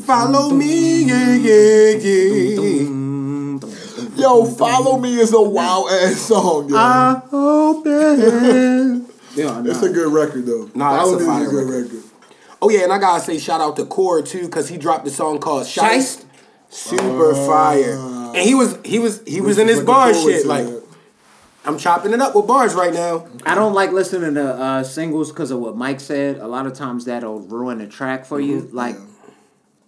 E: follow me, yeah, yeah, yeah.
B: mm,
F: Yo, Follow Me is a wild ass song, yo.
B: I open. yeah,
F: it's a good record, though.
E: Nah, that's
F: Follow
E: a
F: Me
E: fire
F: is a good record.
E: Oh yeah, and I gotta say shout out to Core too, cause he dropped a song called Shiest. Super fire. And he was he was he was in his
F: Looking
E: barn
F: forward
E: shit.
F: to
E: Like
F: that.
E: I'm chopping it up with bars right now.
B: I don't like listening to uh, singles because of what Mike said. A lot of times
E: Mm-hmm.
B: that'll ruin a track for you. Like,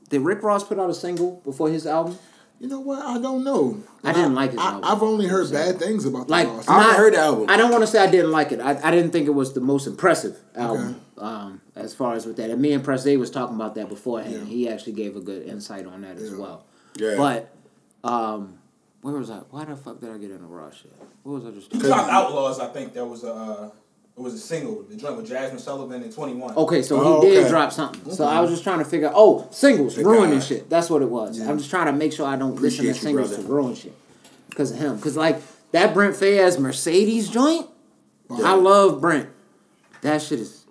B: did Rick Ross put out a single before his album?
F: You know what? I don't know.
B: I didn't like his
F: I,
B: album.
F: have only heard bad things about the
B: Like
F: Lost.
E: Oh, I
B: not-
E: heard the album.
B: I don't want to say I didn't like it. I, I didn't think it was the most impressive album. Um, as far as with that, and me and Press Day was talking about that beforehand. He actually gave a good insight on that as
F: Yeah.
B: well.
E: Yeah.
B: But um, where was I? Why the fuck did I get in a rush? at? What was I just?
G: You dropped Outlaws, I think there was a uh, it was a single, the joint with Jasmine Sullivan and Twenty One.
B: Okay, so
E: Oh,
B: he did
E: okay.
B: drop something. So I was just trying to figure. Oh, singles ruining
E: guy.
B: shit. That's what it was. I'm just trying to make sure I don't
E: Appreciate
B: listen to
E: you,
B: singles
E: brother.
B: to ruin shit because of him. Because like that Brent Fayez Mercedes joint, I love Brent. That shit is.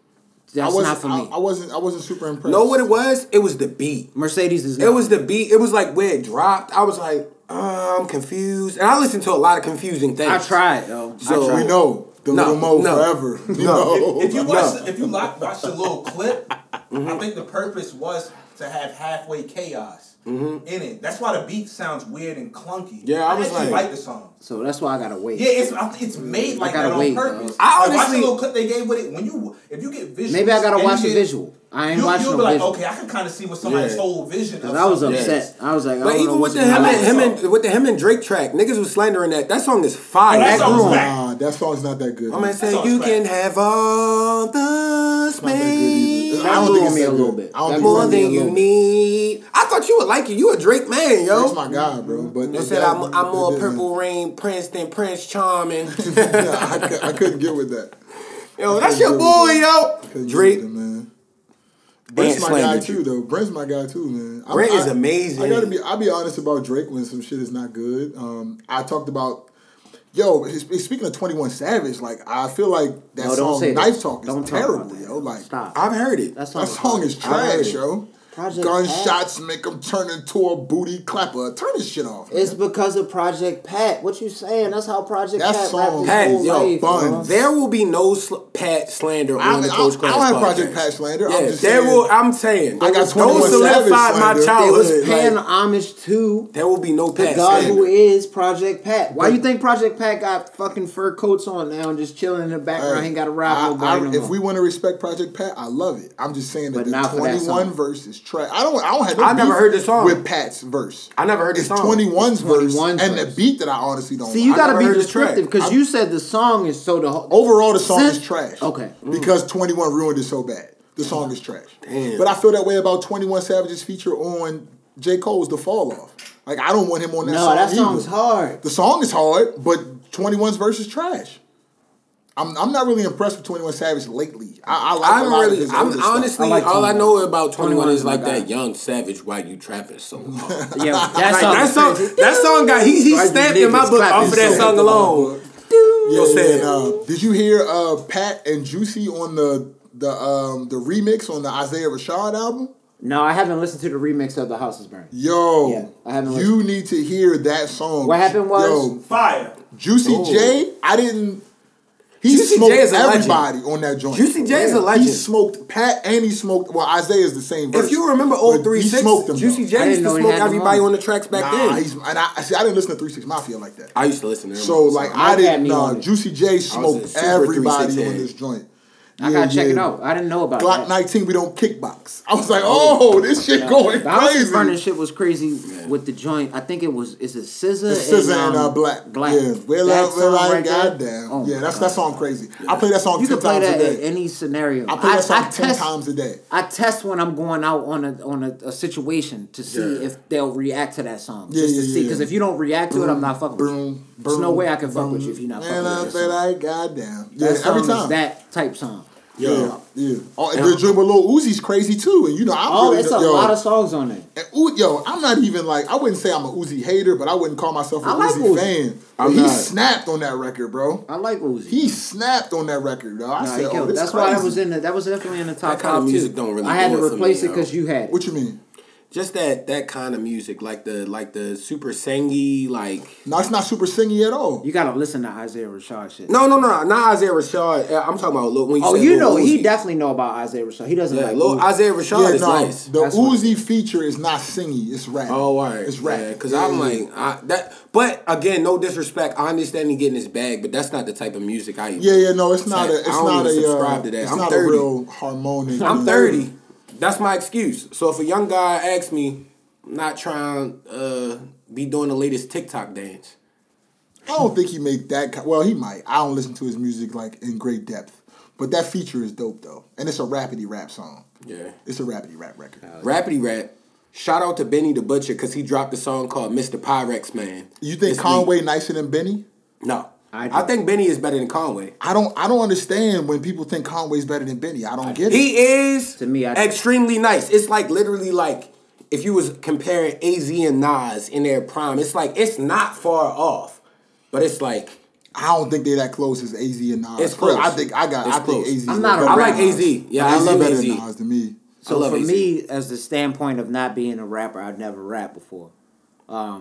B: That's
F: wasn't,
B: not for me.
F: I, I wasn't. I wasn't super impressed.
E: Know what it was? It was the beat.
B: Mercedes is.
E: It
B: not-
E: was the beat. It was like where it dropped. I was like, uh, I'm confused, and I listened to a lot of confusing things.
B: I tried though.
E: So-
B: I tried.
F: we know the
E: No,
F: little mo
E: no.
F: forever. You know.
G: If you watch, if you like, watch the little clip,
B: Mm-hmm.
G: I think the purpose was to have halfway chaos
B: Mm-hmm.
G: in it. That's why the beat sounds weird and clunky.
E: Yeah, I was
G: actually
E: like-
G: the song.
B: So that's why I gotta wait.
G: Yeah, it's I think it's made like
B: gotta
G: that on
B: wait,
G: purpose.
B: though.
E: I
G: Like, watch the
E: honestly-
G: little clip they gave with it. When you if you get visual,
B: Maybe I gotta watch the visual. I ain't
G: You,
B: watching
G: you'll
B: no
G: be like,
B: visual.
G: okay, I can kind of see what somebody's
E: Yeah.
G: whole vision. Of
B: Cause I was
G: something
E: Yeah.
G: is.
B: upset. I was like, I
E: But
B: don't know
E: even with
B: what's
E: the
B: going
E: him
B: on.
G: like
E: and, him
G: the
E: and with the him and Drake track, niggas was slandering that. That song is fire. That
G: that song
E: grew
G: was
E: on.
G: whack.
F: Nah, that song's not that good.
E: I'm gonna say
G: song's
E: you
G: whack.
E: can have all the
F: not that good either. I
E: space,
B: That
F: don't
B: blew
F: think
B: on
F: it's
B: me
F: that
B: a little
F: good.
B: bit.
F: I don't
B: That
F: think
B: blew
E: more
F: it's
B: on
F: that
B: me a
E: than
F: good.
E: you need. I thought you would like it. You a Drake man, yo.
F: That's my guy, bro. But
E: They
F: it
E: said
F: does-
E: I'm, I'm
F: it
E: more
F: didn't-
E: Purple Rain, Prince than Prince Charming.
F: yeah, I, cou- I couldn't get with that.
E: yo, that's your boy, yo.
F: Couldn't get
E: Drake.
F: with it, man. Brent's my guy
E: slandered you.
F: too, though. Brent's my guy too, man. I'm-
E: Brent is
F: I-
E: amazing.
F: I gotta be. I'll be honest about Drake when some shit is not good. Um, I talked about. Yo, he's- he's speaking of Twenty One Savage, like I feel like that
B: No, don't
F: song
B: say that.
F: Knife Talk is
B: Don't talk about
F: terrible,
B: that.
F: yo. Like
B: Stop.
E: I've heard it.
B: That song
F: that song is
E: heard it.
F: trash, yo.
B: Project
F: Gunshots make 'em turn into a booty clapper. Turn this shit off.
B: It's because of Project Pat. What you saying? That's how Project
F: That
B: Pat
F: song-
B: rapped his
E: Pat,
B: whole
E: yo,
B: life.
F: buns.
B: bro.
E: There will be no sl- Pat slander on
F: I'll-
E: the Coach
F: I'll-
E: Crash
F: I'll have
E: podcast.
F: Project Pat slander. I'm
E: Yeah,
F: just
E: there
F: saying.
E: will. I'm saying.
F: I got
E: Don't
F: 21
E: solidify
F: Savage
E: my
F: slander.
B: They
E: childhood.
B: was paying
E: like,
B: homage to
E: there will be no
B: the
E: Pat
B: God who
E: slander.
B: is Project Pat. Why you think Project Pat got fucking fur coats on now and just chilling in the background?
F: Hey,
B: He ain't got to rob
F: I-
B: nobody
F: I-
B: no
F: if
B: more.
F: we want to respect Project Pat, I love it. I'm just saying that
B: But
F: the
B: not for that
F: 21
B: song.
F: verse is trash. I don't. I don't have. No
E: I never
F: beef
E: heard the song.
F: with Pat's verse.
E: I never heard the
F: it's
E: song.
F: 21's verse
B: 21's
F: and
B: verse.
F: the beat that I honestly don't.
B: See, you
F: like.
B: got to
E: never
B: be
E: heard this track.
B: descriptive because you said the song is so the whole.
F: Overall, the song is
B: Since-
F: trash.
B: Okay. Mm.
F: Because 21 ruined it so bad. The song is trash. But I feel that way about 21 Savage's feature on J. Cole's The Fall Off. Like, I don't want him on that
B: no,
F: song.
B: that song's
F: either.
B: hard.
F: The song is hard, but 21's verse is trash. I'm, I'm not really impressed with 21 Savage lately. I, I like a
E: I'm
F: lot of
E: really,
F: his older
E: I'm
F: stuff.
E: honestly,
B: I like
E: all I
B: 21.
E: know about 21 is
B: 21 is
E: like
B: my guy.
E: that young savage. Why you trapping so hard?
B: Yeah, that
E: Like,
B: song.
E: that
B: is
E: song,
B: crazy.
E: that song got he he
B: Why you
E: stamped in my
B: niggas
E: book
B: clapping
E: off of that
B: so
E: song
B: hard?
E: alone.
F: Yeah,
E: Yo,
F: yeah,
E: said,
F: and, uh, did you hear uh, Pat and Juicy on the the um, the remix on the Isaiah Rashad album?
B: No, I haven't listened to the remix of "The House Is Burning."
F: Yo,
B: Yeah, I haven't
F: you need to hear that song.
B: What happened was-
F: Yo,
G: Fire.
F: Juicy
E: Ooh.
F: J, I didn't. He
E: Oh. Juicy J
F: smoked
E: is a legend.
F: everybody on that joint.
E: Juicy J is a
F: He
E: legend.
F: smoked Pat and he smoked. Well, Isaiah's the same. Verse,
E: If you remember
F: but he
E: old 3 6,
F: smoked them,
E: Juicy
F: though.
E: J
B: I
E: used
B: didn't
E: to
B: know he
E: smoke
B: had them
E: everybody
B: on.
E: on the tracks back
F: Nah,
E: then.
F: he's and I see. I didn't listen to Three Six Mafia like that.
E: I used to listen to him.
F: So like I
B: Mike had
F: didn't.
B: me
F: Nah,
B: on it.
F: Juicy J smoked
E: super 3-6
F: everybody
E: head.
F: on this joint.
B: I gotta check it out. I didn't know about
F: Glock
B: that.
F: 19, we don't kickbox. I was like, oh, this shit going
B: The House
F: crazy.
B: is Burning shit was crazy with the joint. I think it was is it um, Scissor?
F: It's SZA and, uh, Black. Yeah, we're like, we're like, goddamn. yeah, that's that song crazy. I play that song
B: Oh You
F: ten
B: can play
F: times a
B: that in
F: day.
B: any scenario.
F: I play that song ten
B: test,
F: times a day.
B: I test when I'm going out on a on a, a situation to see if they'll react to that song.
F: Yeah,
B: just to
F: yeah,
B: see,
F: yeah.
B: because if you don't react to it, I'm not fucking with you.
F: Boom,
B: There's no
F: boom,
B: way I can fuck
F: boom.
B: with you if you're not
F: Man,
B: fucking
F: I
B: with
F: play
B: me.
F: like goddamn. Yeah,
B: That song
F: every time.
B: is that type song.
F: Yeah, yeah. Oh, and the joint with Lil Uzi's crazy too. And you know, I'm
B: Oh,
F: really
B: it's a
F: yo,
B: lot of songs on there.
F: And U- yo, I'm not even like I wouldn't say I'm a Uzi hater, but I wouldn't call myself a
B: I like
F: Uzi,
B: Uzi.
F: fan. But
E: I'm
F: he
E: not.
F: snapped on that record, bro.
B: I like Uzi.
F: He snapped on that record, though. I
B: Nah,
F: said,
B: he
F: oh,
B: killed it.
F: this
B: That's
F: crazy.
B: why that was in the that was definitely in the top
E: That kind of
B: five too.
E: music don't really
B: I had
E: do
B: to
E: it for
B: replace it
E: me,
B: because you had it.
F: What you mean?
E: Just that that kind of music, like the like the super sangy, like
F: No, it's not super singy at all.
B: You gotta listen to Isaiah Rashad shit.
E: no no no, not Isaiah Rashad. Uh, I'm talking about Lil, when you
B: Oh,
E: said
B: you
E: Lil
B: know he
E: Uzi.
B: definitely know about Isaiah Rashad. He doesn't
E: yeah,
B: like
E: Lil,
B: Uzi.
E: Isaiah Rashad
F: yeah,
E: is
F: no,
E: nice.
F: the
B: That's what-
F: Uzi feature is not singy. It's rap.
E: Oh, all right.
F: it's rap.
E: Because
F: Yeah,
E: I'm
F: yeah.
E: like I, that, but again, no disrespect. I understand he getting his bag, but that's not the type of music I.
F: yeah, yeah. No, it's not
E: I
F: a. It's
E: don't
F: not a.
E: even
F: Uh,
E: subscribe to that.
F: It's
E: I'm
F: not
E: 30.
F: a real harmonic.
E: I'm
F: and-
E: 30. That's my excuse. So if a young guy asks me, not trying uh be doing the latest TikTok dance.
F: I don't think he made that. ki- Well, he might. I don't listen to his music like in great depth, but that feature is dope though, and it's a rapidy rap song.
E: Yeah.
F: It's a rapidy rap record.
E: Rappity rap. Shout out to Benny the Butcher because he dropped a song called Mr. Pyrex Man.
F: You
E: this
F: think
E: week.
F: Conway nicer than Benny?
E: No.
B: I
E: I,
B: do.
E: think Benny is better than Conway.
F: I don't. I don't understand when people think Conway's better than Benny. I don't get it.
E: He is
B: To me, I-
E: extremely nice. It's like literally like if you was comparing AZ and Nas in their prime, it's like it's not far off, but it's like
F: I don't think they're that close as AZ and Nas.
E: It's
F: But I
E: close.
F: think I got.
E: It's
F: I think
E: close.
F: AZ. 's
B: I'm not a-
F: better
B: I like
F: than Nas.
E: AZ. Yeah,
F: But
E: I love
F: better
E: AZ.
F: than Nas to me.
E: I
B: So
E: love
B: for
E: AC.
B: me, as the standpoint of not being a rapper, I've never rapped before. Um,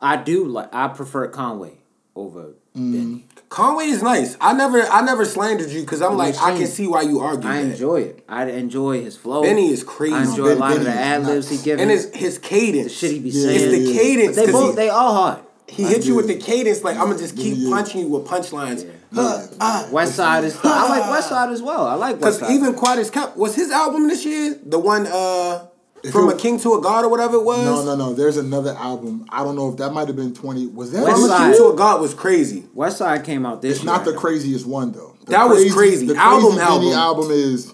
B: I do like. I prefer Conway over
E: Mm,
B: Benny.
E: Conway is nice. I never I never slandered you because I'm like I can see why you argue.
B: I
E: that.
B: enjoy it. I enjoy his flow.
E: Benny is crazy.
B: I enjoy a
F: Ben-
B: lot of the
F: Benny is
B: ad libs he
F: nuts.
B: gives.
E: and his his cadence.
B: the shit he be
F: Yeah,
B: saying.
E: It's the
F: yeah, yeah.
E: cadence.
B: But they
E: 'cause
B: both
E: he-
B: they all hard.
E: He hit you with the
F: do.
E: cadence, like I'm gonna just keep
F: Yeah.
E: punching you with punchlines. Uh,
F: Yeah.
B: West Side is. I like West Side as well. I like West
E: Because
B: Side.
E: even Quad is Kept was his album this year, the one uh
F: If
E: from
F: it-
E: a king to a god or whatever it was.
F: No, no, no. There's another album. I don't know if that might have been 20. Was that?
E: From a
B: Westside.
E: king to a god was crazy.
B: West Side came out this
F: It's
B: year.
F: not the craziest one though. The
E: That was crazy.
F: The crazy
E: Album,
F: Benny
E: album.
F: album is.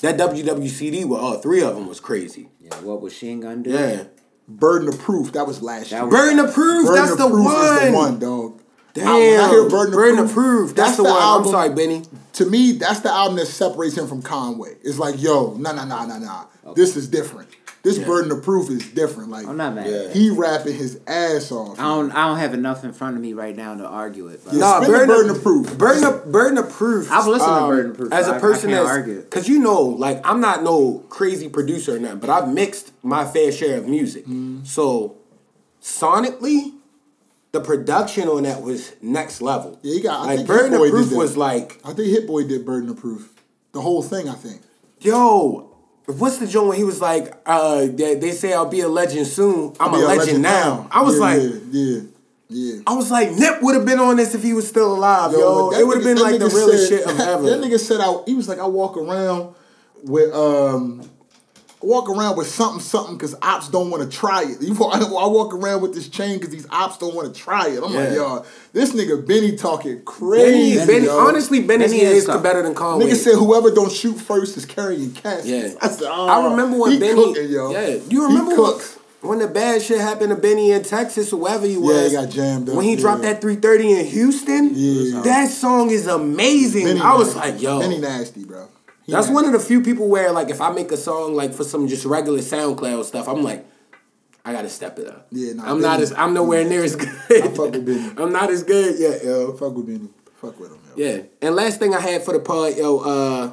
E: That WWCD, well, all three of them was crazy.
B: Yeah, what was Sheen gonna do?
E: Yeah,
F: Burden of Proof. That was last year.
B: was-
E: Burden of Proof,
F: Burden
E: that's
F: of
E: the,
F: Proof
E: one.
F: is the one, dog.
E: Damn,
F: I- when I hear Burden
E: Burden,
F: of
E: of
F: Proof,
E: Proof, that's,
F: that's
E: the,
F: the
E: one.
F: album.
E: I'm sorry, Benny.
F: To me, that's the album that separates him from Conway. It's like, yo, nah, nah, nah, nah, nah. This is different. This Burden of Proof is different. Like,
B: I'm not mad.
E: Yeah.
F: he rapping his ass off.
B: I don't. I don't have enough in front of me right now to argue it. But
F: Yeah.
E: Nah,
F: Spin the
E: burden,
F: burden
E: of
F: of proof.
E: Burden of, burden of proof.
B: I've listened to burden of proof,
E: as
B: so I-
E: a
B: I
E: person
B: can't
E: that's
B: argue it.
E: because you know, like I'm not no crazy producer or nothing, but I've mixed my fair share of music.
B: Mm-hmm.
E: So, sonically, the production on that was next level.
F: Yeah, he got- I
E: like
F: think
E: burden
F: Hit
E: of
F: Boy did
E: proof
F: that.
E: was like,
F: I think Hit Boy did Burden of Proof. The whole thing, I think.
E: yo. What's the joint when he was like, uh, they, they say I'll be a legend soon. I'm a
F: Yeah,
E: legend, now. I was
F: Yeah,
E: like,
F: yeah, yeah, yeah.
E: I was like, Nip would have been on this if he was still alive, yo.
F: Yo, but that
E: It would have
F: nigga-
E: been
F: that
E: like the
F: nigga
E: realest
F: said-
E: shit of ever.
F: That nigga said I he was like, I walk around with um I walk around with something something because ops don't want to try it. You walk, I walk around with this chain because these ops don't want to try it. I'm like,
E: Yeah.
F: y'all, this nigga Benny talking
E: Benny,
F: crazy.
E: Benny,
F: yo.
E: honestly, Benny,
B: Benny is
E: is
B: tough.
E: better than Conway.
F: Nigga said whoever don't shoot first is carrying cash.
E: yeah.
F: I said, oh,
E: I remember when
F: he
E: Benny.
F: cooking, yo.
E: Yeah,
F: He
E: you remember when,
F: cooks.
E: when the bad shit happened to Benny in Texas or wherever he
F: Yeah,
E: was.
F: he got jammed up,
E: When he
F: yeah.
E: dropped that 330 in Houston,
F: Yeah.
E: that song is amazing.
F: Benny
E: I was
F: nasty.
E: like, yo.
F: Benny nasty, bro. He
E: That's
F: nasty.
E: one of the few people where, like, if I make a song like for some just regular SoundCloud stuff, I'm like, I gotta step it up.
F: Yeah, nah,
E: I'm not
F: Benny-
E: as I'm nowhere near as good.
F: fuck with Benny.
E: I'm not as good yet, yo.
F: fuck with Benny. Fuck with him, yo.
E: Yeah. And last thing I had for the pod, yo, uh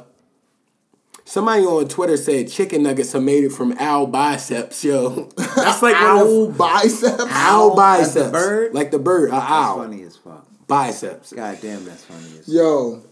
E: somebody on Twitter said chicken nuggets are made it from owl biceps, yo. That's like one
F: Ow,
E: of the
F: biceps.
E: owl
B: like the
E: biceps.
B: bird?
E: Like the bird, a
B: that's
E: owl.
B: funny as fuck.
E: Biceps.
B: God damn, that's funny as. fuck.
F: Yo,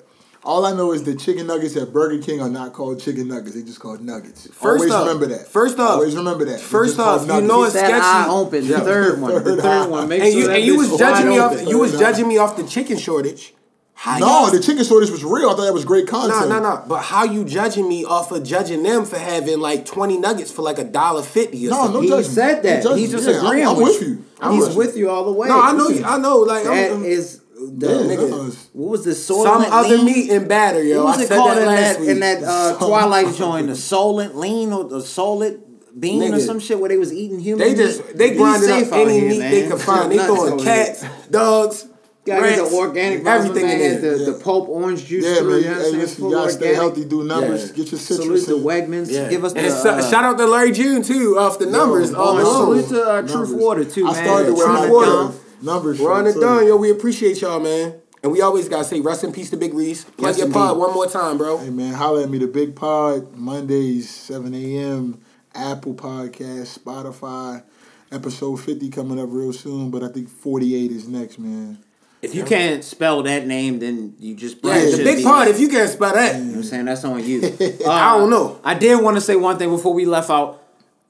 F: all I know is the chicken nuggets at Burger King are not called chicken nuggets; they just called nuggets. Always
E: up-
F: remember that.
E: First off,
F: always remember that. They're
E: first
F: just called
E: off, you
F: nuggets.
E: know
B: Keep that
E: it's- sketchy.
B: eye open. The third one. The third one. Make
E: And
B: sure
E: you
B: that
E: and you
B: bitch
E: was
B: wide
E: judging me
B: open.
E: off you was
F: Third eye.
E: judging me off the chicken shortage. How
F: no,
E: y'all-
F: the chicken shortage was real. I thought that was great
E: No,
F: content.
E: no, no. But how you judging me off of judging them for having like twenty nuggets for like a dollar fifty or
F: no,
E: something?
F: no
B: He
F: judgment.
B: said
F: No
B: that.
F: judgment.
B: He's just
F: Yeah, I'm-
B: agreeing
F: I'm,
B: with,
F: with you. I'm
B: He's
F: you.
B: with you all the way.
E: No, I know, you, I know. Like
B: That
E: I'm,
B: is the
F: Yeah, that
B: nigga.
F: was-
B: What was the soil?
E: some
B: and
E: other
B: lean?
E: meat and batter, yo.
B: What
E: I
B: was it
E: said
B: called
E: that
B: in
E: last
B: that
E: week.
B: in that uh,
F: Some-
B: Twilight joint? The solent lean or the solid bean or
E: Nigga.
B: some shit where they was eating human.
E: they
B: meat?
E: just they
B: Be
E: grinded
B: safe
E: up
B: out
E: any
B: here,
E: meat
B: man.
E: they could find. They
B: Nuts
E: throwing
B: over
E: cats,
B: here.
E: dogs,
B: Gotta get
E: rats,
B: the organic
E: everything in there.
B: The, the pulp orange juice.
F: Yeah,
B: through,
F: man.
B: you know what I'm
F: hey,
B: saying?
F: listen,
B: Full
F: y'all stay
B: organic.
F: healthy, do numbers,
E: Yeah.
F: get your citrus.
B: Salute the
F: in.
B: Wegmans.
E: Yeah.
B: Give us
E: and
B: the
E: so-
B: uh,
E: shout out to Larry June too off the numbers.
F: Yo,
E: all
B: oh,
E: alone.
B: salute to uh, Truth Water too,
F: I
B: man.
F: started with
E: Truth
F: my
E: Water.
F: Dom. numbers.
E: We're on
F: show,
E: the
F: too.
E: done, yo. We appreciate y'all, man. And we always gotta say rest in peace to Big Reese. Plug
F: Yes,
E: your pod
F: indeed.
E: one more time, bro.
F: Hey man, holla at me. The Big Pod Mondays, seven a.m. Apple Podcast, Spotify. Episode fifty coming up real soon, but I think forty-eight is next, man.
B: If you can't spell that name, then you just
E: Yeah, the
B: should
E: big
B: be-
E: pod. If you can't spell that,
B: You know what I'm saying that's on you. Uh,
E: I don't know.
B: I did want to say one thing before we left out.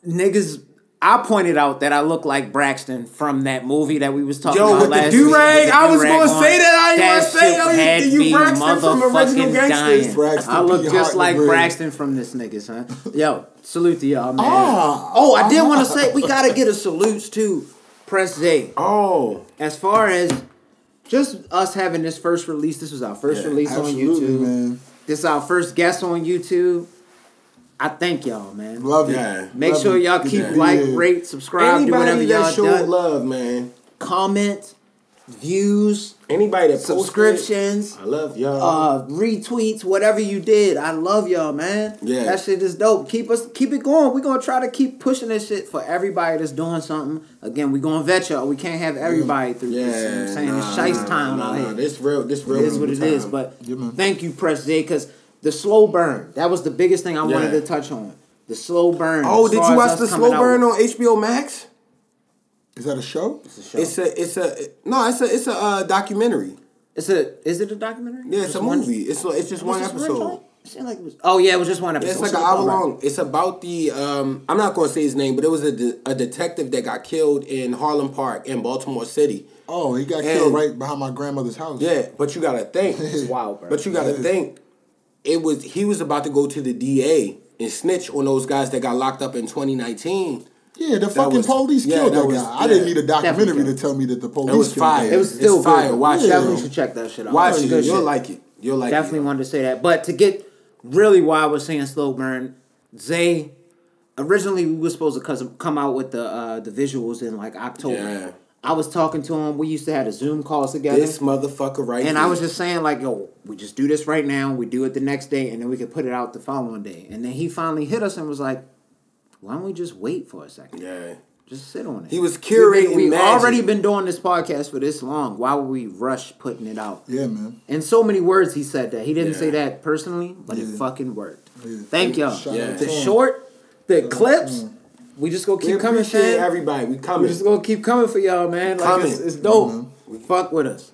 B: Niggas I pointed out that I look like Braxton from that movie that we was talking
E: Yo,
B: about
E: with the
B: last
E: do
B: week,
E: rag,
B: with the
E: I was
B: do-rag
E: gonna
B: on.
E: say that. I didn't
B: That
E: want to say
B: shit
E: that. You-
B: had
E: you
B: me
E: Braxton from Original
B: motherfucking
E: Gangsters.
B: dying.
F: Braxton
B: I look
F: P.
B: just like
F: Hartman.
B: Braxton from this niggas, huh? Yo, salute to y'all, man.
F: Ah.
B: oh, I did want to say we gotta get a salutes to Press J.
E: Oh,
B: As far as just us having this first release, this was our first
E: Yeah,
B: release on
F: Absolutely,
B: YouTube.
F: man.
B: This our first guest on YouTube. I thank y'all, man.
F: Love
E: Yeah.
F: it.
B: Make
F: Love
B: sure
F: it.
B: y'all
F: Good
B: keep
F: to be
B: like,
F: here.
B: rate, subscribe, do whatever
E: anybody
B: y'all
E: that showed
B: done.
E: love, man.
B: Comment, views,
E: Anybody that posted,
B: Subscriptions.
E: I love y'all.
B: uh, retweets, whatever you did. I love y'all, man.
E: Yeah.
B: that shit is dope. Keep us, keep it going. We're gonna try to keep pushing this shit for everybody that's doing something. Again, we gonna vet y'all. We can't have everybody through
E: yeah,
B: this. You know what I'm saying
E: nah,
B: it's shice
E: nah,
B: time
E: nah,
B: out
E: nah,
B: here.
E: This real, this real.
B: It is what it
E: time.
B: is. But
F: Yeah, man.
B: thank you, Press J, because the slow burn. That was the biggest thing I wanted
E: Yeah.
B: to touch on. The slow burn.
E: oh,
B: as
E: did
B: far
E: you
B: as
E: watch
B: us
E: the
B: coming
E: slow
B: out
E: burn
B: with
E: on HBO Max?
F: Is that a show?
B: the show.
E: It's a, it's a, no, it's a, it's a uh, documentary.
B: It's a. Is it a documentary?
E: Yeah, it's
B: Just
E: a
B: one-
E: movie. It's a, it's just
B: was
E: one
B: this
E: episode.
B: joint? It seemed like it was. Oh yeah, it was just one
E: Yeah,
B: episode.
E: it's like an hour long. It's about the um, I'm not going to say his name, but it was a, de- a detective that got killed in Harlem Park in Baltimore City.
F: Oh, he got
E: And-
F: killed right behind my grandmother's house.
E: Yeah, but you gotta think.
F: It's
B: wild, bro.
E: But you gotta
F: Yeah.
E: think. It was he was about to go to the DA and snitch on those guys that got locked up in 2019.
F: Yeah, the fucking
E: was-
F: police
E: yeah,
F: killed
E: that
F: that, guy.
E: was-
F: I didn't
E: yeah.
F: need a
B: Definitely
F: documentary to
B: killed.
F: tell me that the police
E: That was
F: killed
E: fire.
F: him.
B: It was
E: It's
B: still
E: fire.
B: good.
E: Watch
B: you
E: it,
B: definitely
E: yo.
B: should check that shit out. That
E: Watch
B: was
E: it.
B: good
E: You'll
B: shit.
E: like it. You'll like
B: definitely
E: it.
B: wanted to say that. But to get really why I was saying slow burn, Zay. Originally, we were supposed to cus- come out with the uh, the visuals in like October.
E: Yeah.
B: I was talking to him. We used to have a Zoom calls together.
E: This motherfucker right
B: And I
E: here.
B: was just saying, like, yo, we just do this right now, we do it the next day, and then we could put it out the following day. And then he finally hit us and was like, why don't we just wait for a second?
E: Yeah.
B: Just sit on it.
E: He was
B: We've
E: curating.
B: been- We've
E: magic.
B: already been doing this podcast for this long. Why would we rush putting it out?
F: Yeah, man.
B: In so many words, he said that. He didn't
E: Yeah.
B: say that personally, but it
F: Yeah.
B: fucking worked.
F: Yeah.
B: Thank y'all.
F: Shout
E: Yeah.
F: out to
B: The
F: him.
B: short, the clips, we just gonna
E: We
B: keep coming,
E: appreciate
B: Shane.
E: everybody. We
B: We
E: coming.
B: just gonna keep coming for y'all, man. Like
E: Coming.
B: it's, it's dope. Fuck with us.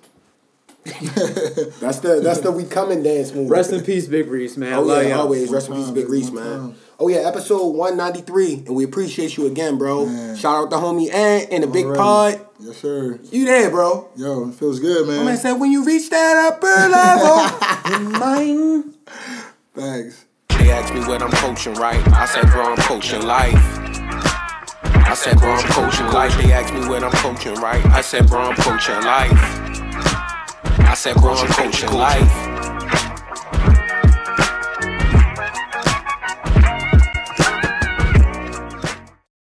E: That's the that's the we coming dance move.
B: Rest in peace, Big Reese, man. I
E: Oh
B: love
E: yeah,
B: y'all.
E: always rest in
F: One
E: peace,
F: time,
E: Big
F: baby,
E: Reese,
F: one
E: man.
F: time.
E: Oh yeah, episode one ninety three, and we appreciate you again, bro.
F: Man.
E: Shout out to homie Ant and the Big
F: Alright.
E: Pod.
F: Yes, sir.
E: You there, bro?
F: Yo, it feels good,
E: My man
F: man.
E: said when you reach that upper level.
B: Mine.
F: Thanks.
A: They ask me what I'm coaching, right? I said, bro, I'm coaching life. I said, bro, I'm coaching life. They ask me what I'm coaching, right? I said, bro, I'm coaching life. I said, bro, I'm coaching life.